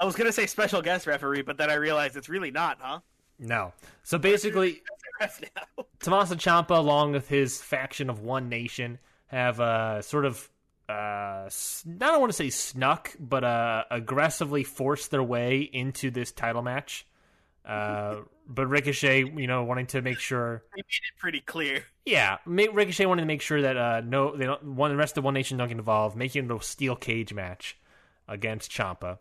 Speaker 5: I was gonna say special guest referee, but then I realized it's really not, huh?
Speaker 4: no. So basically,
Speaker 5: Ref now.
Speaker 4: Tommaso Ciampa, along with his faction of One Nation, have uh, sort of uh, s- I don't want to say snuck, but uh, aggressively forced their way into this title match. Uh, but Ricochet, you know, wanting to make sure,
Speaker 5: They made it pretty clear.
Speaker 4: yeah, ma- Ricochet wanted to make sure that uh, no, they don't, one, the rest of One Nation don't get involved, making it a steel cage match against Ciampa.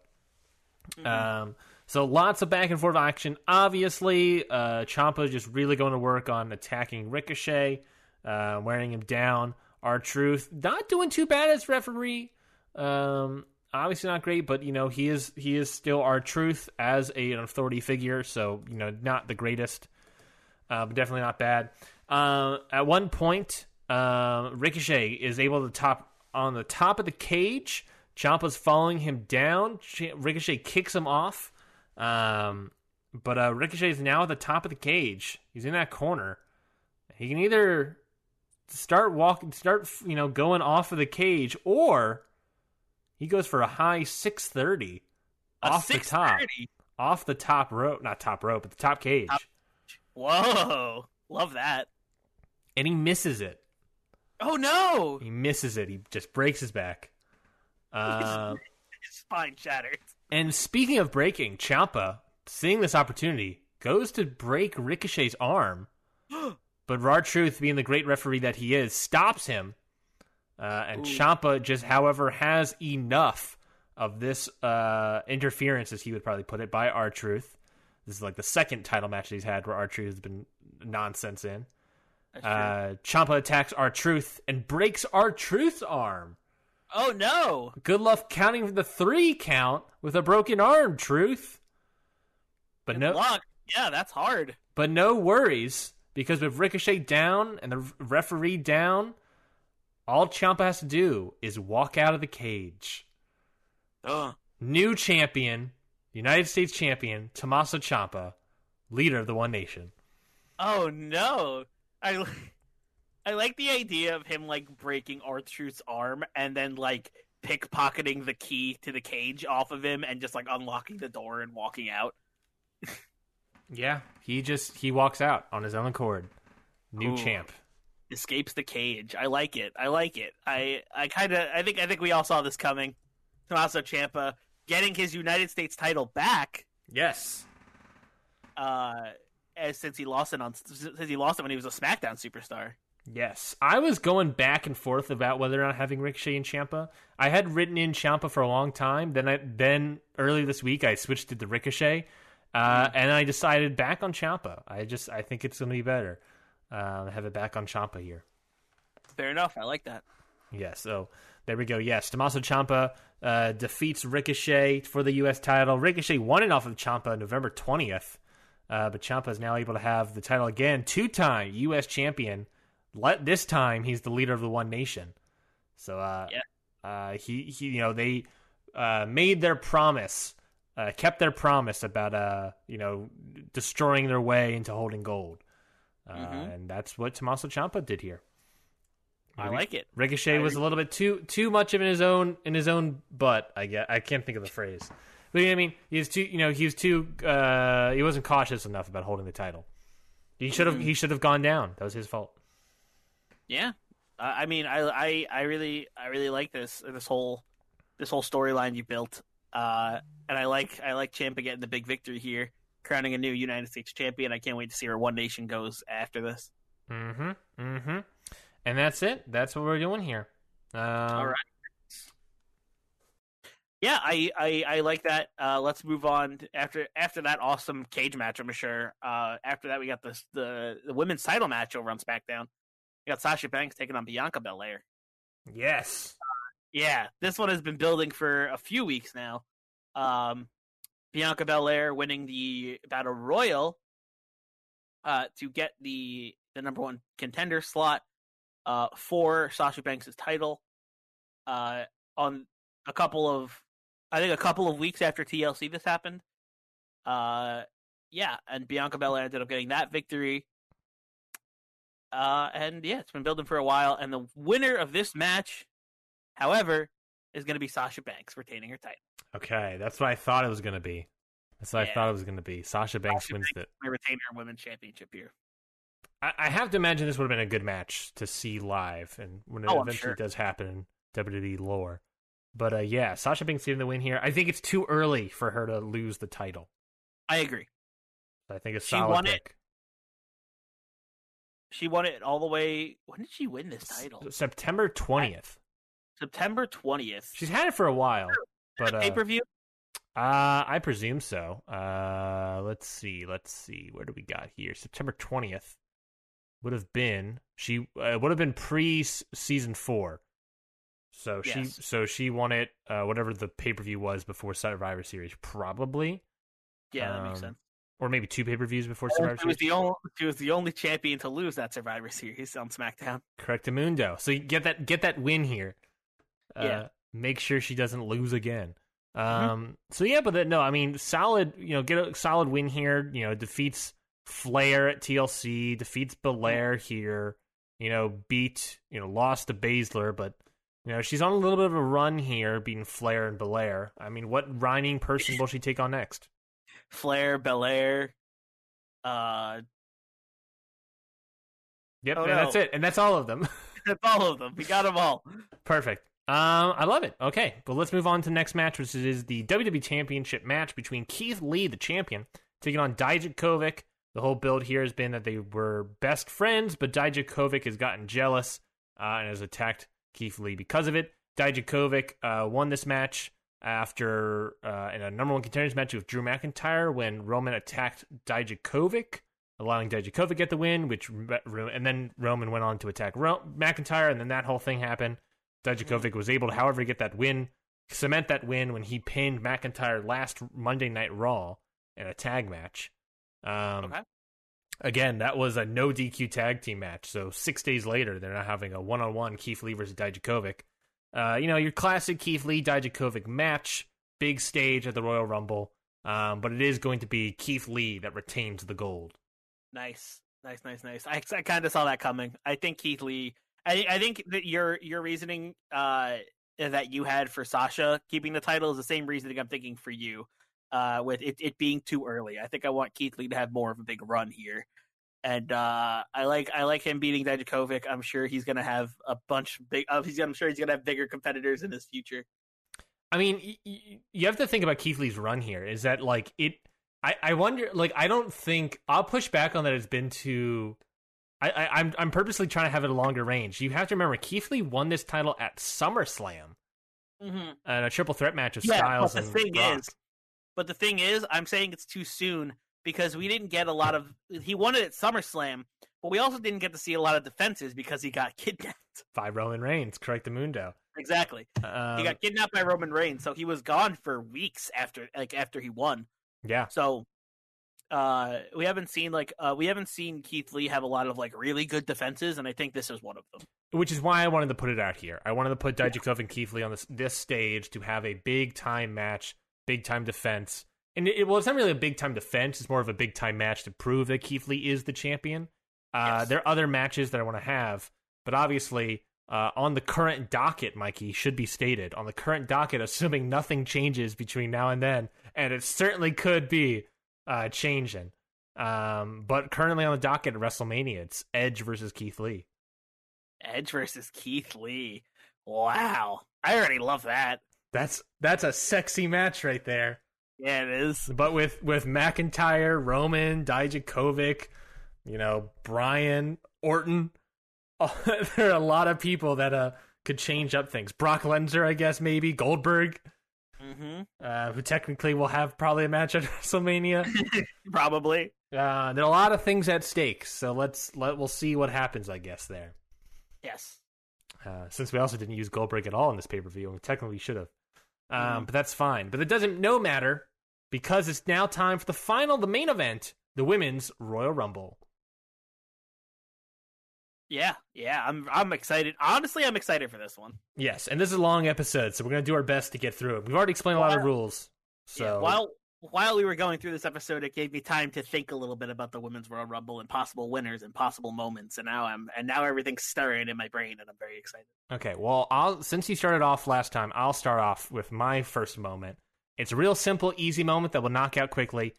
Speaker 4: Um, so lots of back and forth action. Obviously, uh, Champa just really going to work on attacking Ricochet, uh, wearing him down. Our truth not doing too bad as referee. Um, obviously not great, but you know he is he is still our truth as a, an authority figure. So you know not the greatest, uh, but definitely not bad. Uh, at one point, uh, Ricochet is able to top on the top of the cage. Champa's following him down. Ch- Ricochet kicks him off. Um, but uh, Ricochet is now at the top of the cage. He's in that corner. He can either start walking, start you know going off of the cage, or he goes for a high six thirty
Speaker 5: A
Speaker 4: off the top,
Speaker 5: 630?
Speaker 4: off the top rope, not top rope, but the top cage,
Speaker 5: Top- Whoa, love that.
Speaker 4: and he misses it.
Speaker 5: Oh no,
Speaker 4: He misses it. He just breaks his back. Uh,
Speaker 5: his spine shattered.
Speaker 4: And speaking of breaking, Champa, seeing this opportunity, goes to break Ricochet's arm, but Raw Truth, being the great referee that he is, stops him. Uh, and Champa just, however, has enough of this uh, interference, as he would probably put it, by R Truth. This is like the second title match that he's had where R Truth has been nonsense in. Uh, Champa attacks R Truth and breaks R Truth's arm.
Speaker 5: Oh no,
Speaker 4: Good luck counting the three count with a broken arm, truth. But no,
Speaker 5: Lock. Yeah, that's hard.
Speaker 4: but no worries because with Ricochet down and the referee down, all Ciampa has to do is walk out of the cage.
Speaker 5: Ugh.
Speaker 4: New champion, United States champion Tommaso Ciampa, leader of the One Nation.
Speaker 5: Oh no, I. li- I like the idea of him like breaking R Truth's arm and then like pickpocketing the key to the cage off of him and just like unlocking the door and walking out.
Speaker 4: Yeah, he just he walks out on his own accord. New
Speaker 5: Cool.
Speaker 4: champ.
Speaker 5: escapes the cage. I like it. I like it. I I kind of I think I think we all saw this coming. Tommaso Champa getting his United States title back
Speaker 4: Yes.
Speaker 5: uh as since he lost it on since he lost it when he was a SmackDown superstar.
Speaker 4: Yes, I was going back and forth about whether or not having Ricochet and Champa. I had written in Champa for a long time. Then I then early this week I switched to the Ricochet, uh, and I decided back on Champa. I just I think it's going to be better uh, have it back on Champa here.
Speaker 5: Fair enough. I like that.
Speaker 4: Yeah, so there we go. Yes, Tommaso Ciampa uh, defeats Ricochet for the U.S. title. Ricochet won it off of Ciampa November 20th, uh, but Ciampa is now able to have the title again, two time U.S. champion. Let this time he's the leader of the One Nation. So uh, uh, he he you know they uh, made their promise, uh, kept their promise about uh you know destroying their way into holding gold, uh, and that's what Tommaso Ciampa did here.
Speaker 5: Mm-hmm. I like it.
Speaker 4: Ricochet was a little bit too too much of in his own in his own butt. I get I can't think of the phrase, but you know what I mean. He was too you know he was too uh, he wasn't cautious enough about holding the title. He should have he should have gone down. That was his fault.
Speaker 5: Yeah. Uh, I mean, I, I I really I really like this this whole this whole storyline you built. Uh, and I like I like Champa getting the big victory here, crowning a new United States champion. I can't wait to see where One Nation goes after this.
Speaker 4: Mm-hmm. Mm-hmm. And that's it. That's what we're doing here. Um, All
Speaker 5: right. Yeah, I, I, I like that. Uh, let's move on to- after after that awesome cage match. I'm sure. Uh, after that, we got this the, the women's title match over on SmackDown. We got Sasha Banks taking on Bianca Belair.
Speaker 4: Yes.
Speaker 5: Yeah, this one has been building for a few weeks now. Um, Bianca Belair winning the Battle Royal uh, to get the the number one contender slot uh, for Sasha Banks' title. Uh, on a couple of I think a couple of weeks after TLC this happened. Uh, yeah, and Bianca Belair ended up getting that victory. Uh, and yeah, it's been building for a while. And the winner of this match, however, is going to be Sasha Banks retaining her title.
Speaker 4: Okay, that's what I thought it was going to be. That's what I
Speaker 5: Yeah.
Speaker 4: thought it was going to be. Sasha Banks
Speaker 5: Sasha
Speaker 4: wins it.
Speaker 5: We retain her women's championship here.
Speaker 4: I, I have to imagine this would have been a good match to see live, and when it
Speaker 5: Oh, I'm
Speaker 4: eventually
Speaker 5: sure.
Speaker 4: does happen in WWE lore. But uh, yeah, Sasha Banks getting the win here. I think it's too early for her to lose the title.
Speaker 5: I agree.
Speaker 4: I think it's
Speaker 5: She
Speaker 4: solid
Speaker 5: won it
Speaker 4: pick.
Speaker 5: She won it all the way. When did she win this
Speaker 4: S-
Speaker 5: title?
Speaker 4: September twentieth.
Speaker 5: September twentieth.
Speaker 4: She's had it for a while, but uh,
Speaker 5: pay per view.
Speaker 4: Uh, I presume so. Uh, let's see. Let's see. Where do we got here? September twentieth would have been she uh, would have been pre s- season four. So she
Speaker 5: Yes.
Speaker 4: so she won it. Uh, whatever the pay per view was before Survivor Series, probably,
Speaker 5: Yeah, that makes
Speaker 4: um,
Speaker 5: sense.
Speaker 4: or maybe two pay per views before
Speaker 5: She
Speaker 4: Survivor
Speaker 5: was
Speaker 4: Series.
Speaker 5: the only she was the only champion to lose that Survivor Series on SmackDown.
Speaker 4: Correctamundo. So you get that get that win here. Uh,
Speaker 5: Yeah. Mm-hmm.
Speaker 4: Make sure she doesn't lose again. Um. So yeah, but that, no, I mean, solid. You know, get a solid win here. You know, defeats Flair at TLC, defeats Belair
Speaker 5: Mm-hmm.
Speaker 4: here. You know, beat you know lost to Baszler, but you know she's on a little bit of a run here, beating Flair and Belair. I mean, what rhyming person will she take on next?
Speaker 5: Flair, Belair, uh,
Speaker 4: Yep,
Speaker 5: Oh,
Speaker 4: and
Speaker 5: no.
Speaker 4: that's it, and that's all of them.
Speaker 5: all of them. We got them all.
Speaker 4: Perfect. Um, I love it. Okay, but let's move on to the next match, which is the WWE Championship match between Keith Lee, the champion, taking on Dijakovic. The whole build here has been that they were best friends, but Dijakovic has gotten jealous uh, and has attacked Keith Lee because of it. Dijakovic uh, won this match after uh, in a number one contenders match with Drew McIntyre when Roman attacked Dijakovic, allowing Dijakovic to get the win, which and then Roman went on to attack Ro- McIntyre, and then that whole thing happened. Dijakovic was able, to, however, to get that win, cement that win when he pinned McIntyre last Monday Night Raw in a tag match. Um,
Speaker 5: Okay.
Speaker 4: Again, that was a no DQ tag team match. So six days later, they're now having a one on one Keith Lee versus Dijakovic. Uh, you know, your classic Keith Lee Dijakovic match, big stage at the Royal Rumble. Um, but it is going to be Keith Lee that retains the gold.
Speaker 5: Nice, nice, nice, nice. I, I kind of saw that coming. I think Keith Lee. I I think that your your reasoning uh that you had for Sasha keeping the title is the same reasoning I'm thinking for you. Uh, with it, it being too early, I think I want Keith Lee to have more of a big run here, and uh, I like I like him beating Dijakovic. I'm sure he's gonna have a bunch big. Uh, he's I'm sure he's gonna have bigger competitors in his future.
Speaker 4: I mean, y- y- you have to think about Keith Lee's run here. Is that like it? I, I wonder. Like, I don't think I'll push back on that. It's been too. I, I I'm I'm purposely trying to have it a longer range. You have to remember Keith Lee won this title at SummerSlam
Speaker 5: Mm-hmm.
Speaker 4: and a triple threat match of
Speaker 5: Yeah,
Speaker 4: Styles
Speaker 5: but
Speaker 4: and
Speaker 5: the thing
Speaker 4: Brock.
Speaker 5: is, but the thing is, I'm saying it's too soon because we didn't get a lot of. He won it at SummerSlam, but we also didn't get to see a lot of defenses because he got kidnapped.
Speaker 4: by Roman Reigns, correct the Mundo.
Speaker 5: Exactly,
Speaker 4: Um,
Speaker 5: he got kidnapped by Roman Reigns, so he was gone for weeks after, like after he won.
Speaker 4: yeah,
Speaker 5: So, uh, we haven't seen like uh, we haven't seen Keith Lee have a lot of like really good defenses, and I think this is one of them.
Speaker 4: which is why I wanted to put it out here. I wanted to put Dijakovic and Keith Lee on this this stage to have a big time match, big time defense. And it, well, it's not really a big time defense. It's more of a big time match to prove that Keith Lee is the champion. Uh,
Speaker 5: Yes.
Speaker 4: There are other matches that I want to have, but obviously uh, on the current docket, Mikey should be stated on the current docket, assuming nothing changes between now and then, and it certainly could be uh, changing. Um, but currently on the docket at WrestleMania, it's Edge versus Keith Lee.
Speaker 5: Edge versus Keith Lee. Wow, I already love that.
Speaker 4: That's that's a sexy match right there.
Speaker 5: Yeah, it is.
Speaker 4: But with with McIntyre, Roman, Dijakovic, you know, Brian, Orton, there are a lot of people that uh could change up things. Brock Lesnar, I guess, maybe Goldberg,
Speaker 5: hmm
Speaker 4: uh, who technically will have probably a match at WrestleMania.
Speaker 5: Probably.
Speaker 4: uh, there are a lot of things at stake, so let's let we'll see what happens. I guess there,
Speaker 5: Yes.
Speaker 4: uh, since we also didn't use Goldberg at all in this pay per view, and we technically should have. Um, But that's fine. But it doesn't no matter because it's now time for the final, the main event, the women's Royal Rumble.
Speaker 5: Yeah, yeah, I'm I'm excited. Honestly, I'm excited for this one.
Speaker 4: Yes, and this is a long episode, so we're gonna do our best to get through it. We've already explained a lot of rules, so
Speaker 5: Yeah, while while we were going through this episode, it gave me time to think a little bit about the women's Royal Rumble and possible winners and possible moments, and now I'm and now everything's stirring in my brain, and I'm very excited.
Speaker 4: okay. Well, I'll since you started off last time, I'll start off with my first moment. It's a real simple, easy moment that will knock out quickly.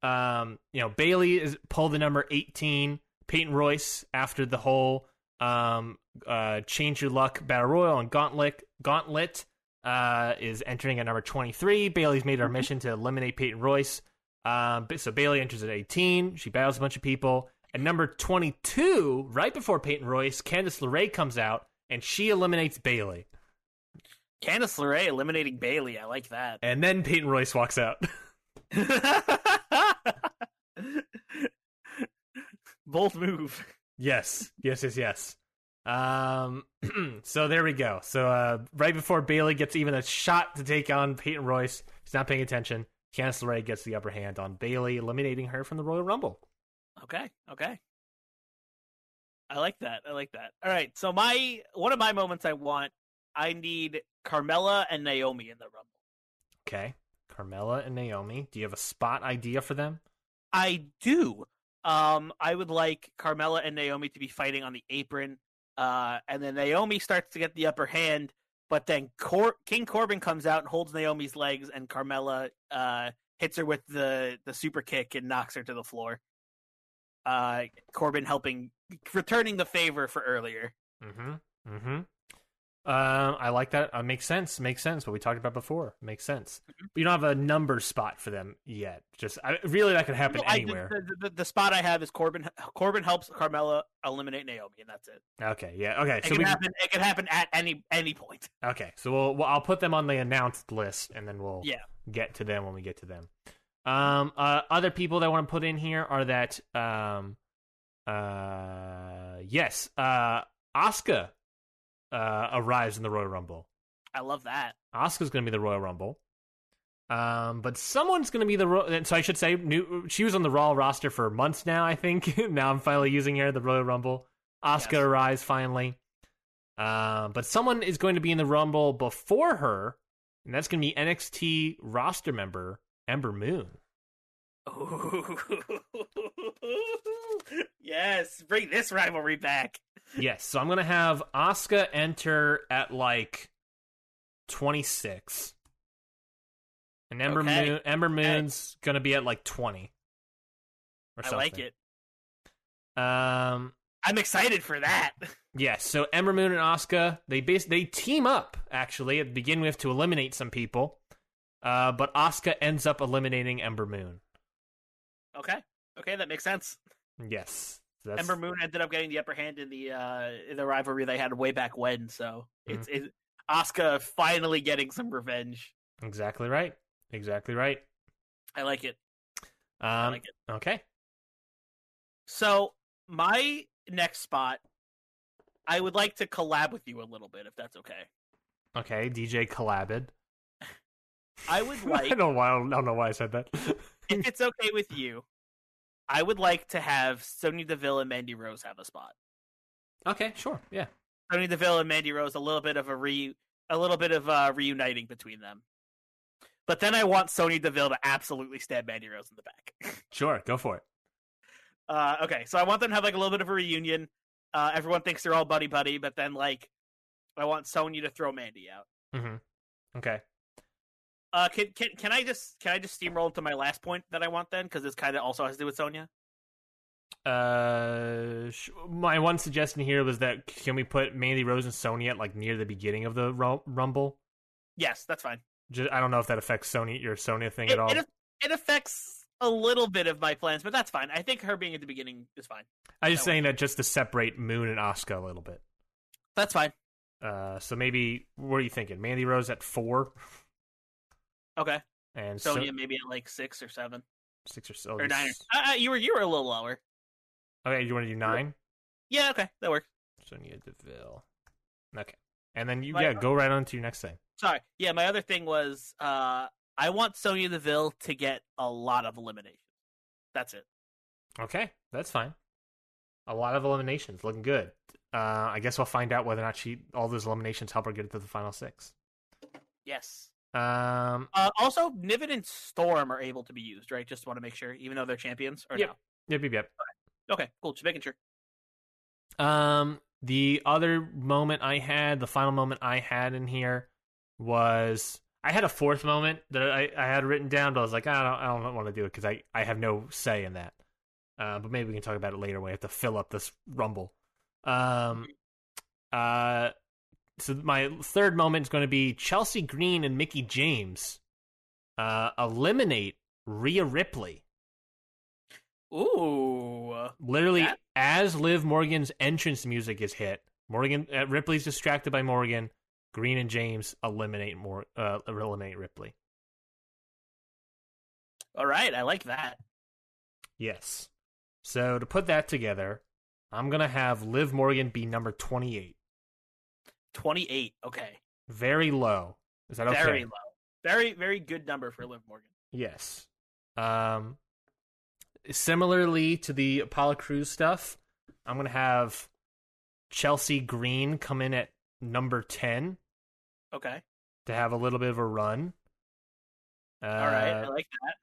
Speaker 4: Um, you know, Bailey is pulled the number eighteen, Peyton Royce after the whole um uh change your luck battle royal and gauntlet gauntlet uh is entering at number twenty three. Bailey's made her mission to eliminate Peyton Royce. Um, but- so Bailey enters at 18. She battles a bunch of people. At number 22, right before Peyton Royce, Candice LeRae comes out and she eliminates Bailey.
Speaker 5: Candice LeRae eliminating Bailey, I like that.
Speaker 4: And then Peyton Royce walks out.
Speaker 5: Bold move.
Speaker 4: yes, yes, yes, yes. Um, so there we go. So uh, right before Bailey gets even a shot to take on Peyton Royce, he's not paying attention. Candice LeRae gets the upper hand on Bailey, eliminating her from the Royal Rumble.
Speaker 5: Okay, okay. I like that. I like that. All right. So my one of my moments I want, I need Carmella and Naomi in the Rumble.
Speaker 4: Okay. Carmella and Naomi, do you have a spot idea for them?
Speaker 5: I do. Um, I would like Carmella and Naomi to be fighting on the apron, uh, and then Naomi starts to get the upper hand, but then Cor- King Corbin comes out and holds Naomi's legs, and Carmella uh, hits her with the the super kick and knocks her to the floor. Uh, Corbin helping returning the favor for earlier.
Speaker 4: Mm-hmm. Mm-hmm. Um, I like that. Uh, makes sense. Makes sense. What we talked about before makes sense.
Speaker 5: Mm-hmm.
Speaker 4: But you don't have a number spot for them yet. Just I, really, that could happen
Speaker 5: No, I- the-
Speaker 4: anywhere.
Speaker 5: the, the, the spot I have is Corbin. Corbin helps Carmella eliminate Naomi, and that's it.
Speaker 4: okay. Yeah. Okay.
Speaker 5: It
Speaker 4: So
Speaker 5: can
Speaker 4: we.
Speaker 5: happen. It can happen at any any point.
Speaker 4: Okay. So we'll, we'll. I'll put them on the announced list, and then we'll
Speaker 5: Yeah.
Speaker 4: get to them when we get to them. Um. Uh. Other people that I want to put in here are that. Um. Uh. Yes. Uh. Oscar. Uh. Arrives in the Royal Rumble.
Speaker 5: I love that.
Speaker 4: Oscar's going to be the Royal Rumble. Um, but someone's going to be the Ro- and so I should say new, she was on the Raw roster for months now. I think now I'm finally using her at the Royal Rumble. Oscar
Speaker 5: Yes.
Speaker 4: arrives finally. Um, but someone is going to be in the Rumble before her, and that's going to be NXT roster member Ember Moon.
Speaker 5: Ooh. yes, bring this rivalry back.
Speaker 4: yes, so I'm going to have Oscar enter at like 26, and Ember
Speaker 5: Okay.
Speaker 4: Moon Ember Moon's going to be at like 20. Or
Speaker 5: I
Speaker 4: something.
Speaker 5: like it.
Speaker 4: Um,
Speaker 5: I'm excited for that.
Speaker 4: yes. So Ember Moon and Asuka, they bas- they team up actually at begin with to eliminate some people. Uh, but Asuka ends up eliminating Ember Moon.
Speaker 5: Okay. Okay, that makes sense.
Speaker 4: Yes. So that's,
Speaker 5: Ember Moon ended up getting the upper hand in the uh in the rivalry they had way back when, so
Speaker 4: Mm-hmm.
Speaker 5: it's it Asuka finally getting some revenge.
Speaker 4: Exactly right. Exactly right.
Speaker 5: I like it.
Speaker 4: Um,
Speaker 5: I like it.
Speaker 4: Okay.
Speaker 5: So my next spot I would like to collab with you a little bit if that's okay.
Speaker 4: Okay. DJ collabed.
Speaker 5: I would like
Speaker 4: I don't know why. I don't know why I said that.
Speaker 5: if it's okay with you, I would like to have Sonya Deville and Mandy Rose have a spot.
Speaker 4: okay. Sure. Yeah.
Speaker 5: Sonya Deville and Mandy Rose, a little bit of a re, a little bit of uh, reuniting between them. But then I want Sonya Deville to absolutely stab Mandy Rose in the back.
Speaker 4: Sure. Go for it.
Speaker 5: Uh, okay, so I want them to have like a little bit of a reunion. Uh, everyone thinks they're all buddy buddy, but then like I want Sonya to throw Mandy out.
Speaker 4: Mm-hmm. Okay.
Speaker 5: Uh, can can can I just can I just steamroll into my last point that I want then because this kind of also has to do with Sonya.
Speaker 4: Uh, sh- my one suggestion here was that can we put Mandy Rose and Sonya at like near the beginning of the ru- Rumble?
Speaker 5: Yes, that's fine.
Speaker 4: Just, I don't know if that affects Sony your Sonya thing
Speaker 5: it,
Speaker 4: at all.
Speaker 5: It, it affects a little bit of my plans, but that's fine. I think her being at the beginning is fine.
Speaker 4: I'm just
Speaker 5: no.
Speaker 4: saying that just to separate Moon and Oscar a little bit.
Speaker 5: That's fine.
Speaker 4: Uh, so maybe what are you thinking? Mandy Rose at four
Speaker 5: Okay.
Speaker 4: and so- Oh,
Speaker 5: Sonya maybe at like six or seven
Speaker 4: six or so.
Speaker 5: or nine. Or, uh, uh, you were you were a little lower.
Speaker 4: Okay, you want to do nine?
Speaker 5: Yeah. Okay, that works.
Speaker 4: Sonya Deville. Okay, and then you
Speaker 5: Like-
Speaker 4: yeah go right on to your next thing.
Speaker 5: Sorry. Yeah. My other thing was uh, I want Sonya Deville to get a lot of elimination. That's it.
Speaker 4: Okay, that's fine. A lot of eliminations, looking good. Uh, I guess we'll find out whether or not she all those eliminations help her get to the final six.
Speaker 5: Yes.
Speaker 4: Um,
Speaker 5: Uh, also, Niven and Storm are able to be used, right? Just want to make sure, even though they're champions or
Speaker 4: Yep. yep, yep, yep.
Speaker 5: no. Okay, cool. Just making sure.
Speaker 4: Um, the other moment I had, the final moment I had in here was I had a fourth moment that I, I had written down, but I was like, "Ah, I don't, I don't want to do it because I, I have no say in that. Uh, but maybe we can talk about it later when we have to fill up this rumble. Um, uh, so my third moment is going to be Chelsea Green and Mickey James uh, eliminate Rhea Ripley
Speaker 5: Ooh.
Speaker 4: literally
Speaker 5: That-
Speaker 4: as Liv Morgan's entrance music is hit, Morgan uh, Ripley's distracted by Morgan. Green and James eliminate more uh, eliminate Ripley.
Speaker 5: All right, I like that.
Speaker 4: Yes. So to put that together, I'm gonna have Liv Morgan be number 28,
Speaker 5: Twenty-eight. Okay.
Speaker 4: very low. Is that okay?
Speaker 5: Very low. Very, very good number for Liv Morgan.
Speaker 4: Yes. Um. Similarly to the Apollo Cruz stuff, I'm gonna have Chelsea Green come in at number 10.
Speaker 5: Okay.
Speaker 4: to have a little bit of a run. Uh,
Speaker 5: All right, I like that.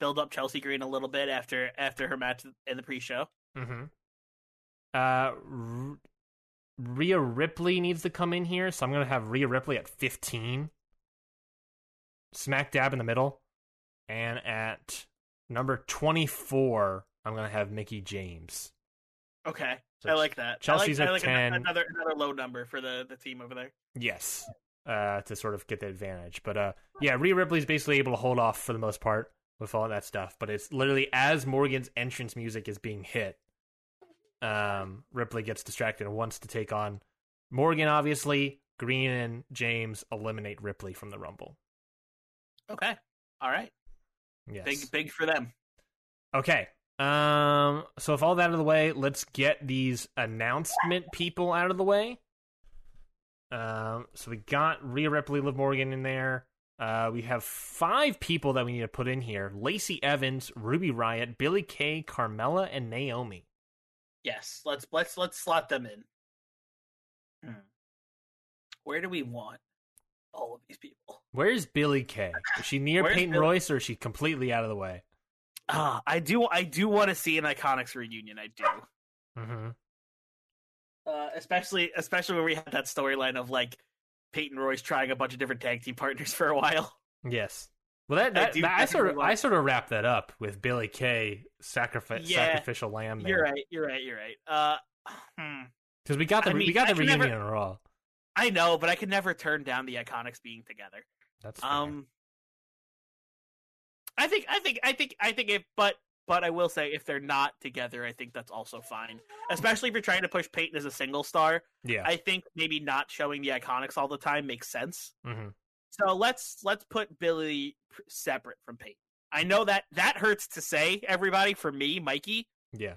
Speaker 5: Build up Chelsea Green a little bit after after her match in the pre-show.
Speaker 4: Mm-hmm. Uh, R- Rhea Ripley needs to come in here, so I'm gonna have Rhea Ripley at 15, smack dab in the middle, and at number 24, I'm gonna have Mickey James.
Speaker 5: Okay,
Speaker 4: So
Speaker 5: I like that.
Speaker 4: Chelsea's
Speaker 5: I
Speaker 4: at
Speaker 5: like, I like
Speaker 4: 10.
Speaker 5: Another another low number for the the team over there.
Speaker 4: Yes. Uh, to sort of get the advantage, but uh, yeah, Rhea Ripley's basically able to hold off for the most part with all that stuff. But it's literally as Morgan's entrance music is being hit, um, Ripley gets distracted and wants to take on Morgan. Obviously, Green and James eliminate Ripley from the Rumble.
Speaker 5: Okay. All right.
Speaker 4: Yes.
Speaker 5: Big big for them.
Speaker 4: Okay. Um. So with all that out of the way, let's get these announcement people out of the way. Um. So we got Rhea Ripley, Liv Morgan in there. Uh. We have five people that we need to put in here: Lacey Evans, Ruby Riot, Billy Kay, Carmella, and Naomi.
Speaker 5: Yes. Let's let's let's slot them in. Hmm. Where do we want all of these people?
Speaker 4: Where's Billy Kay? Is she near
Speaker 5: Where's
Speaker 4: Peyton
Speaker 5: Billie-
Speaker 4: Royce, or is she completely out of the way?
Speaker 5: Ah, I do I do want to see an Iconics reunion. I do.
Speaker 4: Mm-hmm.
Speaker 5: Uh, especially especially when we had that storyline of like Peyton Royce trying a bunch of different tag team partners for a while.
Speaker 4: Yes. Well, that,
Speaker 5: I
Speaker 4: that, I,
Speaker 5: do
Speaker 4: that, I
Speaker 5: think
Speaker 4: sort
Speaker 5: we
Speaker 4: of
Speaker 5: want-
Speaker 4: I sort of wrap that up with Billy Kay sacrifice
Speaker 5: Yeah.
Speaker 4: sacrificial lamb. There.
Speaker 5: You're right. You're right. You're right. Uh, hmm.
Speaker 4: Because we got the
Speaker 5: I mean,
Speaker 4: we got
Speaker 5: I
Speaker 4: the
Speaker 5: can
Speaker 4: reunion
Speaker 5: never-
Speaker 4: on Raw.
Speaker 5: I know, but I could never turn down the Iconics being together.
Speaker 4: That's fair.
Speaker 5: Um, I think, I think, I think, I think if, but, but I will say, if they're not together, I think that's also fine. Especially if you're trying to push Peyton as a single star,
Speaker 4: yeah.
Speaker 5: I think maybe not showing the Iconics all the time makes sense.
Speaker 4: hmm
Speaker 5: So let's let's put Billy p- separate from Peyton. I know that that hurts to say, everybody, for me, Mikey,
Speaker 4: Yeah.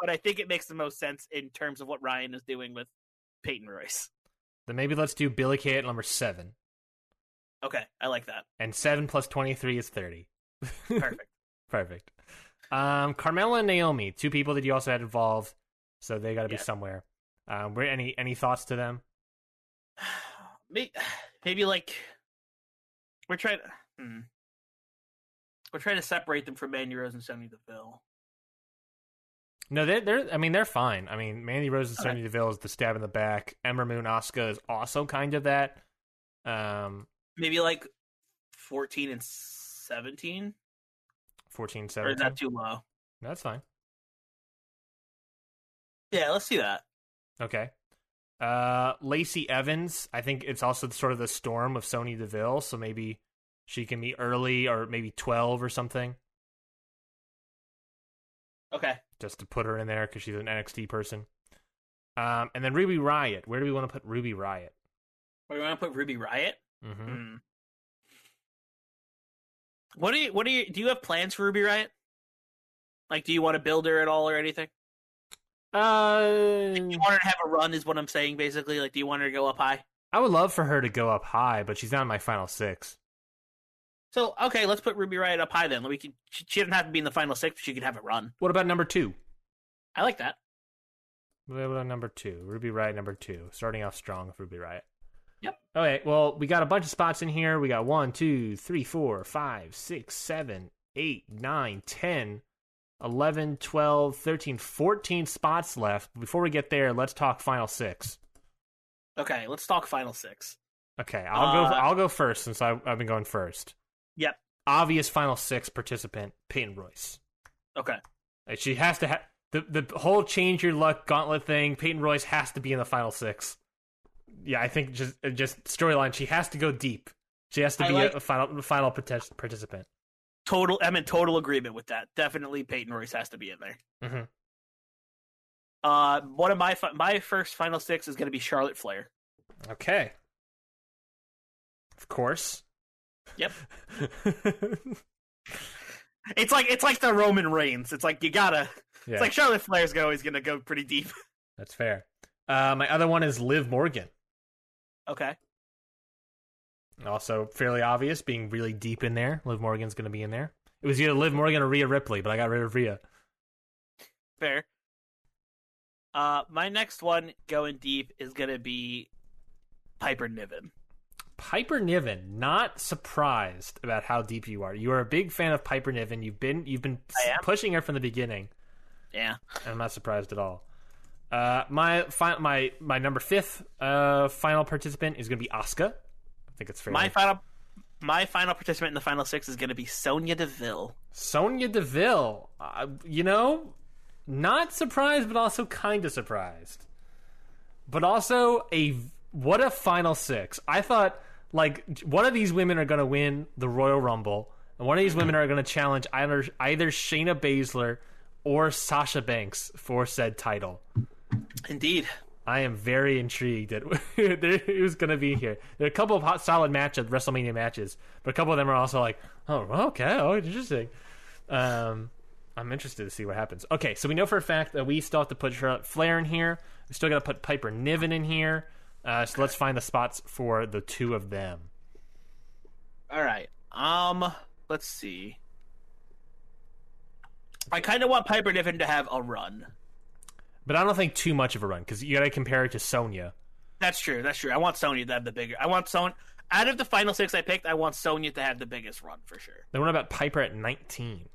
Speaker 5: but I think it makes the most sense in terms of what Ryan is doing with Peyton Royce.
Speaker 4: Then maybe let's do Billy Kay at number seven,
Speaker 5: Okay, I like that.
Speaker 4: and seven plus twenty three is thirty.
Speaker 5: Perfect.
Speaker 4: Perfect. Um, Carmella and Naomi, two people that you also had involved, so they got to be
Speaker 5: Yeah.
Speaker 4: somewhere. Um, were any any thoughts to them?
Speaker 5: maybe, maybe like we're trying to hmm. we're trying to separate them from Mandy Rose and Sonya Deville.
Speaker 4: No, they're, they're I mean they're fine. I mean Mandy Rose and
Speaker 5: Okay.
Speaker 4: Sonya Deville is the stab in the back. Ember Moon Asuka is also kind of that. Um,
Speaker 5: Maybe like fourteen and seventeen,
Speaker 4: fourteen
Speaker 5: or
Speaker 4: seven.
Speaker 5: is that too low?
Speaker 4: That's fine.
Speaker 5: Yeah, let's see that.
Speaker 4: Okay. Uh, Lacey Evans, I think it's also sort of the storm of Sony Deville, so maybe she can be early or maybe 12 or something
Speaker 5: Okay,
Speaker 4: just to put her in there because she's an NXT person. Um, and then Ruby Riot. Where do we want to put Ruby Riot?
Speaker 5: we want to put Ruby Riot.
Speaker 4: Mm-hmm.
Speaker 5: Hmm. What do you? What do you? Do you have plans for Ruby Riot? Like, do you want to build her at all or anything?
Speaker 4: Uh, Hmm.
Speaker 5: You want her to have a run, is what I'm saying, basically. Like, do you want her to go up high?
Speaker 4: I would love for her to go up high, but she's not in my final six.
Speaker 5: So okay, let's put Ruby Riot up high then. We can. She, she doesn't have to be in the final six, but she can have a run.
Speaker 4: What about number two?
Speaker 5: I like that.
Speaker 4: What about number two? Ruby Riot number two. Starting off strong with Ruby Riot.
Speaker 5: Yep.
Speaker 4: Okay, well, we got a bunch of spots in here. We got one, two, three, four, five, six, seven, eight, nine, ten, eleven, twelve, thirteen, fourteen spots left. Before we get there, let's talk final six.
Speaker 5: Okay, let's talk final six.
Speaker 4: Okay, I'll go.
Speaker 5: Uh,
Speaker 4: I'll go first since I, I've been going first.
Speaker 5: Yep.
Speaker 4: Obvious final six participant Peyton Royce.
Speaker 5: Okay.
Speaker 4: Like, she has to have the the whole change your luck gauntlet thing. Peyton Royce has to be in the final six. Yeah, I think just uh, just storyline. She has to go deep. She has to
Speaker 5: I
Speaker 4: be
Speaker 5: like-
Speaker 4: a, a final final partic- participant.
Speaker 5: Total I'm in total agreement with that. Definitely Peyton Royce has to be in there.
Speaker 4: Mhm.
Speaker 5: Uh one of my fi- my first final six is gonna be Charlotte Flair.
Speaker 4: Okay. Of course.
Speaker 5: Yep. It's like it's like the Roman Reigns. It's like you gotta
Speaker 4: yeah,
Speaker 5: it's like Charlotte Flair's go always gonna go pretty deep.
Speaker 4: that's fair. Uh, my other one is Liv Morgan.
Speaker 5: Okay.
Speaker 4: Also, fairly obvious, being really deep in there. Liv Morgan's going to be in there. It was either Liv Morgan or Rhea Ripley, but I got rid of Rhea.
Speaker 5: Fair. Uh my next one going deep is gonna be Piper Niven.
Speaker 4: Piper Niven, not surprised about how deep you are. You are a big fan of Piper Niven. You've been you've been
Speaker 5: I am.
Speaker 4: pushing her from the beginning.
Speaker 5: Yeah.
Speaker 4: and I'm not surprised at all. Uh, my fi- my my number fifth uh, final participant is going to be Asuka. I think it's fair.
Speaker 5: My final my final participant in the final six is gonna be Sonya Deville.
Speaker 4: Sonya Deville. Uh, you know, not surprised, but also kind of surprised. But also a what a final six. I thought like one of these women are going to win the Royal Rumble, and one of these women are going to challenge either either Shayna Baszler or Sasha Banks for said title.
Speaker 5: Indeed.
Speaker 4: I am very intrigued at there- who's going to be here. There are a couple of hot, solid matches, WrestleMania matches, but a couple of them are also like, oh, well, okay, oh, interesting. Um, I'm interested to see what happens. Okay, so we know for a fact that we still have to put Charlotte Flair in here. We still got to put Piper Niven in here. Uh, so let's find the spots for the two of them.
Speaker 5: All right. Um, let's see. I kind of want Piper Niven to have a run.
Speaker 4: But I don't think too much of a run because you got to compare it to Sonya.
Speaker 5: That's true. That's true. I want Sonya to have the bigger. I want Sonya out of the final six I picked. I want Sonya to have the biggest run for sure.
Speaker 4: Then what about Piper at 19?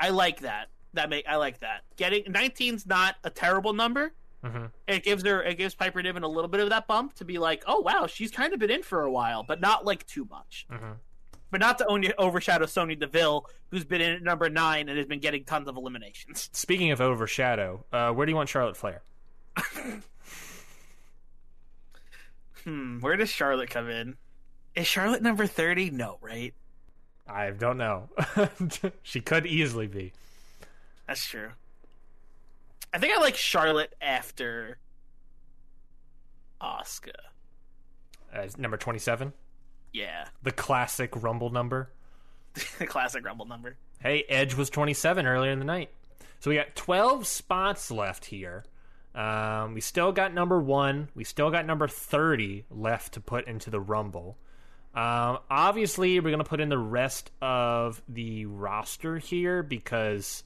Speaker 5: I like that. That make I like that. Getting 19's not a terrible number.
Speaker 4: Mhm.
Speaker 5: It gives her. It gives Piper Niven a little bit of that bump to be like, oh wow, she's kind of been in for a while, but not like too much.
Speaker 4: Mhm.
Speaker 5: But not to only overshadow Sonya Deville, who's been in at number nine and has been getting tons of eliminations.
Speaker 4: Speaking of overshadow, uh, where do you want Charlotte Flair?
Speaker 5: Hmm, where does Charlotte come in? Is Charlotte number 30? No, right?
Speaker 4: I don't know. she could easily be.
Speaker 5: That's true. I think I like Charlotte after Oscar.
Speaker 4: Uh, number 27,
Speaker 5: Yeah.
Speaker 4: the classic Rumble number.
Speaker 5: The classic Rumble number.
Speaker 4: Hey, Edge was 27 earlier in the night. So we got 12 spots left here. Um, we still got number one. We still got number 30 left to put into the Rumble. Um, obviously, we're going to put in the rest of the roster here because,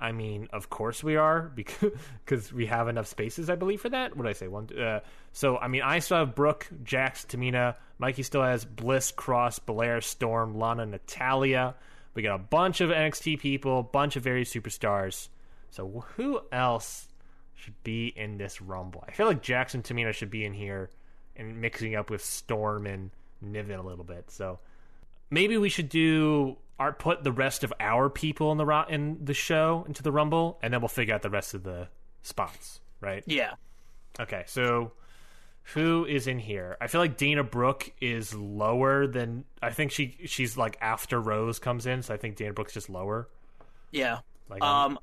Speaker 4: I mean, of course we are because we have enough spaces, I believe, for that. What did I say? One. Uh, so, I mean, I still have Brooke, Jax, Tamina. Mikey still has Bliss, Cross, Belair, Storm, Lana, Natalia. We got a bunch of NXT people, bunch of various superstars. So, who else should be in this Rumble? I feel like Jackson Tamina should be in here and mixing up with Storm and Niven a little bit. So maybe we should do our put the rest of our people in the ro- in the show into the Rumble, and then we'll figure out the rest of the spots. Right?
Speaker 5: Yeah.
Speaker 4: Okay. So who is in here? I feel like Dana Brooke is lower than I think she she's like after Rose comes in, so I think Dana Brooke's just lower.
Speaker 5: Yeah.
Speaker 4: Like I'm,
Speaker 5: Um,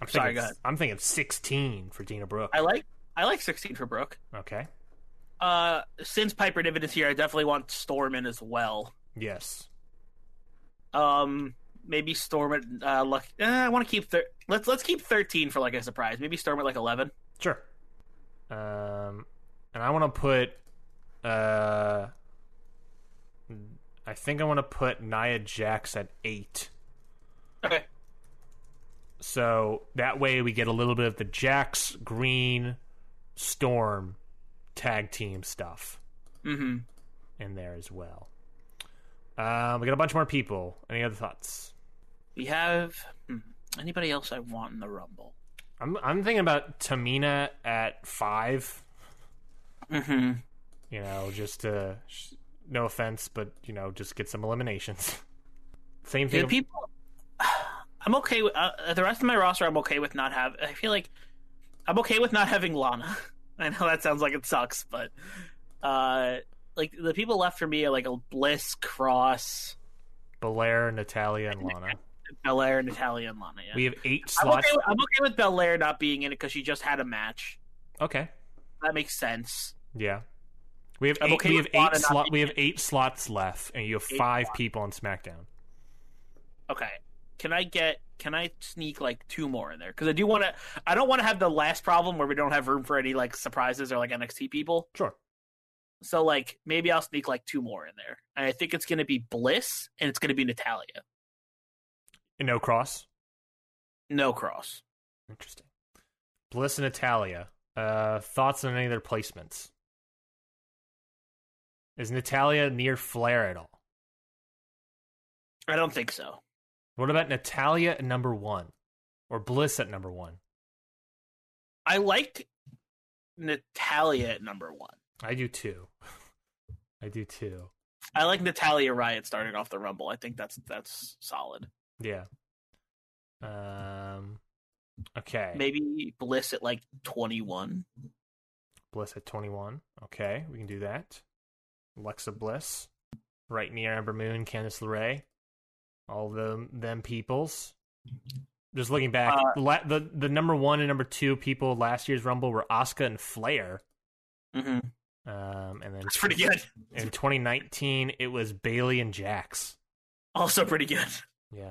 Speaker 4: I'm
Speaker 5: sorry,
Speaker 4: thinking,
Speaker 5: go ahead.
Speaker 4: I'm thinking 16 for Dana Brooke.
Speaker 5: I like I like 16 for Brooke.
Speaker 4: Okay.
Speaker 5: Uh, since Piper Niven is here, I definitely want Storm in as well.
Speaker 4: Yes.
Speaker 5: Um, maybe Storm at uh, luck. Eh, I want to keep thir- let's let's keep 13 for like a surprise. Maybe Storm at like 11.
Speaker 4: Sure. Um, and I want to put, uh, I think I want to put Nia Jax at eight.
Speaker 5: Okay.
Speaker 4: So that way we get a little bit of the Jax, Green, Storm tag team stuff
Speaker 5: Mm-hmm.
Speaker 4: in there as well. Um, we got a bunch more people. Any other thoughts?
Speaker 5: We have hmm, anybody else I want in the Rumble?
Speaker 4: I'm I'm thinking about Tamina at five.
Speaker 5: Mm-hmm.
Speaker 4: You know, just to sh- no offense, but you know, just get some eliminations. Same
Speaker 5: The
Speaker 4: thing.
Speaker 5: people, I'm okay with uh, the rest of my roster. I'm okay with not have. I feel like I'm okay with not having Lana. I know that sounds like it sucks, but uh, like the people left for me are like a Bliss, Cross,
Speaker 4: Belair, Natalia, and Lana.
Speaker 5: Belair, Natalia, and Lana. Yeah.
Speaker 4: We have eight
Speaker 5: I'm okay,
Speaker 4: slots.
Speaker 5: with, I'm okay with Belair not being in it because she just had a match.
Speaker 4: okay.
Speaker 5: That makes sense.
Speaker 4: Yeah. We have
Speaker 5: I'm
Speaker 4: eight,
Speaker 5: okay
Speaker 4: we have
Speaker 5: with
Speaker 4: eight
Speaker 5: Lana not
Speaker 4: slot
Speaker 5: being
Speaker 4: we have
Speaker 5: in.
Speaker 4: eight slots left and you have
Speaker 5: Eight
Speaker 4: five people on SmackDown.
Speaker 5: Okay. Can I get? Can I sneak like two more in there? Because I do want to. I don't want to have the last problem where we don't have room for any like surprises or like NXT people.
Speaker 4: Sure.
Speaker 5: So like maybe I'll sneak like two more in there. And I think it's gonna be Bliss and it's gonna be Natalia.
Speaker 4: And no cross.
Speaker 5: No cross.
Speaker 4: Interesting. Bliss and Natalia. Uh, thoughts on any of their placements? Is Natalia near Flair at all?
Speaker 5: I don't think so.
Speaker 4: What about Natalia at number one, or Bliss at number one?
Speaker 5: I like Natalia at number one.
Speaker 4: I do too. I do too.
Speaker 5: I like Natalia Riot starting off the Rumble. I think that's that's solid.
Speaker 4: Yeah. Um. Okay.
Speaker 5: Maybe Bliss at like twenty one.
Speaker 4: Bliss at 21. Okay, we can do that. Alexa Bliss, right near Amber Moon, Candice LeRae, all them them peoples. Just looking back, la- the the number one and number two people last year's Rumble were Asuka and Flair,
Speaker 5: Mm-hmm.
Speaker 4: um, and then
Speaker 5: That's pretty good.
Speaker 4: in 2019 it was Bailey and Jax.
Speaker 5: Also pretty good.
Speaker 4: Yeah.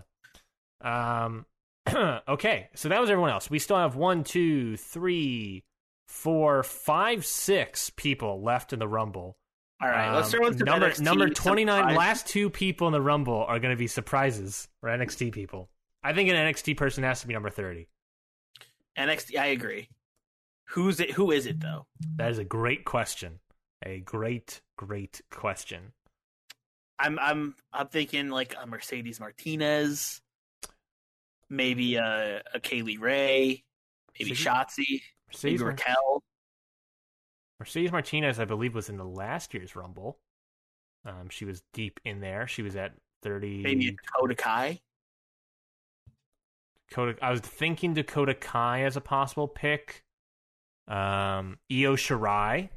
Speaker 4: Um. okay, so that was everyone else. We still have one, two, three, four, five, six people left in the Rumble.
Speaker 5: All right, let's
Speaker 4: Um,
Speaker 5: throw in some
Speaker 4: number
Speaker 5: NXT
Speaker 4: number twenty nine.
Speaker 5: surprise.
Speaker 4: Last two people in the Rumble are going to be surprises or NXT people. I think an NXT person has to be number thirty.
Speaker 5: NXT. I agree. Who's it? Who is it though?
Speaker 4: That is a great question. A great, great question.
Speaker 5: I'm I'm I'm thinking like a Mercedes Martinez, maybe a, a Kaylee Ray, maybe
Speaker 4: Mercedes-
Speaker 5: Shotzi, maybe
Speaker 4: Mercedes, Mar-
Speaker 5: Raquel.
Speaker 4: Mercedes Martinez, I believe, was in the last year's Rumble. Um, she was deep in there. She was at thirty.
Speaker 5: maybe a Dakota Kai.
Speaker 4: Dakota, I was thinking Dakota Kai as a possible pick. Um, Io Shirai.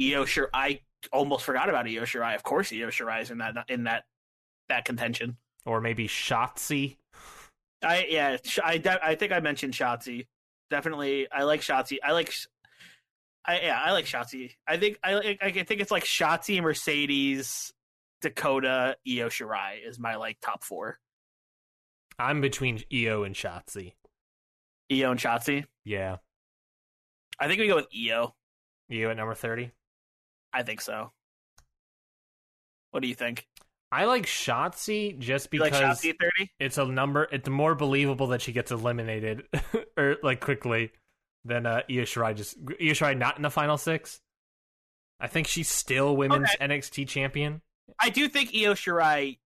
Speaker 5: Io Shirai. I almost forgot about Io Shirai. Of course, Io Shirai is in that in that that contention.
Speaker 4: Or maybe Shotzi.
Speaker 5: I yeah, Sh- I de- I think I mentioned Shotzi. Definitely, I like Shotzi. I like. Sh- I, yeah, I like Shotzi. I think I like- I think it's like Shotzi, Mercedes, Dakota, Io Shirai is my like top four.
Speaker 4: I'm between Io and Shotzi.
Speaker 5: Io and Shotzi.
Speaker 4: Yeah.
Speaker 5: I think we go with Io.
Speaker 4: You at number 30?
Speaker 5: I think so. What do you think?
Speaker 4: I like Shotzi just
Speaker 5: You like
Speaker 4: because
Speaker 5: Shotzi at 30?
Speaker 4: it's a number. It's more believable that she gets eliminated or like quickly than uh, Io Shirai. Just Io Shirai not in the final six. I think she's still women's NXT champion.
Speaker 5: I do think Io Shirai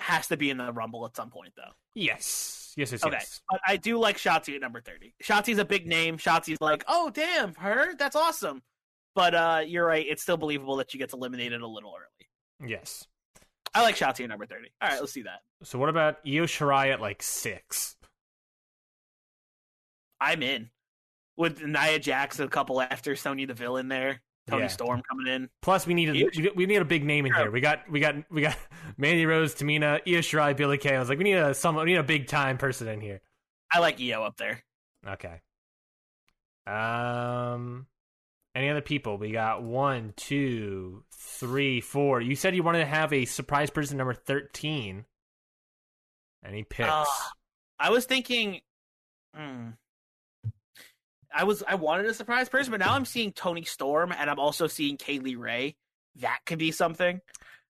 Speaker 5: has to be in the Rumble at some point, though.
Speaker 4: Yes, yes, yes,
Speaker 5: Okay.
Speaker 4: yes.
Speaker 5: But I do like Shotzi at number 30. Shotzi's a big name. Shotzi's like, oh, damn, her? That's awesome. But uh, you're right. It's still believable that she gets eliminated a little early.
Speaker 4: Yes.
Speaker 5: I like Shotzi at number 30. All right, let's do that.
Speaker 4: So what about Io Shirai at like six?
Speaker 5: I'm in. With Nia Jax a couple after, Sonya Deville in there, Tony
Speaker 4: Yeah.
Speaker 5: Storm coming in.
Speaker 4: Plus, we need a, we- we need a big name in here. We got we got we got Mandy Rose, Tamina, Io Shirai, Billy Kay. I was like, we need a some we need a big time person in here.
Speaker 5: I like Io up there.
Speaker 4: Okay. Um, any other people? We got one, two, three, four. You said you wanted to have a surprise person number thirteen. Any picks?
Speaker 5: Uh, I was thinking, hmm. I was I wanted a surprise person, but now I'm seeing Tony Storm and I'm also seeing Kaylee Ray. That could be something.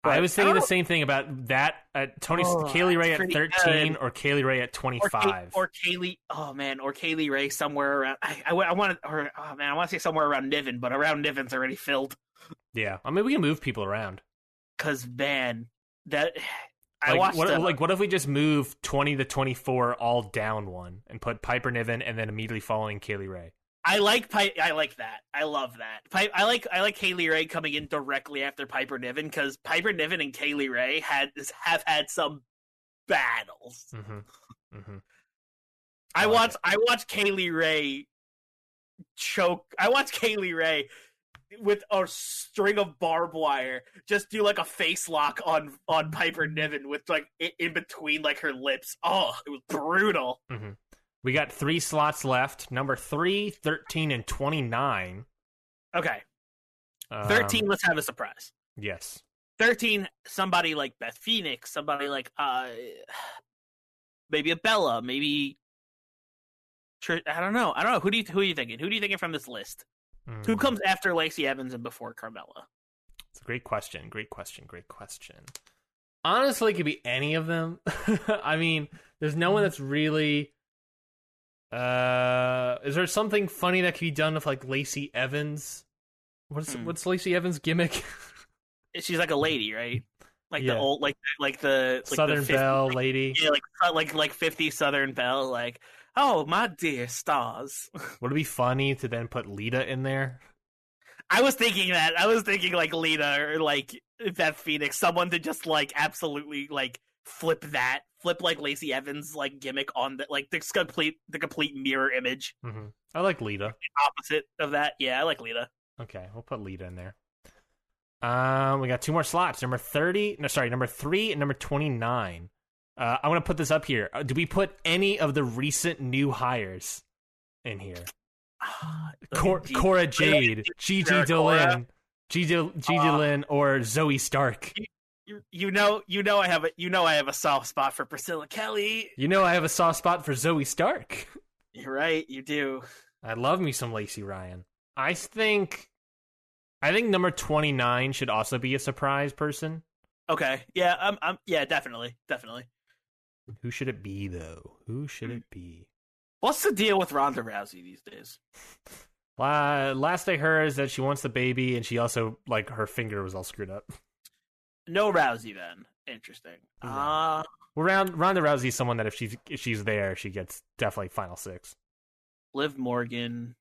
Speaker 4: I was thinking
Speaker 5: I
Speaker 4: the
Speaker 5: don't-
Speaker 4: same thing about that. Uh, Tony
Speaker 5: Oh,
Speaker 4: Kaylee Ray at
Speaker 5: pretty
Speaker 4: thirteen
Speaker 5: good.
Speaker 4: or Kaylee Ray at twenty
Speaker 5: or, Kay-
Speaker 4: five.
Speaker 5: or Kaylee. Oh man, or Kaylee Ray somewhere around. I, I, want to, or oh man, I want to say somewhere around Niven, but around Niven's already filled.
Speaker 4: yeah, I mean we can move people around.
Speaker 5: Cause man, that I
Speaker 4: Like,
Speaker 5: watched
Speaker 4: what,
Speaker 5: the-
Speaker 4: like what if we just move twenty to twenty four all down one and put Piper Niven and then immediately following Kaylee Ray.
Speaker 5: I like Pi- I like that. I love that. Pi- I like I like Kaylee Ray coming in directly after Piper Niven because Piper Niven and Kaylee Ray had have had some battles.
Speaker 4: hmm hmm I
Speaker 5: I
Speaker 4: like
Speaker 5: watched I watched Kaylee Ray choke. I watched Kaylee Ray with a string of barbed wire just do like a face lock on on Piper Niven with like i- in between like her lips. Oh, it was brutal.
Speaker 4: We got three slots left. Number three, 13, and twenty nine.
Speaker 5: Okay, thirteen. let's have a surprise.
Speaker 4: Um, Yes.
Speaker 5: 13 somebody like beth phoenix somebody like uh maybe a bella maybe Tr- i don't know i don't know who do you who are you thinking who do you thinking from this list
Speaker 4: Mm.
Speaker 5: who comes after lacey evans and before carmella
Speaker 4: It's a great question. Great question. Great question. Honestly, it could be any of them. I mean, there's no one that's really. Uh, is there something funny that could be done with like Lacey Evans? What's
Speaker 5: Hmm.
Speaker 4: what's Lacey Evans' gimmick?
Speaker 5: she's like a lady right like
Speaker 4: Yeah.
Speaker 5: the old like like the like
Speaker 4: Southern
Speaker 5: the 50
Speaker 4: Belle lady.
Speaker 5: yeah, like like like 50 southern belle like oh my dear stars
Speaker 4: Would it be funny to then put Lita in there?
Speaker 5: i was thinking that i was thinking like lita or like beth phoenix someone to just like absolutely like flip that flip like lacey evans like gimmick on the like the complete the complete mirror image
Speaker 4: hmm I like Lita.
Speaker 5: opposite of that yeah i like lita
Speaker 4: Okay, we'll put Lita in there. Um, we got two more slots. Number thirty. No, sorry, number three and number twenty-nine. Uh, I want to put this up here. Uh, Do we put any of the recent new hires in here? Cor-
Speaker 5: Gee,
Speaker 4: Cora Jade, Gigi
Speaker 5: Sarah Cora.
Speaker 4: Dolan, Gigi, Gigi
Speaker 5: Uh,
Speaker 4: Lynn, or Zoe Stark.
Speaker 5: you, you know you know i have a you know i have a soft spot for priscilla kelly
Speaker 4: You know, I have a soft spot for Zoe Stark.
Speaker 5: you're right you do
Speaker 4: I love me some Lacey Ryan. I think, I think number twenty-nine should also be a surprise person.
Speaker 5: okay yeah i'm, I'm yeah definitely definitely
Speaker 4: Who should it be though? Who should it be?
Speaker 5: what's the deal with ronda rousey these days
Speaker 4: La- last I heard is that she wants the baby, and she also like her finger was all screwed up.
Speaker 5: no rousey then interesting
Speaker 4: No.
Speaker 5: uh
Speaker 4: Well, Round- Ronda Rousey is someone that if she's if she's there, she gets definitely final six.
Speaker 5: Liv Morgan.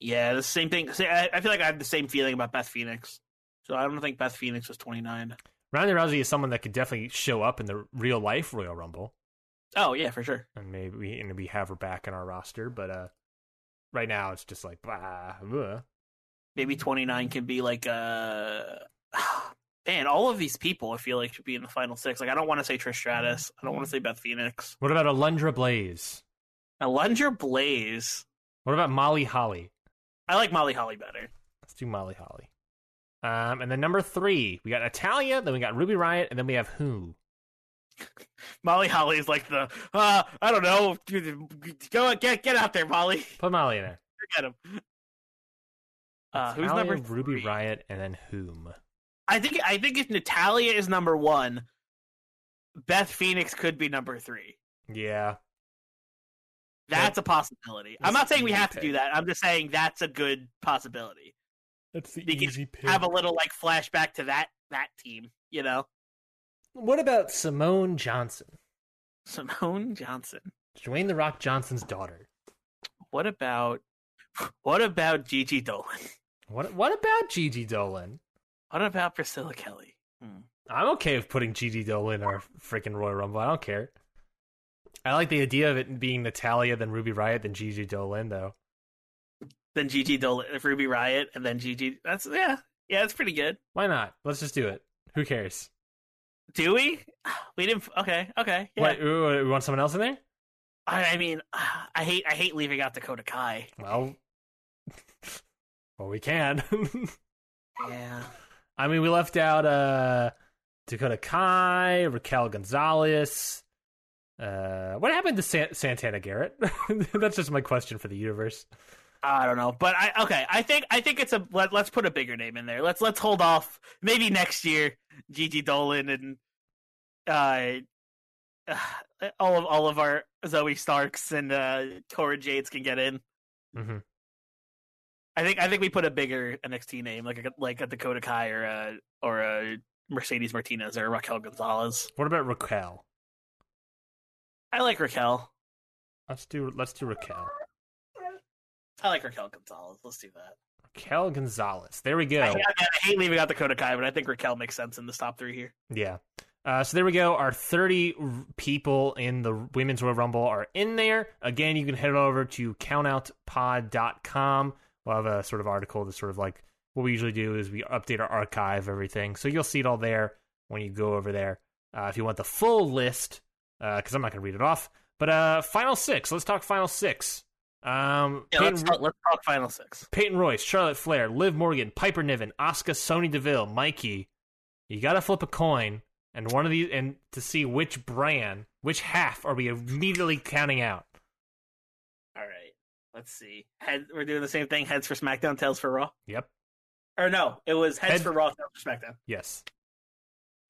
Speaker 5: Yeah, the same thing. See, I, I feel like I have the same feeling about Beth Phoenix. So I don't think Beth Phoenix was 29.
Speaker 4: Ronda Rousey is someone that could definitely show up in the real life Royal Rumble,
Speaker 5: Oh, yeah, for sure.
Speaker 4: and maybe and we have her back in our roster. But uh, right now it's just like bah. bleh.
Speaker 5: Maybe 29 can be like uh Man, all of these people I feel like should be in the final six. Like I don't want to say Trish Stratus. I don't want to say Beth Phoenix.
Speaker 4: What about Alundra Blaze?
Speaker 5: Alundra Blaze.
Speaker 4: What about Molly Holly?
Speaker 5: I like Molly Holly better.
Speaker 4: Let's do Molly Holly. Um, and then number three, we got Natalia, then we got Ruby Riot, and then we have who?
Speaker 5: Molly Holly is like the uh, I don't know. Go get get out there, Molly.
Speaker 4: Put Molly in there.
Speaker 5: Get him. Uh, who's
Speaker 4: Natalia,
Speaker 5: number
Speaker 4: Ruby
Speaker 5: three?
Speaker 4: Riot, and then whom?
Speaker 5: I think I think if Natalia is number one, Beth Phoenix could be number three.
Speaker 4: Yeah,
Speaker 5: That's a possibility. I'm
Speaker 4: That's
Speaker 5: not saying we
Speaker 4: an easy
Speaker 5: have to
Speaker 4: pick.
Speaker 5: do that. I'm just saying that's a good possibility.
Speaker 4: that's the
Speaker 5: Because easy Have a little like flashback to that that team, you know?
Speaker 4: What about Simone Johnson,
Speaker 5: Simone Johnson.
Speaker 4: Dwayne the Rock Johnson's daughter?
Speaker 5: What about what about Gigi Dolan?
Speaker 4: What What about Gigi Dolan?
Speaker 5: What about Priscilla Kelly? Hmm.
Speaker 4: I'm okay with putting Gigi Dolan in our freaking Royal Rumble. I don't care. I like the idea of it being Natalia, then Ruby Riot, then Gigi Dolan, though.
Speaker 5: Then Gigi Dolan, Ruby Riot, and then Gigi. That's yeah, yeah, that's pretty good.
Speaker 4: Why not? Let's just do it. Who cares?
Speaker 5: Do we? We didn't. Okay, okay. Yeah.
Speaker 4: What, ooh, we want someone else in there?
Speaker 5: I, I mean, I hate I hate leaving out Dakota Kai.
Speaker 4: Well, well, we can.
Speaker 5: Yeah.
Speaker 4: I mean, we left out uh, Dakota Kai, Raquel Gonzalez. Uh, what happened to San- Santana Garrett? That's just my question for the universe.
Speaker 5: I don't know, but I okay. I think I think it's a let, let's put a bigger name in there. Let's let's hold off maybe next year. Gigi Dolan and uh, all of all of our Zoe Starks and uh, Cora Jades can get in.
Speaker 4: hmm
Speaker 5: I think I think we put a bigger NXT name like a, like a Dakota Kai or a or a Mercedes Martinez or Raquel Gonzalez.
Speaker 4: What about Raquel?
Speaker 5: I like Raquel.
Speaker 4: Let's do let's do Raquel.
Speaker 5: I like Raquel Gonzalez. Let's do that.
Speaker 4: Raquel Gonzalez. There we go.
Speaker 5: I, I hate leaving out Dakota Kai, but I think Raquel makes sense in this top three here.
Speaker 4: Yeah. Uh, so there we go. Our 30 r- people in the Women's Royal Rumble are in there. Again, you can head over to countoutpod.com. We'll have a sort of article that's sort of like what we usually do is we update our archive, everything. So you'll see it all there when you go over there. Uh, if you want the full list, because I'm not going to read it off. But uh, final six. Let's talk final six. Um,
Speaker 5: Yeah,
Speaker 4: Peyton
Speaker 5: let's talk, let's talk final six.
Speaker 4: Peyton Royce, Charlotte Flair, Liv Morgan, Piper Niven, Asuka, Sony Deville, Mikey. You gotta flip a coin and one of these and to see which brand, which half are we immediately counting out.
Speaker 5: All right, let's see. Head, we're doing the same thing: heads for SmackDown, tails for Raw.
Speaker 4: Yep.
Speaker 5: Or no, it was heads
Speaker 4: Head-
Speaker 5: for Raw, tails for SmackDown.
Speaker 4: Yes.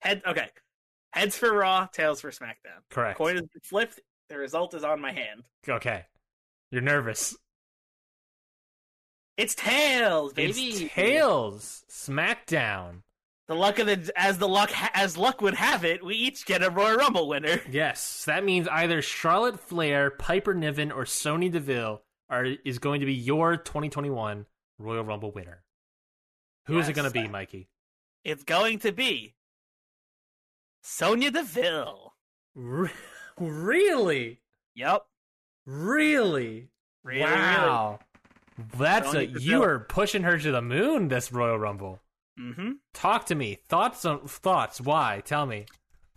Speaker 5: Head okay, heads for Raw, tails for SmackDown.
Speaker 4: Correct.
Speaker 5: Coin is flipped. The result is on my hand.
Speaker 4: okay. You're nervous.
Speaker 5: It's tails, baby.
Speaker 4: It's Tails. SmackDown.
Speaker 5: The luck of the as the luck ha- as luck would have it, we each get a Royal Rumble winner.
Speaker 4: Yes. So that means either Charlotte Flair, Piper Niven, or Sony Deville are is going to be your twenty twenty one Royal Rumble winner. Who is it
Speaker 5: Yes.
Speaker 4: gonna be, Mikey?
Speaker 5: It's going to be Sonya Deville.
Speaker 4: Re- really?
Speaker 5: Yep.
Speaker 4: Really?
Speaker 5: Really,
Speaker 4: wow. That's a
Speaker 5: Sonya Deville.
Speaker 4: you are pushing her to the moon this Royal Rumble.
Speaker 5: Really. Mm-hmm.
Speaker 4: Talk to me. Thoughts on thoughts. Why? Tell me.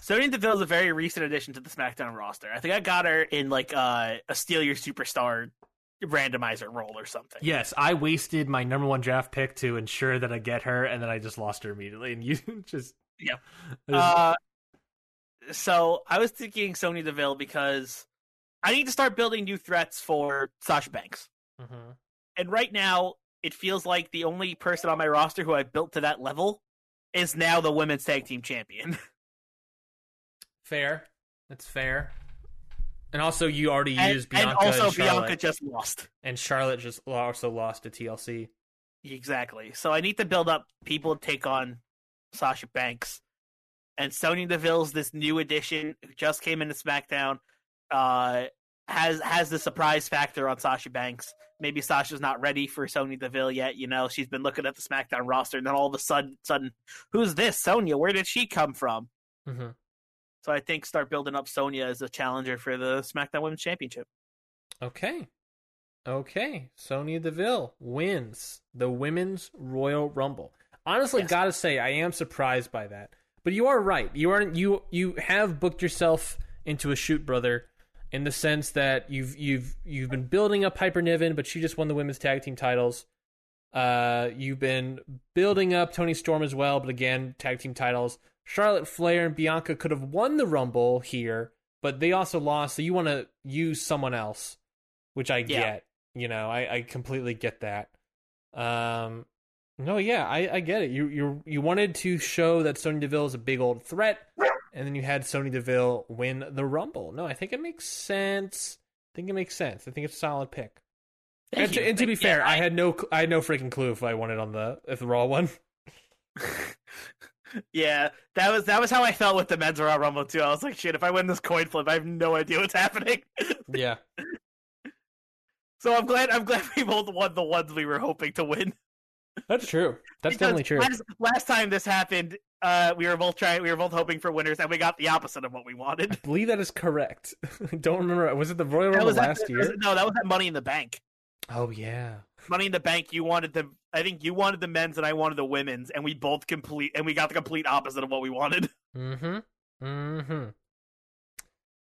Speaker 5: Sonya Deville is a very recent addition to the SmackDown roster. I think I got her in like uh, a Steal Your Superstar randomizer role or something.
Speaker 4: Yes, I wasted my number one draft pick to ensure that I get her, and then I just lost her immediately. And you just
Speaker 5: Yep.
Speaker 4: It was-
Speaker 5: Uh, so I was thinking Sonya Deville because I need to start building new threats for Sasha Banks. Mm-hmm.
Speaker 4: Mhm.
Speaker 5: And right now, it feels like the only person on my roster who I built to that level is now the women's tag team champion.
Speaker 4: fair. That's fair. And also, you already
Speaker 5: and,
Speaker 4: used
Speaker 5: and
Speaker 4: Bianca and,
Speaker 5: also,
Speaker 4: Charlotte,
Speaker 5: Bianca just lost.
Speaker 4: and Charlotte just also lost to TLC.
Speaker 5: Exactly. So I need to build up people to take on Sasha Banks. And Sonya Deville's this new addition who just came into SmackDown. Uh has has the surprise factor on Sasha Banks. Maybe Sasha's not ready for Sonya Deville yet, you know. She's been looking at the SmackDown roster and then all of a sudden sudden, who's this? Sonya, where did she come from?
Speaker 4: Mm-hmm.
Speaker 5: So I think start building up Sonya as a challenger for the SmackDown Women's Championship.
Speaker 4: Okay. Okay. Sonya Deville wins the Women's Royal Rumble. Honestly,
Speaker 5: Yes.
Speaker 4: gotta say, I am surprised by that. But you are right. You aren't you you have booked yourself into a shoot brother in the sense that you've you've you've been building up Piper Niven, but she just won the women's tag team titles. Uh, you've been building up Tony Storm as well, but again, tag team titles. Charlotte Flair and Bianca could have won the Rumble here, but they also lost. So you want to use someone else, which I
Speaker 5: Yeah.
Speaker 4: get. You know, I, I completely get that. Um, no, yeah, I, I get it. You you you wanted to show that Sony Deville is a big old threat, and then you had Sony Deville win the Rumble. No, I think it makes sense. I think it makes sense. I think it's a solid pick.
Speaker 5: Thank
Speaker 4: and, to,
Speaker 5: you.
Speaker 4: and to be
Speaker 5: Thank- yeah,
Speaker 4: fair, I, had no cl- I had no freaking clue if I wanted on the if the Raw one.
Speaker 5: Yeah, that was that was how I felt with the men's Royal Rumble too. I was like, shit, if I win this coin flip, I have no idea what's happening.
Speaker 4: Yeah,
Speaker 5: so I'm glad I'm glad we both won the ones we were hoping to win.
Speaker 4: that's true. That's
Speaker 5: Because
Speaker 4: definitely true.
Speaker 5: Last, last time this happened, uh, we were both trying, we were both hoping for winners, and we got the opposite of what we wanted.
Speaker 4: I believe that is correct. I don't remember. Was it the Royal Rumble
Speaker 5: was at-
Speaker 4: last
Speaker 5: that
Speaker 4: year?
Speaker 5: was- no, that was at Money in the Bank.
Speaker 4: Oh yeah.
Speaker 5: Money in the Bank. You wanted the, I think you wanted the men's, and I wanted the women's, and we both complete, and we got the complete opposite of what we wanted.
Speaker 4: Mm-hmm. Mm-hmm.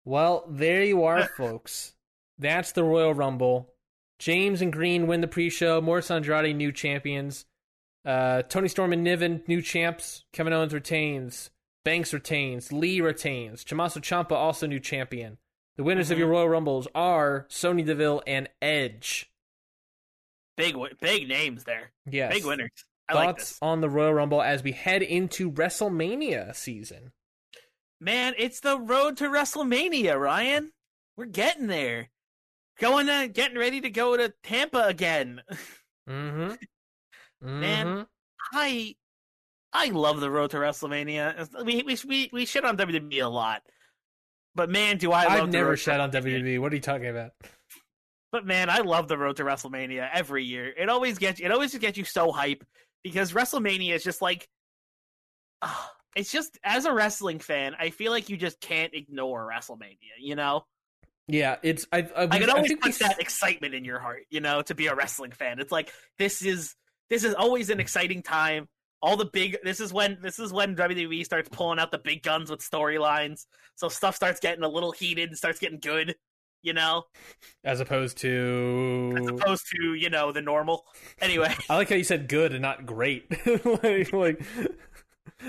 Speaker 4: Well, there you are, folks. That's the Royal Rumble. James and Green win the pre-show. Morris Andrade, new champions. Uh, Tony Storm and Niven, new champs. Kevin Owens retains. Banks retains. Lee retains. Tommaso Ciampa, also new champion.
Speaker 5: Mm-hmm.
Speaker 4: The winners of your Royal Rumbles are Sony Deville and Edge.
Speaker 5: Big wi- big names there.
Speaker 4: Yes.
Speaker 5: Big winners. I
Speaker 4: Thoughts
Speaker 5: like this.
Speaker 4: on the Royal Rumble as we head into WrestleMania season?
Speaker 5: Man, it's the road to WrestleMania, Ryan. We're getting there. Going to getting ready to go to Tampa again.
Speaker 4: Mm-hmm.
Speaker 5: Man. I I love the road to WrestleMania. We we we, we shit on WWE a lot, but man, do I! Love
Speaker 4: I've
Speaker 5: the
Speaker 4: never
Speaker 5: road to
Speaker 4: shut on E.
Speaker 5: WrestleMania.
Speaker 4: WWE. What are you talking about?
Speaker 5: But man, I love the road to WrestleMania every year. It always gets it always just gets you so hype because WrestleMania is just like ah, it's just as a wrestling fan, I feel like you just can't ignore WrestleMania, you know?
Speaker 4: Yeah, it's I. I,
Speaker 5: I can
Speaker 4: I
Speaker 5: always
Speaker 4: think we
Speaker 5: put that excitement in your heart, you know, to be a wrestling fan. It's like this is this is always an exciting time. All the big this is when this is when WWE starts pulling out the big guns with storylines. So stuff starts getting a little heated and starts getting good, you know,
Speaker 4: as opposed to
Speaker 5: as opposed to, you know, the normal. Anyway.
Speaker 4: I like how you said good and not great. like, like,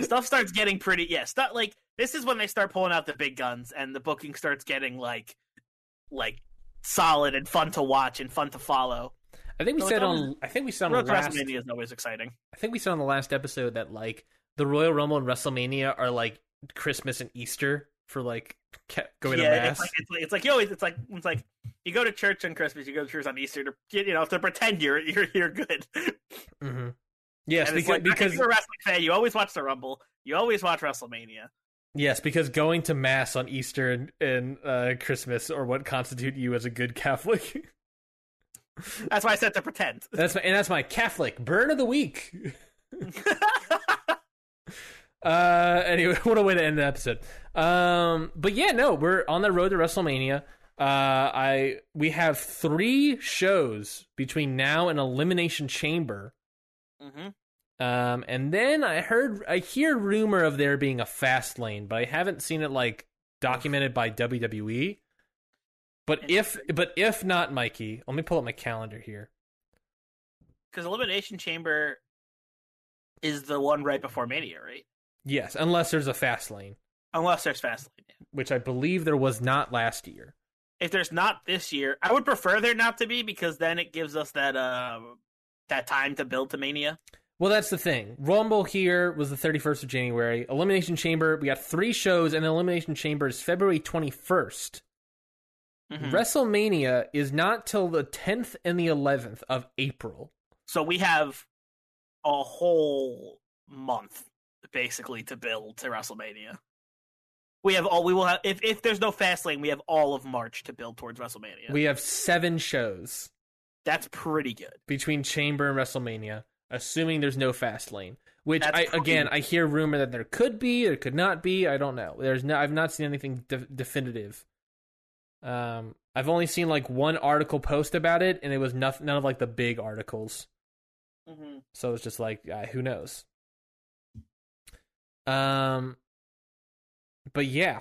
Speaker 5: stuff starts getting pretty yeah stuff like this is when they start pulling out the big guns and the booking starts getting like like solid and fun to watch and fun to follow
Speaker 4: I think we
Speaker 5: So
Speaker 4: said
Speaker 5: it's
Speaker 4: on. I think we said on the
Speaker 5: Road to
Speaker 4: last.
Speaker 5: wrestlemania is always exciting
Speaker 4: I think we said on the last episode that like the Royal Rumble and WrestleMania are like Christmas and Easter for like ca- going to
Speaker 5: yeah
Speaker 4: mass.
Speaker 5: it's like, it's like it's like you always it's like it's like you go to church on christmas you go to church on easter to you know to pretend you're you're, you're good
Speaker 4: hmm Yes,
Speaker 5: And it's
Speaker 4: because
Speaker 5: like,
Speaker 4: because
Speaker 5: if you're a wrestling fan you always watch the rumble you always watch wrestlemania
Speaker 4: Yes, because going to mass on Easter and, and uh, Christmas are what constitute you as a good Catholic.
Speaker 5: that's why i said to pretend
Speaker 4: that's my, and that's my Catholic burn of the week. uh, anyway, what a way to end the episode. Um, but yeah, no, we're on the road to WrestleMania. Uh, I we have three shows between now and Elimination Chamber.
Speaker 5: hmm
Speaker 4: Um, and then I heard I hear rumor of there being a fast lane, but I haven't seen it like documented by WWE. But if but if not, Mikey, let me pull up my calendar here.
Speaker 5: because elimination chamber is the one right before mania right
Speaker 4: Yes, unless there's a fast lane,
Speaker 5: unless there's fastlane
Speaker 4: which I believe there was not last year.
Speaker 5: if there's not this year, I would prefer there not to be because then it gives us that uh that time to build to Mania.
Speaker 4: Well, that's the thing. Rumble here was the 31st of January. Elimination Chamber, we got three shows, and Elimination Chamber is February 21st.
Speaker 5: Mm-hmm.
Speaker 4: WrestleMania is not till the 10th and the 11th of April.
Speaker 5: So we have a whole month basically to build to WrestleMania. We have all we will have if if there's no fast lane, we have all of March to build towards WrestleMania.
Speaker 4: We have seven shows.
Speaker 5: That's pretty good.
Speaker 4: between Chamber and WrestleMania, assuming there's no fast lane. Which
Speaker 5: That's
Speaker 4: I
Speaker 5: probably-
Speaker 4: again, I hear rumor that there could be, there could not be. I don't know. There's no, I've not seen anything de- definitive. Um, I've only seen like one article post about it, and it was nothing, none of like the big articles. So it's just like, uh, who knows? Um, but yeah,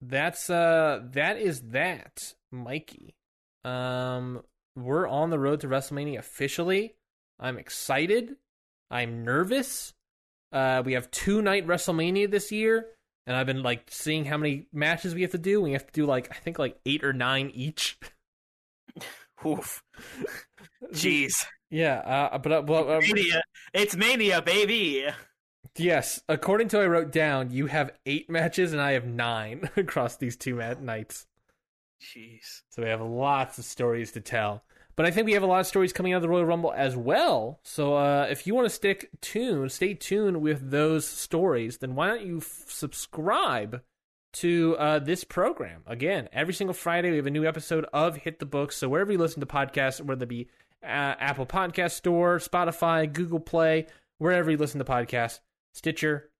Speaker 4: that's uh, that is that, Mikey. Um, we're on the road to WrestleMania officially. I'm excited. I'm nervous. Uh, we have two night WrestleMania this year, and I've been like seeing how many matches we have to do. We have to do like I think like eight or nine each.
Speaker 5: Oof. Jeez.
Speaker 4: Yeah, uh, but uh, well, uh,
Speaker 5: Mania. It's Mania, baby.
Speaker 4: yes. According to what I wrote down, you have eight matches and I have nine across these two mat- nights.
Speaker 5: Jeez.
Speaker 4: So we have lots of stories to tell. But I think we have a lot of stories coming out of the Royal Rumble as well. So uh, if you want to stick tuned, stay tuned with those stories, then why don't you f- subscribe to uh, this program? Again, every single Friday, we have a new episode of Hit the Books. So wherever you listen to podcasts, whether it be uh, Apple Podcast Store, Spotify, Google Play, wherever you listen to podcasts, Stitcher,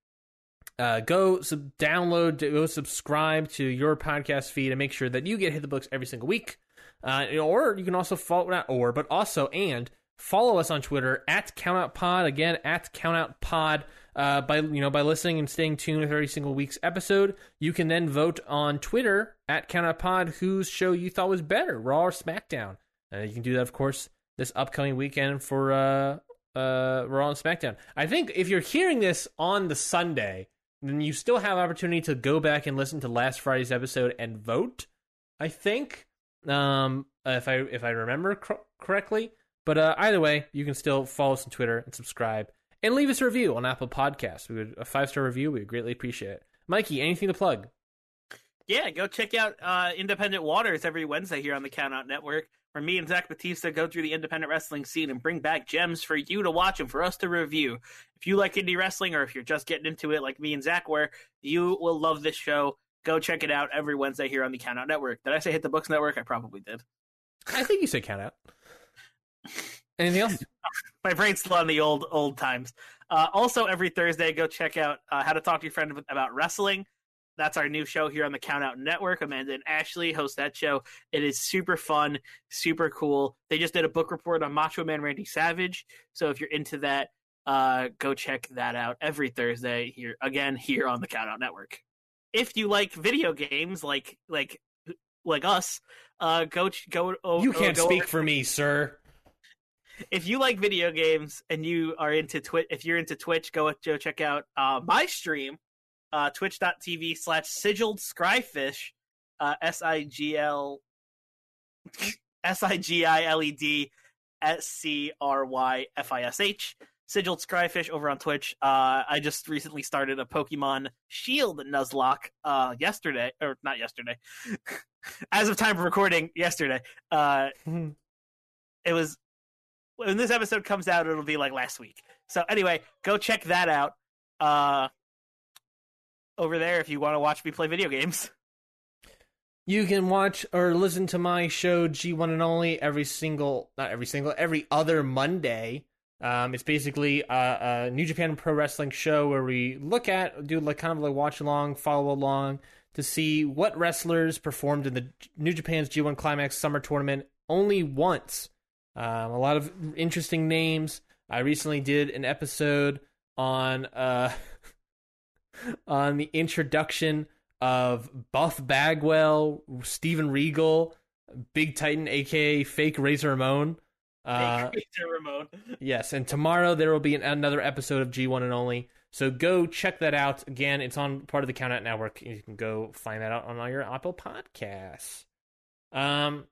Speaker 4: uh, go sub- download, go subscribe to your podcast feed, and make sure that you get hit the books every single week. Uh, or you can also follow not or but also and follow us on Twitter at CountOutPod again at CountOutPod. Uh, by you know by listening and staying tuned with every single week's episode, you can then vote on Twitter at CountOutPod whose show you thought was better, Raw or SmackDown. Uh, you can do that, of course, this upcoming weekend for uh, uh, Raw and SmackDown. I think if you're hearing this on the Sunday, then you still have opportunity to go back and listen to last Friday's episode and vote. I think, um, if I if I remember cor- correctly, But uh, either way, you can still follow us on Twitter and subscribe and leave us a review on Apple Podcasts. We would a five star review. We would greatly appreciate it. Mikey, anything to plug?
Speaker 5: Yeah, go check out uh, Independent Waters every Wednesday here on the Count Out Network, where me and Zach Batista go through the independent wrestling scene and bring back gems for you to watch and for us to review. If you like indie wrestling or if you're just getting into it like me and Zach were, you will love this show. Go check it out every Wednesday here on the Count Out Network. Did I say hit the books network? I probably did.
Speaker 4: I think you said count out. Anything else?
Speaker 5: my brain's still on the old old times. Uh, also, every Thursday, go check out uh, How to Talk to Your Friend About Wrestling. That's our new show here on the Countout Network. Amanda and Ashley host that show. It is super fun, super cool. They just did a book report on Macho Man Randy Savage. So if you're into that, uh, go check that out every Thursday here again here on the Countout Network. If you like video games like like like us, uh, go ch- go. Oh,
Speaker 4: You
Speaker 5: oh,
Speaker 4: can't
Speaker 5: go
Speaker 4: speak for me, sir.
Speaker 5: if you like video games and you are into Twitch, if you're into Twitch, go go check out uh, my stream, uh, twitch.tv slash sigiled scryfish, uh, S I G L S I G I L E D S C R Y F I S H. Sigiled Scryfish over on Twitch. Uh, I just recently started a Pokemon Shield Nuzlocke uh, yesterday, or not yesterday. As of time of recording, yesterday. Uh, it was when this episode comes out, it'll be like last week. So anyway, go check that out uh, over there if you want to watch me play video games.
Speaker 4: You can watch or listen to my show G1 and Only every single not every single every other Monday. Um, it's basically a, a New Japan Pro Wrestling show where we look at do like kind of like watch along, follow along to see what wrestlers performed in the New Japan's G1 Climax Summer Tournament only once. Um, a lot of interesting names. I recently did an episode on uh, on the introduction of Buff Bagwell, Steven Regal, Big Titan, aka Fake Razor Ramon. Uh,
Speaker 5: Hey, Razor Ramon.
Speaker 4: yes, and tomorrow there will be an, another episode of G1 and Only. So go check that out. Again, it's on part of the Count Out Network. You can go find that out on all your Apple podcasts. Um,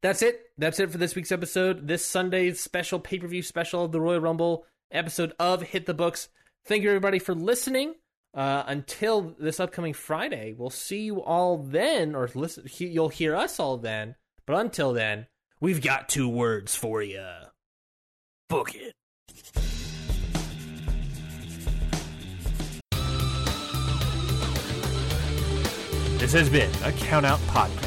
Speaker 4: that's it. That's it for this week's episode. This Sunday's special pay per view special of the Royal Rumble episode of Hit the Books. Thank you, everybody, for listening. Uh, until this upcoming Friday, we'll see you all then, or listen, he, you'll hear us all then. But until then, we've got two words for you.
Speaker 5: Book it.
Speaker 4: This has been a Count Out Podcast.